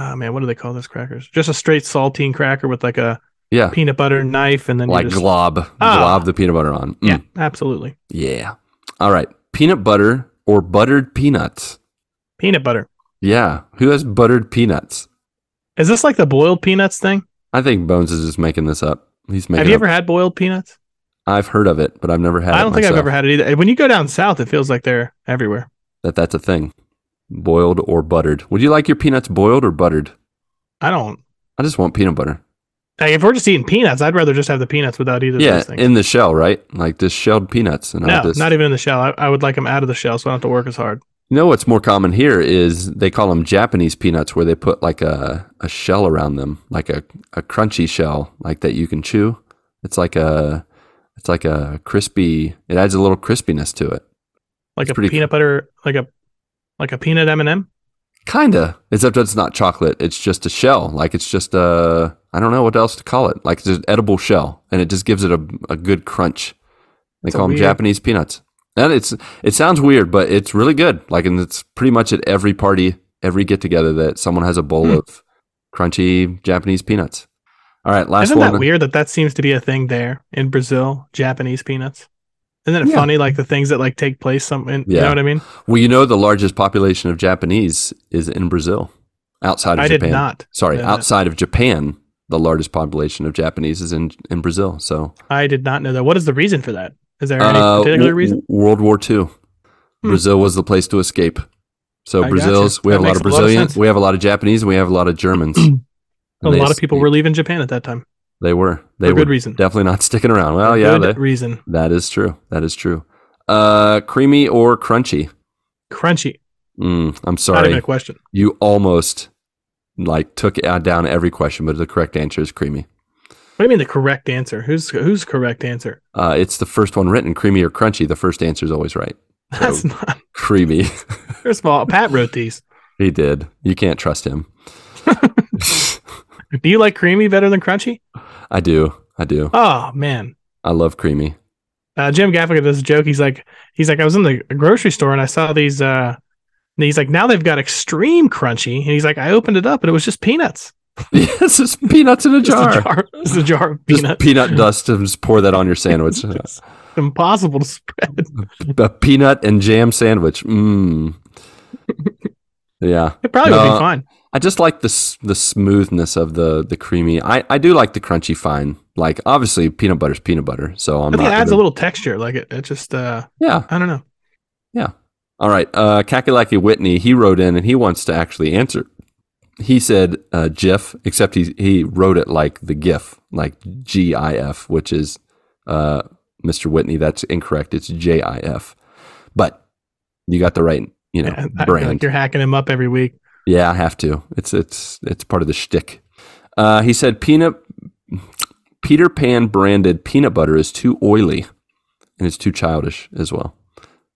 Speaker 2: oh man, what do they call those crackers? Just a straight saltine cracker with like a
Speaker 1: yeah,
Speaker 2: peanut butter knife, and then
Speaker 1: like
Speaker 2: you just,
Speaker 1: glob
Speaker 2: Ah.
Speaker 1: glob the peanut butter on. Mm,
Speaker 2: yeah, absolutely,
Speaker 1: yeah. All right, peanut butter or buttered peanuts.
Speaker 2: peanut butter.
Speaker 1: Yeah. Who has buttered peanuts?
Speaker 2: Is this like the boiled peanuts thing?
Speaker 1: I think Bones is just making this up. He's making
Speaker 2: have you
Speaker 1: up.
Speaker 2: ever had boiled peanuts?
Speaker 1: I've heard of it, but I've never had
Speaker 2: I don't
Speaker 1: it
Speaker 2: think
Speaker 1: myself.
Speaker 2: I've ever had it either. When you go down south, it feels like they're everywhere.
Speaker 1: that that's a thing. Boiled or buttered. Would you like your peanuts boiled or buttered?
Speaker 2: I don't.
Speaker 1: I just want peanut butter.
Speaker 2: Like, if we're just eating peanuts, I'd rather just have the peanuts without either of
Speaker 1: yeah,
Speaker 2: those things.
Speaker 1: in the shell, right? Like just shelled peanuts and
Speaker 2: No,
Speaker 1: all this.
Speaker 2: not e- even in the shell. I, I would like them out of the shell, so I don't have to work as hard.
Speaker 1: you know what's more common here is they call them Japanese peanuts where they put like a, a shell around them, like a, a crunchy shell, like that you can chew. It's like a it's like a crispy it adds a little crispiness to it.
Speaker 2: Like
Speaker 1: It's
Speaker 2: a
Speaker 1: pretty
Speaker 2: peanut butter, like a like a peanut M and m
Speaker 1: Kinda, except it's not chocolate. It's just a shell. Like it's just a I don't know what else to call it. Like it's an edible shell, and it just gives it a, a good crunch. They
Speaker 2: It's a
Speaker 1: call them
Speaker 2: weird-
Speaker 1: Japanese peanuts. And it's it sounds weird, but it's really good. Like and it's pretty much at every party, every get together that someone has a bowl
Speaker 2: Hmm.
Speaker 1: of crunchy Japanese peanuts. All right, last
Speaker 2: Isn't
Speaker 1: one.
Speaker 2: that weird that that seems to be a thing there in Brazil? Japanese peanuts. Isn't it
Speaker 1: Yeah.
Speaker 2: funny like the things that like take place? Some in, you
Speaker 1: Yeah.
Speaker 2: know what I mean.
Speaker 1: Well, you know the largest population of Japanese is in Brazil, outside of
Speaker 2: I did
Speaker 1: Japan.
Speaker 2: not.
Speaker 1: Sorry,
Speaker 2: know that.
Speaker 1: outside of Japan, the largest population of Japanese is in in Brazil. So
Speaker 2: I did not know that. What is the reason for that? Is there any
Speaker 1: Uh,
Speaker 2: particular
Speaker 1: w-
Speaker 2: reason? Hmm.
Speaker 1: w- World War II. Brazil was the place to escape. So
Speaker 2: I
Speaker 1: Brazil's,
Speaker 2: gotcha.
Speaker 1: we have a lot of
Speaker 2: That makes a lot of
Speaker 1: Brazilians,
Speaker 2: sense.
Speaker 1: we have a lot of Japanese, and we have a lot of
Speaker 2: (clears throat)
Speaker 1: Germans.
Speaker 2: A
Speaker 1: And they
Speaker 2: lot of people
Speaker 1: escaped.
Speaker 2: were leaving Japan at that time
Speaker 1: They were. They
Speaker 2: for
Speaker 1: were
Speaker 2: good reason.
Speaker 1: definitely not (laughs) sticking around.
Speaker 2: For
Speaker 1: Well, yeah,
Speaker 2: good
Speaker 1: they-
Speaker 2: reason.
Speaker 1: that is true. That is true. Uh, creamy or crunchy?
Speaker 2: Crunchy.
Speaker 1: Mm, I'm
Speaker 2: Not even
Speaker 1: sorry,
Speaker 2: a question.
Speaker 1: you almost like took uh, down every question, but the correct answer is creamy.
Speaker 2: What do you mean the correct answer? Who's who's correct answer?
Speaker 1: Uh, it's the first one written, creamy or crunchy. The first answer is always right.
Speaker 2: (laughs) That's not.
Speaker 1: Creamy. (laughs)
Speaker 2: First of all, Pat wrote these.
Speaker 1: he did. You can't trust (laughs) him.
Speaker 2: Do you like creamy better than crunchy?
Speaker 1: I do. I do.
Speaker 2: Oh man.
Speaker 1: I love creamy.
Speaker 2: Uh, Jim Gaffigan does a joke. He's like, he's like, I was in the grocery store and I saw these. Uh, and he's like, now they've got extreme crunchy. And he's like, I opened it up and it was just peanuts.
Speaker 1: (laughs) yes, it's peanuts in a
Speaker 2: Just
Speaker 1: jar.
Speaker 2: a jar, just a jar of
Speaker 1: Just
Speaker 2: peanut.
Speaker 1: peanut dust and just pour that on your (laughs) sandwich.
Speaker 2: (laughs) It's impossible to spread.
Speaker 1: a peanut and jam sandwich. Mmm. Yeah,
Speaker 2: It probably would
Speaker 1: No.
Speaker 2: be fine.
Speaker 1: I just like the s- the smoothness of the the creamy. I I do like the crunchy fine. Like obviously peanut butter's peanut butter, so I'm
Speaker 2: I think
Speaker 1: not
Speaker 2: it adds
Speaker 1: gonna-
Speaker 2: a little texture. Like it, it just, uh,
Speaker 1: Yeah,
Speaker 2: I don't know.
Speaker 1: All right. Uh, Kakalaki Whitney, he wrote in and he wants to actually answer. He said uh, GIF, except he, he wrote it like the GIF, like G I F, which is uh, Mr. Whitney. That's incorrect. It's J I F. But you got the right, you know,
Speaker 2: Yeah, (laughs) I feel
Speaker 1: brand.
Speaker 2: like you're hacking him up every week.
Speaker 1: Yeah, I have to. It's it's it's part of the shtick. Uh, he said peanut Peter Pan branded peanut butter is too oily, and it's too childish as well.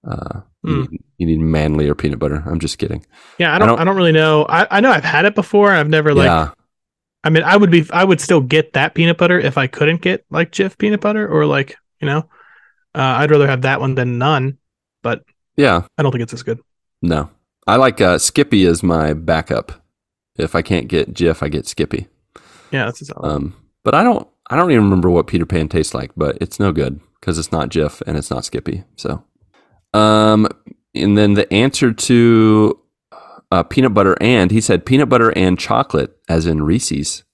Speaker 1: Uh, you, need, you need manlier peanut butter. I'm just kidding.
Speaker 2: Yeah, I don't, I
Speaker 1: don't-
Speaker 2: don't, really know. I, I know I've had it before. I've never like.
Speaker 1: yeah,
Speaker 2: I mean, I would be, I would still get that peanut butter if I couldn't get like Jif peanut butter or like you know, uh, I'd rather have that one than none.
Speaker 1: yeah.
Speaker 2: I don't think it's as good.
Speaker 1: No, I like uh, Skippy as my backup. If I can't get Jif, I get Skippy.
Speaker 2: Yeah, that's a solid.
Speaker 1: Um, but I don't. I don't even remember what Peter Pan tastes like, but it's no good because it's not Jif and it's not Skippy. So, um, and then the answer to uh, peanut butter and he said peanut butter and chocolate, as in Reese's.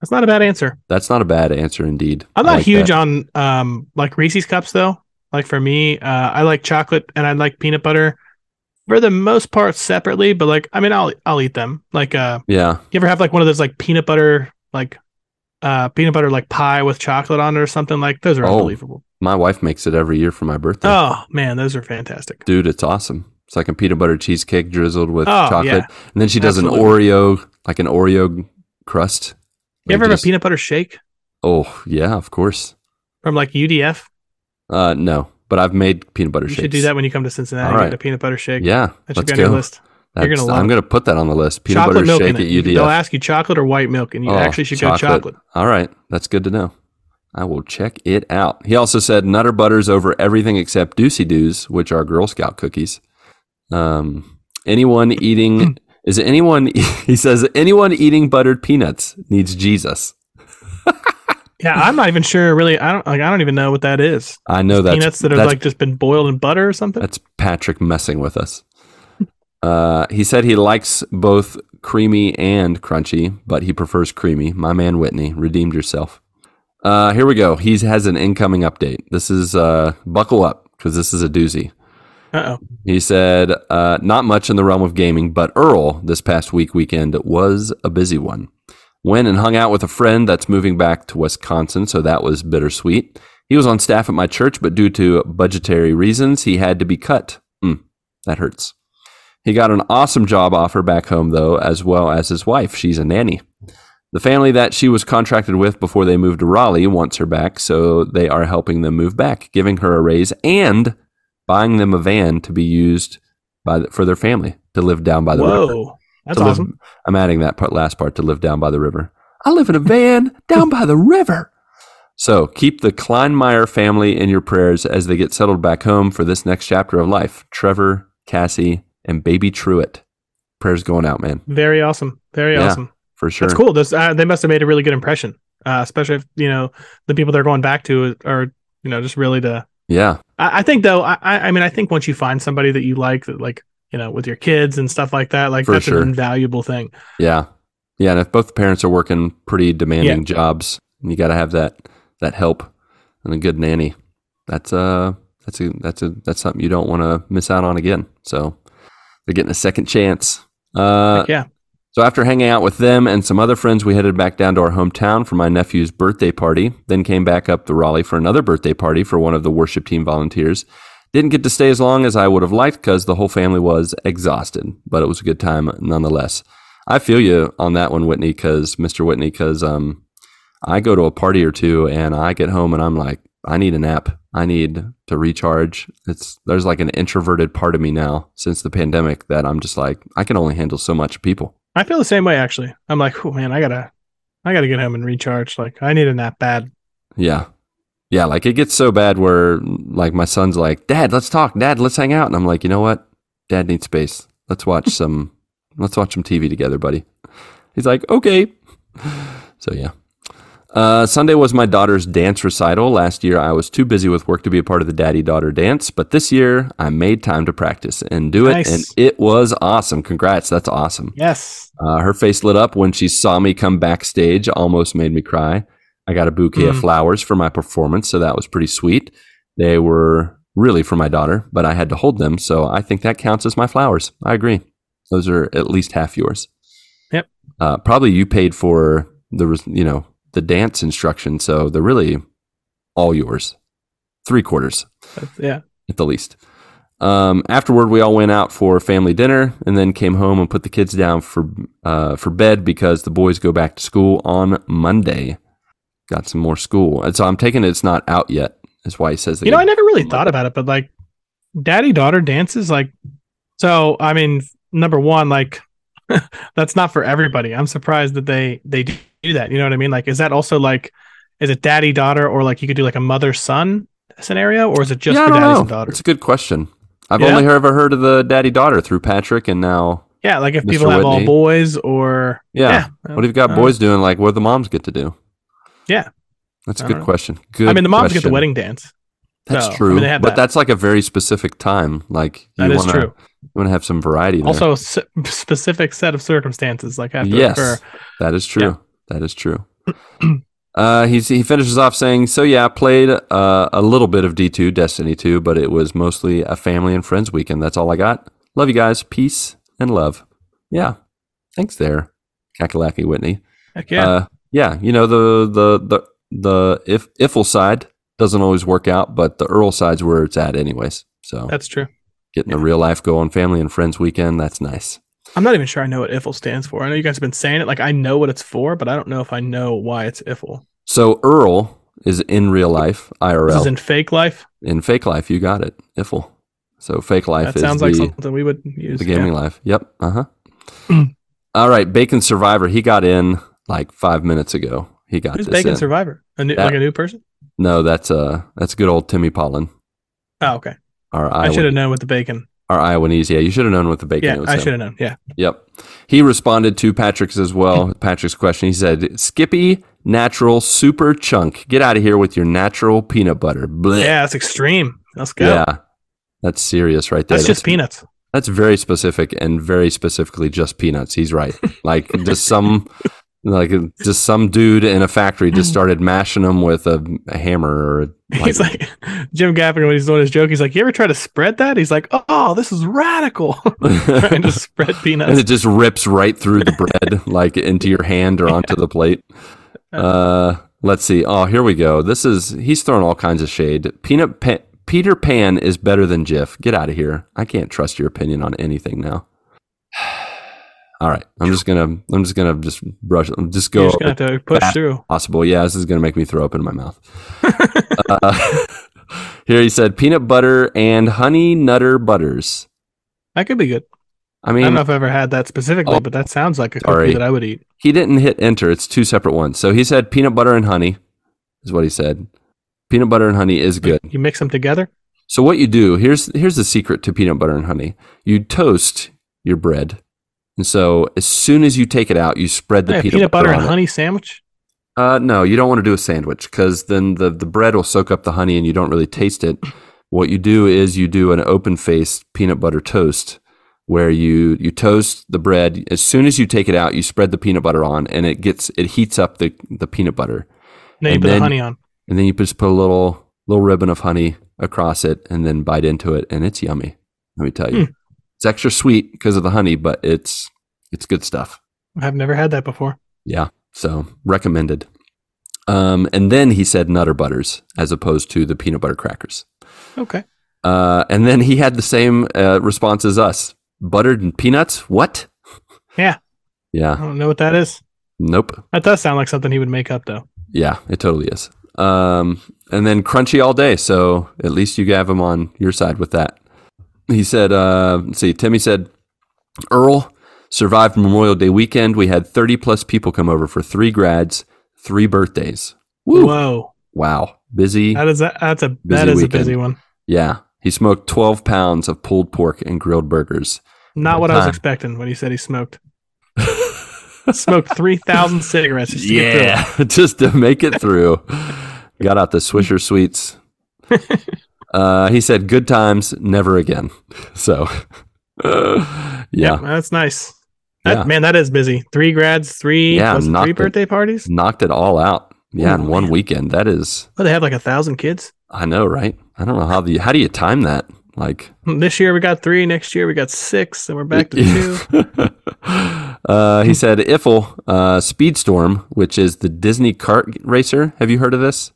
Speaker 2: that's not a bad answer.
Speaker 1: That's not a bad answer, indeed.
Speaker 2: I'm
Speaker 1: I
Speaker 2: not
Speaker 1: like
Speaker 2: huge
Speaker 1: that.
Speaker 2: on um like Reese's cups though. Like for me, uh, I like chocolate and I like peanut butter for the most part separately. But like, I mean, I'll I'll eat them. Like, uh,
Speaker 1: Yeah,
Speaker 2: you ever have like one of those like peanut butter like uh peanut butter like pie with chocolate on it or something like those are
Speaker 1: Oh.
Speaker 2: unbelievable.
Speaker 1: my wife makes it every year for my birthday.
Speaker 2: Oh man, those are fantastic.
Speaker 1: Dude, it's awesome. It's like a peanut butter cheesecake drizzled with
Speaker 2: Oh,
Speaker 1: chocolate,
Speaker 2: yeah.
Speaker 1: and then she does
Speaker 2: Absolutely.
Speaker 1: an Oreo, like an Oreo crust.
Speaker 2: You
Speaker 1: Like
Speaker 2: ever have
Speaker 1: just-
Speaker 2: a peanut butter shake
Speaker 1: Oh yeah, of course.
Speaker 2: from like UDF?
Speaker 1: Uh, no, but I've made peanut butter
Speaker 2: You
Speaker 1: shakes.
Speaker 2: should do that when you come to Cincinnati.
Speaker 1: All
Speaker 2: and
Speaker 1: right.
Speaker 2: Get a peanut butter shake.
Speaker 1: Yeah,
Speaker 2: that should
Speaker 1: let's
Speaker 2: be on your
Speaker 1: go.
Speaker 2: list. You're
Speaker 1: That's-
Speaker 2: gonna love
Speaker 1: I'm
Speaker 2: it.
Speaker 1: going to put that on the list. Peanut
Speaker 2: chocolate
Speaker 1: butter
Speaker 2: milk
Speaker 1: shake
Speaker 2: in it.
Speaker 1: at UDF.
Speaker 2: They'll ask you chocolate or white milk, and you
Speaker 1: Oh,
Speaker 2: actually should go chocolate.
Speaker 1: All right, that's good to know. I will check it out. He also said Nutter Butters over everything except Doocy Doos, which are Girl Scout cookies. Um, anyone
Speaker 2: (clears throat)
Speaker 1: eating is it anyone? (laughs) He says anyone eating buttered peanuts needs Jesus.
Speaker 2: Yeah, I'm not even sure. Really, I don't like. I don't even know what that is.
Speaker 1: I know (laughs) that's
Speaker 2: Peanuts that have
Speaker 1: that's
Speaker 2: like just been boiled in butter or something.
Speaker 1: That's Patrick messing with us. Uh, he said he likes both creamy and crunchy, but he prefers creamy. My man Whitney, redeemed yourself. Uh, here we go. He has an incoming update. This is uh, buckle up because this is a doozy.
Speaker 2: Uh oh.
Speaker 1: He said, uh, not much in the realm of gaming, but Earl this past week weekend was a busy one. Went and hung out with a friend that's moving back to Wisconsin, so that was bittersweet. He was on staff at my church, but due to budgetary reasons, he had to be cut. Mm, that hurts. He got an awesome job offer back home, though, as well as his wife. She's a nanny. The family that she was contracted with before they moved to Raleigh wants her back, so they are helping them move back, giving her a raise and buying them a van to be used by the, for their family to live down by the river.
Speaker 2: Whoa, that's
Speaker 1: To live-
Speaker 2: awesome.
Speaker 1: I'm adding that part, last part to live down by the river. I live in a van (laughs) down by the river. So keep the Kleinmeyer family in your prayers as they get settled back home for this next chapter of life. Trevor, Cassie, and baby Truitt. Prayers going out, man,
Speaker 2: Very awesome. Very
Speaker 1: Yeah,
Speaker 2: awesome.
Speaker 1: for sure.
Speaker 2: That's cool. Those uh, they must have made a really good impression, uh, especially if you know the people they're going back to are you know just really the.
Speaker 1: Yeah,
Speaker 2: I, I think though. I I I mean I think once you find somebody that you like that like you know with your kids and stuff like that, like
Speaker 1: For
Speaker 2: that's
Speaker 1: sure.
Speaker 2: an invaluable thing.
Speaker 1: yeah, yeah. And if both parents are working pretty demanding jobs, you got to have that that help and a good nanny. That's uh that's a that's a that's something you don't want to miss out on again. So they're getting a second chance. Uh,
Speaker 2: yeah.
Speaker 1: So after hanging out with them and some other friends, we headed back down to our hometown for my nephew's birthday party, then came back up to Raleigh for another birthday party for one of the worship team volunteers. Didn't get to stay as long as I would have liked because the whole family was exhausted, but it was a good time nonetheless. I feel you on that one, Whitney, because Mr. Whitney, because um, I go to a party or two and I get home and I'm like, I need a nap. I need to recharge. It's there's like an introverted part of me now since the pandemic that I'm just like, I can only handle so much people.
Speaker 2: I feel the same way actually. I'm like, oh man, I gotta, I gotta get home and recharge. Like, I need a nap bad.
Speaker 1: Yeah. Yeah, like it gets so bad where like my son's like, "Dad, let's talk. Dad, let's hang out." And I'm like, "You know what? Dad needs space. Let's watch some let's watch some TV together, buddy." He's like, "Okay." So yeah. Uh, Sunday was my daughter's dance recital. Last year, I was too busy with work to be a part of the daddy daughter dance, but this year I made time to practice and do it,
Speaker 2: Nice.
Speaker 1: and it was awesome. Congrats, that's awesome.
Speaker 2: Yes.
Speaker 1: Uh, her face lit up when she saw me come backstage, almost made me cry. I got a bouquet of
Speaker 2: Mm.
Speaker 1: flowers for my performance, so that was pretty sweet. They were really for my daughter, but I had to hold them. So I think that counts as my flowers. I agree. Those are at least half yours.
Speaker 2: Yep.
Speaker 1: Uh, probably you paid for the res- you know the dance instruction, so they're really all yours, three quarters
Speaker 2: That's- yeah.
Speaker 1: at the least. Um, afterward, we all went out for family dinner and then came home and put the kids down for uh, for bed because the boys go back to school on Monday. Got some more school, and so I'm taking it. It's not out yet. That's why he says that.
Speaker 2: You know,
Speaker 1: he-
Speaker 2: I never really thought about it, but like daddy daughter dances, like, so I mean, number one, like, (laughs) that's not for everybody. I'm surprised that they they do that. You know what I mean? Like, is that also like, is it daddy daughter or like you could do like a mother son scenario, or is it just
Speaker 1: Yeah, I
Speaker 2: for
Speaker 1: don't
Speaker 2: daddies
Speaker 1: know.
Speaker 2: and daughters?
Speaker 1: It's a good question. I've
Speaker 2: Yeah?
Speaker 1: only ever heard of the daddy daughter through Patrick, and now
Speaker 2: Yeah, like if
Speaker 1: Mr.
Speaker 2: people have all
Speaker 1: Whitney.
Speaker 2: boys or
Speaker 1: yeah. What have you got
Speaker 2: Uh,
Speaker 1: boys doing? Like what do the moms get to do?
Speaker 2: Yeah.
Speaker 1: that's a
Speaker 2: I
Speaker 1: good
Speaker 2: don't know.
Speaker 1: question. Good.
Speaker 2: I mean, the moms get the
Speaker 1: question.
Speaker 2: wedding dance.
Speaker 1: That's
Speaker 2: so, I mean,
Speaker 1: true,
Speaker 2: they have
Speaker 1: but
Speaker 2: that.
Speaker 1: that's like a very specific time. Like
Speaker 2: That is
Speaker 1: wanna,
Speaker 2: true.
Speaker 1: You want to have some variety. There.
Speaker 2: Also, s- (laughs) specific set of circumstances like have to
Speaker 1: yes,
Speaker 2: occur.
Speaker 1: that is true. That is true. (clears throat) uh, he's, he finishes off saying, "So yeah, I played uh, a little bit of D two Destiny two, but it was mostly a family and friends weekend. That's all I got. Love you guys. Peace and love. Yeah, thanks there, Kakalaki Whitney.
Speaker 2: Heck yeah.
Speaker 1: Uh, yeah, you know the the the the if Iffle side doesn't always work out, but the Earl side's where it's at, anyways. So
Speaker 2: that's true.
Speaker 1: getting the real life go on family and friends weekend, that's nice.
Speaker 2: I'm not even sure I know what IFL stands for. I know you guys have been saying it. Like I know what it's for, but I don't know if I know why it's IFL.
Speaker 1: So Earl is in real life
Speaker 2: This is
Speaker 1: IRL.
Speaker 2: in fake life.
Speaker 1: in fake life, you got it. Iffle. So fake life
Speaker 2: That
Speaker 1: is
Speaker 2: sounds
Speaker 1: the,
Speaker 2: like something we would use.
Speaker 1: the gaming
Speaker 2: yeah.
Speaker 1: life. Yep. Uh huh.
Speaker 2: (clears throat)
Speaker 1: All right, Bacon Survivor. He got in like five minutes ago. He got
Speaker 2: Who's
Speaker 1: this
Speaker 2: Bacon
Speaker 1: in.
Speaker 2: Survivor? A new,
Speaker 1: That-
Speaker 2: like a new person?
Speaker 1: no, that's uh that's good old Timmy Pollen.
Speaker 2: Oh, okay.
Speaker 1: Our
Speaker 2: I should
Speaker 1: Iowan,
Speaker 2: have known with the bacon.
Speaker 1: our Iowanese. Yeah, you should have known with the bacon. it
Speaker 2: Yeah,
Speaker 1: was
Speaker 2: I
Speaker 1: him.
Speaker 2: should have known. Yeah.
Speaker 1: Yep. He responded to Patrick's as well. (laughs) Patrick's question. He said, "Skippy natural super chunk. Get out of here with your natural peanut butter." Blech.
Speaker 2: Yeah, that's extreme. Let's go.
Speaker 1: Yeah. That's serious right there.
Speaker 2: that's just peanuts. (laughs)
Speaker 1: That's very specific and very specifically just peanuts. He's right.
Speaker 2: (laughs)
Speaker 1: Like just some like just some dude in a factory
Speaker 2: (laughs)
Speaker 1: just started mashing them with a, a hammer or a,
Speaker 2: He's like (laughs) Jim Gaffigan when he's doing his joke. He's like, "You ever try to spread that?" He's like, "Oh, this is
Speaker 1: (laughs)
Speaker 2: radical." (laughs) Trying to spread
Speaker 1: and
Speaker 2: peanuts.
Speaker 1: it just rips right through the bread (laughs) like into your hand or onto the plate. Uh let's see. Oh, here we go. This is he's throwing all kinds of shade. Peanut pa- Peter Pan is better than Jif. Get out of here. I can't trust your opinion on anything now. (sighs) All right. I'm just going to I'm just going to just brush I'm just go
Speaker 2: You're just gonna have to push through.
Speaker 1: possible. Yeah, this is going to make me throw up in my
Speaker 2: (laughs)
Speaker 1: mouth. uh, (laughs) here he said peanut butter and honey nutter butters.
Speaker 2: That could be good.
Speaker 1: I
Speaker 2: I don't know
Speaker 1: mean,
Speaker 2: if I've ever had that specifically,
Speaker 1: Oh,
Speaker 2: but that sounds like a
Speaker 1: sorry.
Speaker 2: cookie that I would eat.
Speaker 1: he didn't hit enter. It's two separate ones. So he said peanut butter and honey is what he said. Peanut butter and honey is good.
Speaker 2: You mix them together.
Speaker 1: So what you do, here's here's the secret to peanut butter and honey. You toast your bread. And so as soon as you take it out, you spread the
Speaker 2: Yeah,
Speaker 1: peanut,
Speaker 2: butter,
Speaker 1: on
Speaker 2: and
Speaker 1: it.
Speaker 2: honey sandwich.
Speaker 1: Uh, no, you don't want to do a sandwich because then the, the bread will soak up the honey and you don't really taste it. What you do is you do an open faced peanut butter toast where you, you toast the bread. As soon as you take it out, you spread the peanut butter on and it gets it heats up the, the peanut butter.
Speaker 2: No, you
Speaker 1: And
Speaker 2: put the
Speaker 1: then-
Speaker 2: honey on.
Speaker 1: And then you just put a little little ribbon of honey across it and then bite into it and it's yummy. Let me tell you. It's extra sweet because of the honey, but it's it's good stuff.
Speaker 2: I've never had that before.
Speaker 1: Yeah. So recommended. Um, and then he said Nutter Butters as opposed to the peanut butter crackers.
Speaker 2: Okay.
Speaker 1: Uh, and then he had the same uh, response as us buttered and peanuts? What?
Speaker 2: Yeah. I
Speaker 1: (laughs) Yeah.
Speaker 2: don't know what that is.
Speaker 1: Nope.
Speaker 2: That does sound like something he would make up, though.
Speaker 1: Yeah, it totally is. Um, and then crunchy all day. So at least you have him on your side with that. He said, uh, let's see, Timmy said, Earl survived Memorial Day weekend. We had 30 plus people come over for three grads, three birthdays. Woo.
Speaker 2: Whoa,
Speaker 1: Wow. Busy.
Speaker 2: that is a, that's a that
Speaker 1: Busy
Speaker 2: is a
Speaker 1: weekend.
Speaker 2: busy one.
Speaker 1: Yeah. He smoked 12 pounds of pulled pork and grilled burgers.
Speaker 2: Not what I was
Speaker 1: Huh.
Speaker 2: expecting when he said
Speaker 1: (laughs)
Speaker 2: he smoked. smoked three thousand cigarettes. Just to get through it.
Speaker 1: (laughs) just to make it through. Got out the Swisher
Speaker 2: (laughs)
Speaker 1: sweets. Uh, he said, good times, never again. (laughs) So, yeah.
Speaker 2: Yep, that's nice. That,
Speaker 1: Yeah.
Speaker 2: Man, that is busy. Three grads, three
Speaker 1: Yeah,
Speaker 2: plus
Speaker 1: knocked
Speaker 2: three
Speaker 1: it.
Speaker 2: birthday parties.
Speaker 1: Knocked it all out. Yeah.
Speaker 2: Ooh,
Speaker 1: in one weekend. That is,
Speaker 2: Oh, they have like a thousand kids.
Speaker 1: I know, right? I don't know how the how do you time that? Like
Speaker 2: This year we got three. Next year we got six, and we're
Speaker 1: (laughs)
Speaker 2: back to two.
Speaker 1: uh, he said Iffle uh, Speedstorm, which is the Disney kart racer. Have you heard of this?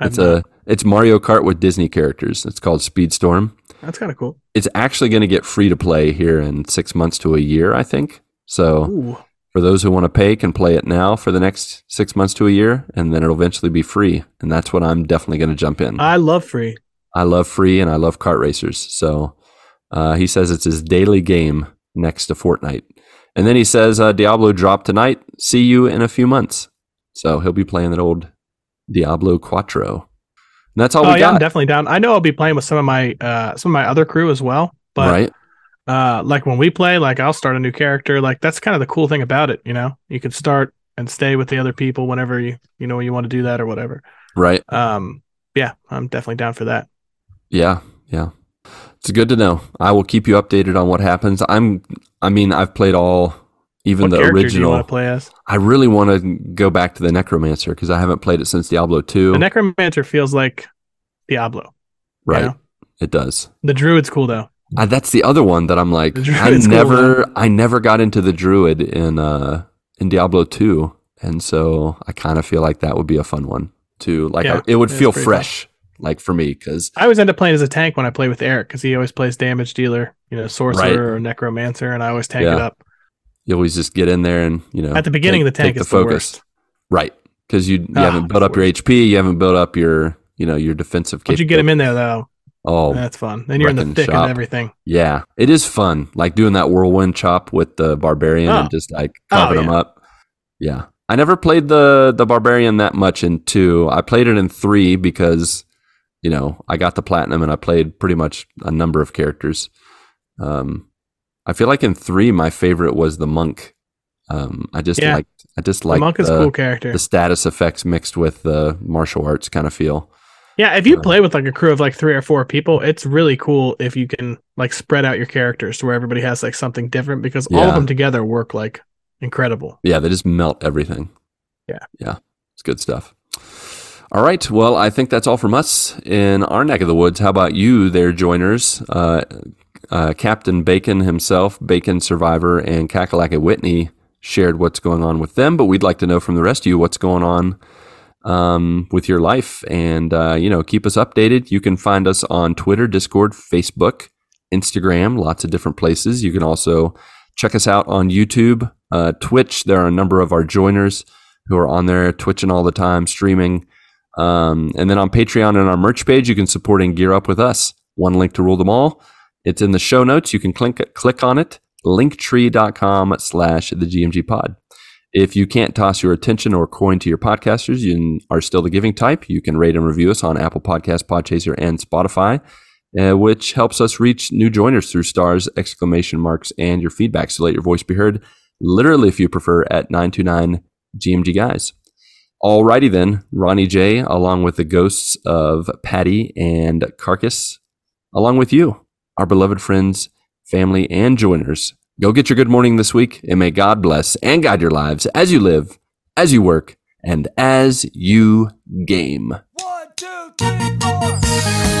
Speaker 2: I'm
Speaker 1: it's
Speaker 2: not-
Speaker 1: a it's Mario Kart with Disney characters. It's called Speedstorm.
Speaker 2: that's kind of cool.
Speaker 1: It's actually going to get free to play here in six months to a year, I think. So
Speaker 2: Ooh,
Speaker 1: for those who want to pay, can play it now for the next six months to a year, and then it'll eventually be free. And that's what I'm definitely going to jump in.
Speaker 2: I love free.
Speaker 1: I love free and I love kart racers. So uh, he says it's his daily game next to Fortnite. And then he says uh, Diablo dropped tonight. See you in a few months. So he'll be playing that old Diablo Quattro. And that's all
Speaker 2: Oh,
Speaker 1: we
Speaker 2: yeah, I'm
Speaker 1: got.
Speaker 2: definitely down. I know I'll be playing with some of my uh some of my other crew as well. But
Speaker 1: right?
Speaker 2: uh like when we play, like I'll start a new character. Like that's kind of the cool thing about it, you know. You can start and stay with the other people whenever you you know you want to do that or whatever.
Speaker 1: Right.
Speaker 2: Um yeah, I'm definitely down for that.
Speaker 1: Yeah. Yeah. It's good to know. I will keep you updated on what happens. I'm, I mean, I've played all, even
Speaker 2: what
Speaker 1: the
Speaker 2: character do you
Speaker 1: original.
Speaker 2: want to play as?
Speaker 1: I really want to go back to the Necromancer because I haven't played it since Diablo 2.
Speaker 2: The necromancer feels like Diablo. you
Speaker 1: right.
Speaker 2: know?
Speaker 1: It does.
Speaker 2: The druid's cool though.
Speaker 1: Uh, that's the other one that I'm like,
Speaker 2: The
Speaker 1: I
Speaker 2: druid's cool,
Speaker 1: never, I never got into the druid in uh in Diablo two, and so I kind of feel like that would be a fun one to like.
Speaker 2: Yeah,
Speaker 1: I- it would
Speaker 2: it's
Speaker 1: feel
Speaker 2: pretty
Speaker 1: fresh, like for me, because
Speaker 2: I always end up playing as a tank when I play with Eric because he always plays damage dealer, you know, sorcerer or necromancer, and I always tank
Speaker 1: Yeah.
Speaker 2: it up.
Speaker 1: you always just get in there and you know
Speaker 2: At the beginning,
Speaker 1: take-
Speaker 2: the tank
Speaker 1: take
Speaker 2: is the, worst.
Speaker 1: right? Because you you
Speaker 2: Ah,
Speaker 1: haven't built
Speaker 2: it's
Speaker 1: up your HP, you haven't built up your you know your defensive.
Speaker 2: Once you get him in there though,
Speaker 1: Oh
Speaker 2: that's fun. Then you're in
Speaker 1: wrecking
Speaker 2: the thick
Speaker 1: shop.
Speaker 2: of everything.
Speaker 1: yeah, it is fun, like doing that whirlwind chop with the barbarian
Speaker 2: Oh.
Speaker 1: and just like
Speaker 2: Oh,
Speaker 1: carving them
Speaker 2: yeah.
Speaker 1: up. Yeah. I never played the the Barbarian that much in two. I played it in three because, you know, I got the platinum and I played pretty much a number of characters. Um, I feel like in three, my favorite was the monk. Um, I just
Speaker 2: Yeah.
Speaker 1: liked I just
Speaker 2: The
Speaker 1: liked
Speaker 2: monk is a
Speaker 1: the,
Speaker 2: cool character.
Speaker 1: the status effects mixed with the martial arts kind of feel.
Speaker 2: Yeah, if
Speaker 1: uh,
Speaker 2: you play with like a crew of like three or four people, it's really cool if you can like spread out your characters to where everybody has like something different because all
Speaker 1: Yeah.
Speaker 2: of them together work like incredible.
Speaker 1: Yeah, they just melt everything.
Speaker 2: Yeah.
Speaker 1: Yeah. It's good stuff. All right. Well, I think that's all from us in our neck of the woods. How about you there, joiners? Uh, uh, Captain Bacon himself, Bacon Survivor, and Cackalacket Whitney shared what's going on with them, but we'd like to know from the rest of you what's going on um, with your life. And, uh, you know, keep us updated. You can find us on Twitter, Discord, Facebook, Instagram, lots of different places. You can also check us out on YouTube, uh, Twitch. There are a number of our joiners who are on there twitching all the time, streaming. Um, and then on Patreon and our merch page, you can support and gear up with us. One link to rule them all. It's in the show notes. You can click, click on it, linktree.com slash the GMG pod. If you can't toss your attention or coin to your podcasters you are still the giving type, you can rate and review us on Apple Podcasts, Podchaser, and Spotify uh, which helps us reach new joiners through stars, exclamation marks, and your feedback. So let your voice be heard, literally, if you prefer, at 929 GMG Guys. Alrighty then, Ronnie J, along with the ghosts of Patty and Carcass, along with you, our beloved friends, family, and joiners. Go get your good morning this week, and may God bless and guide your lives as you live, as you work, and as you game.
Speaker 3: One, two, three, four.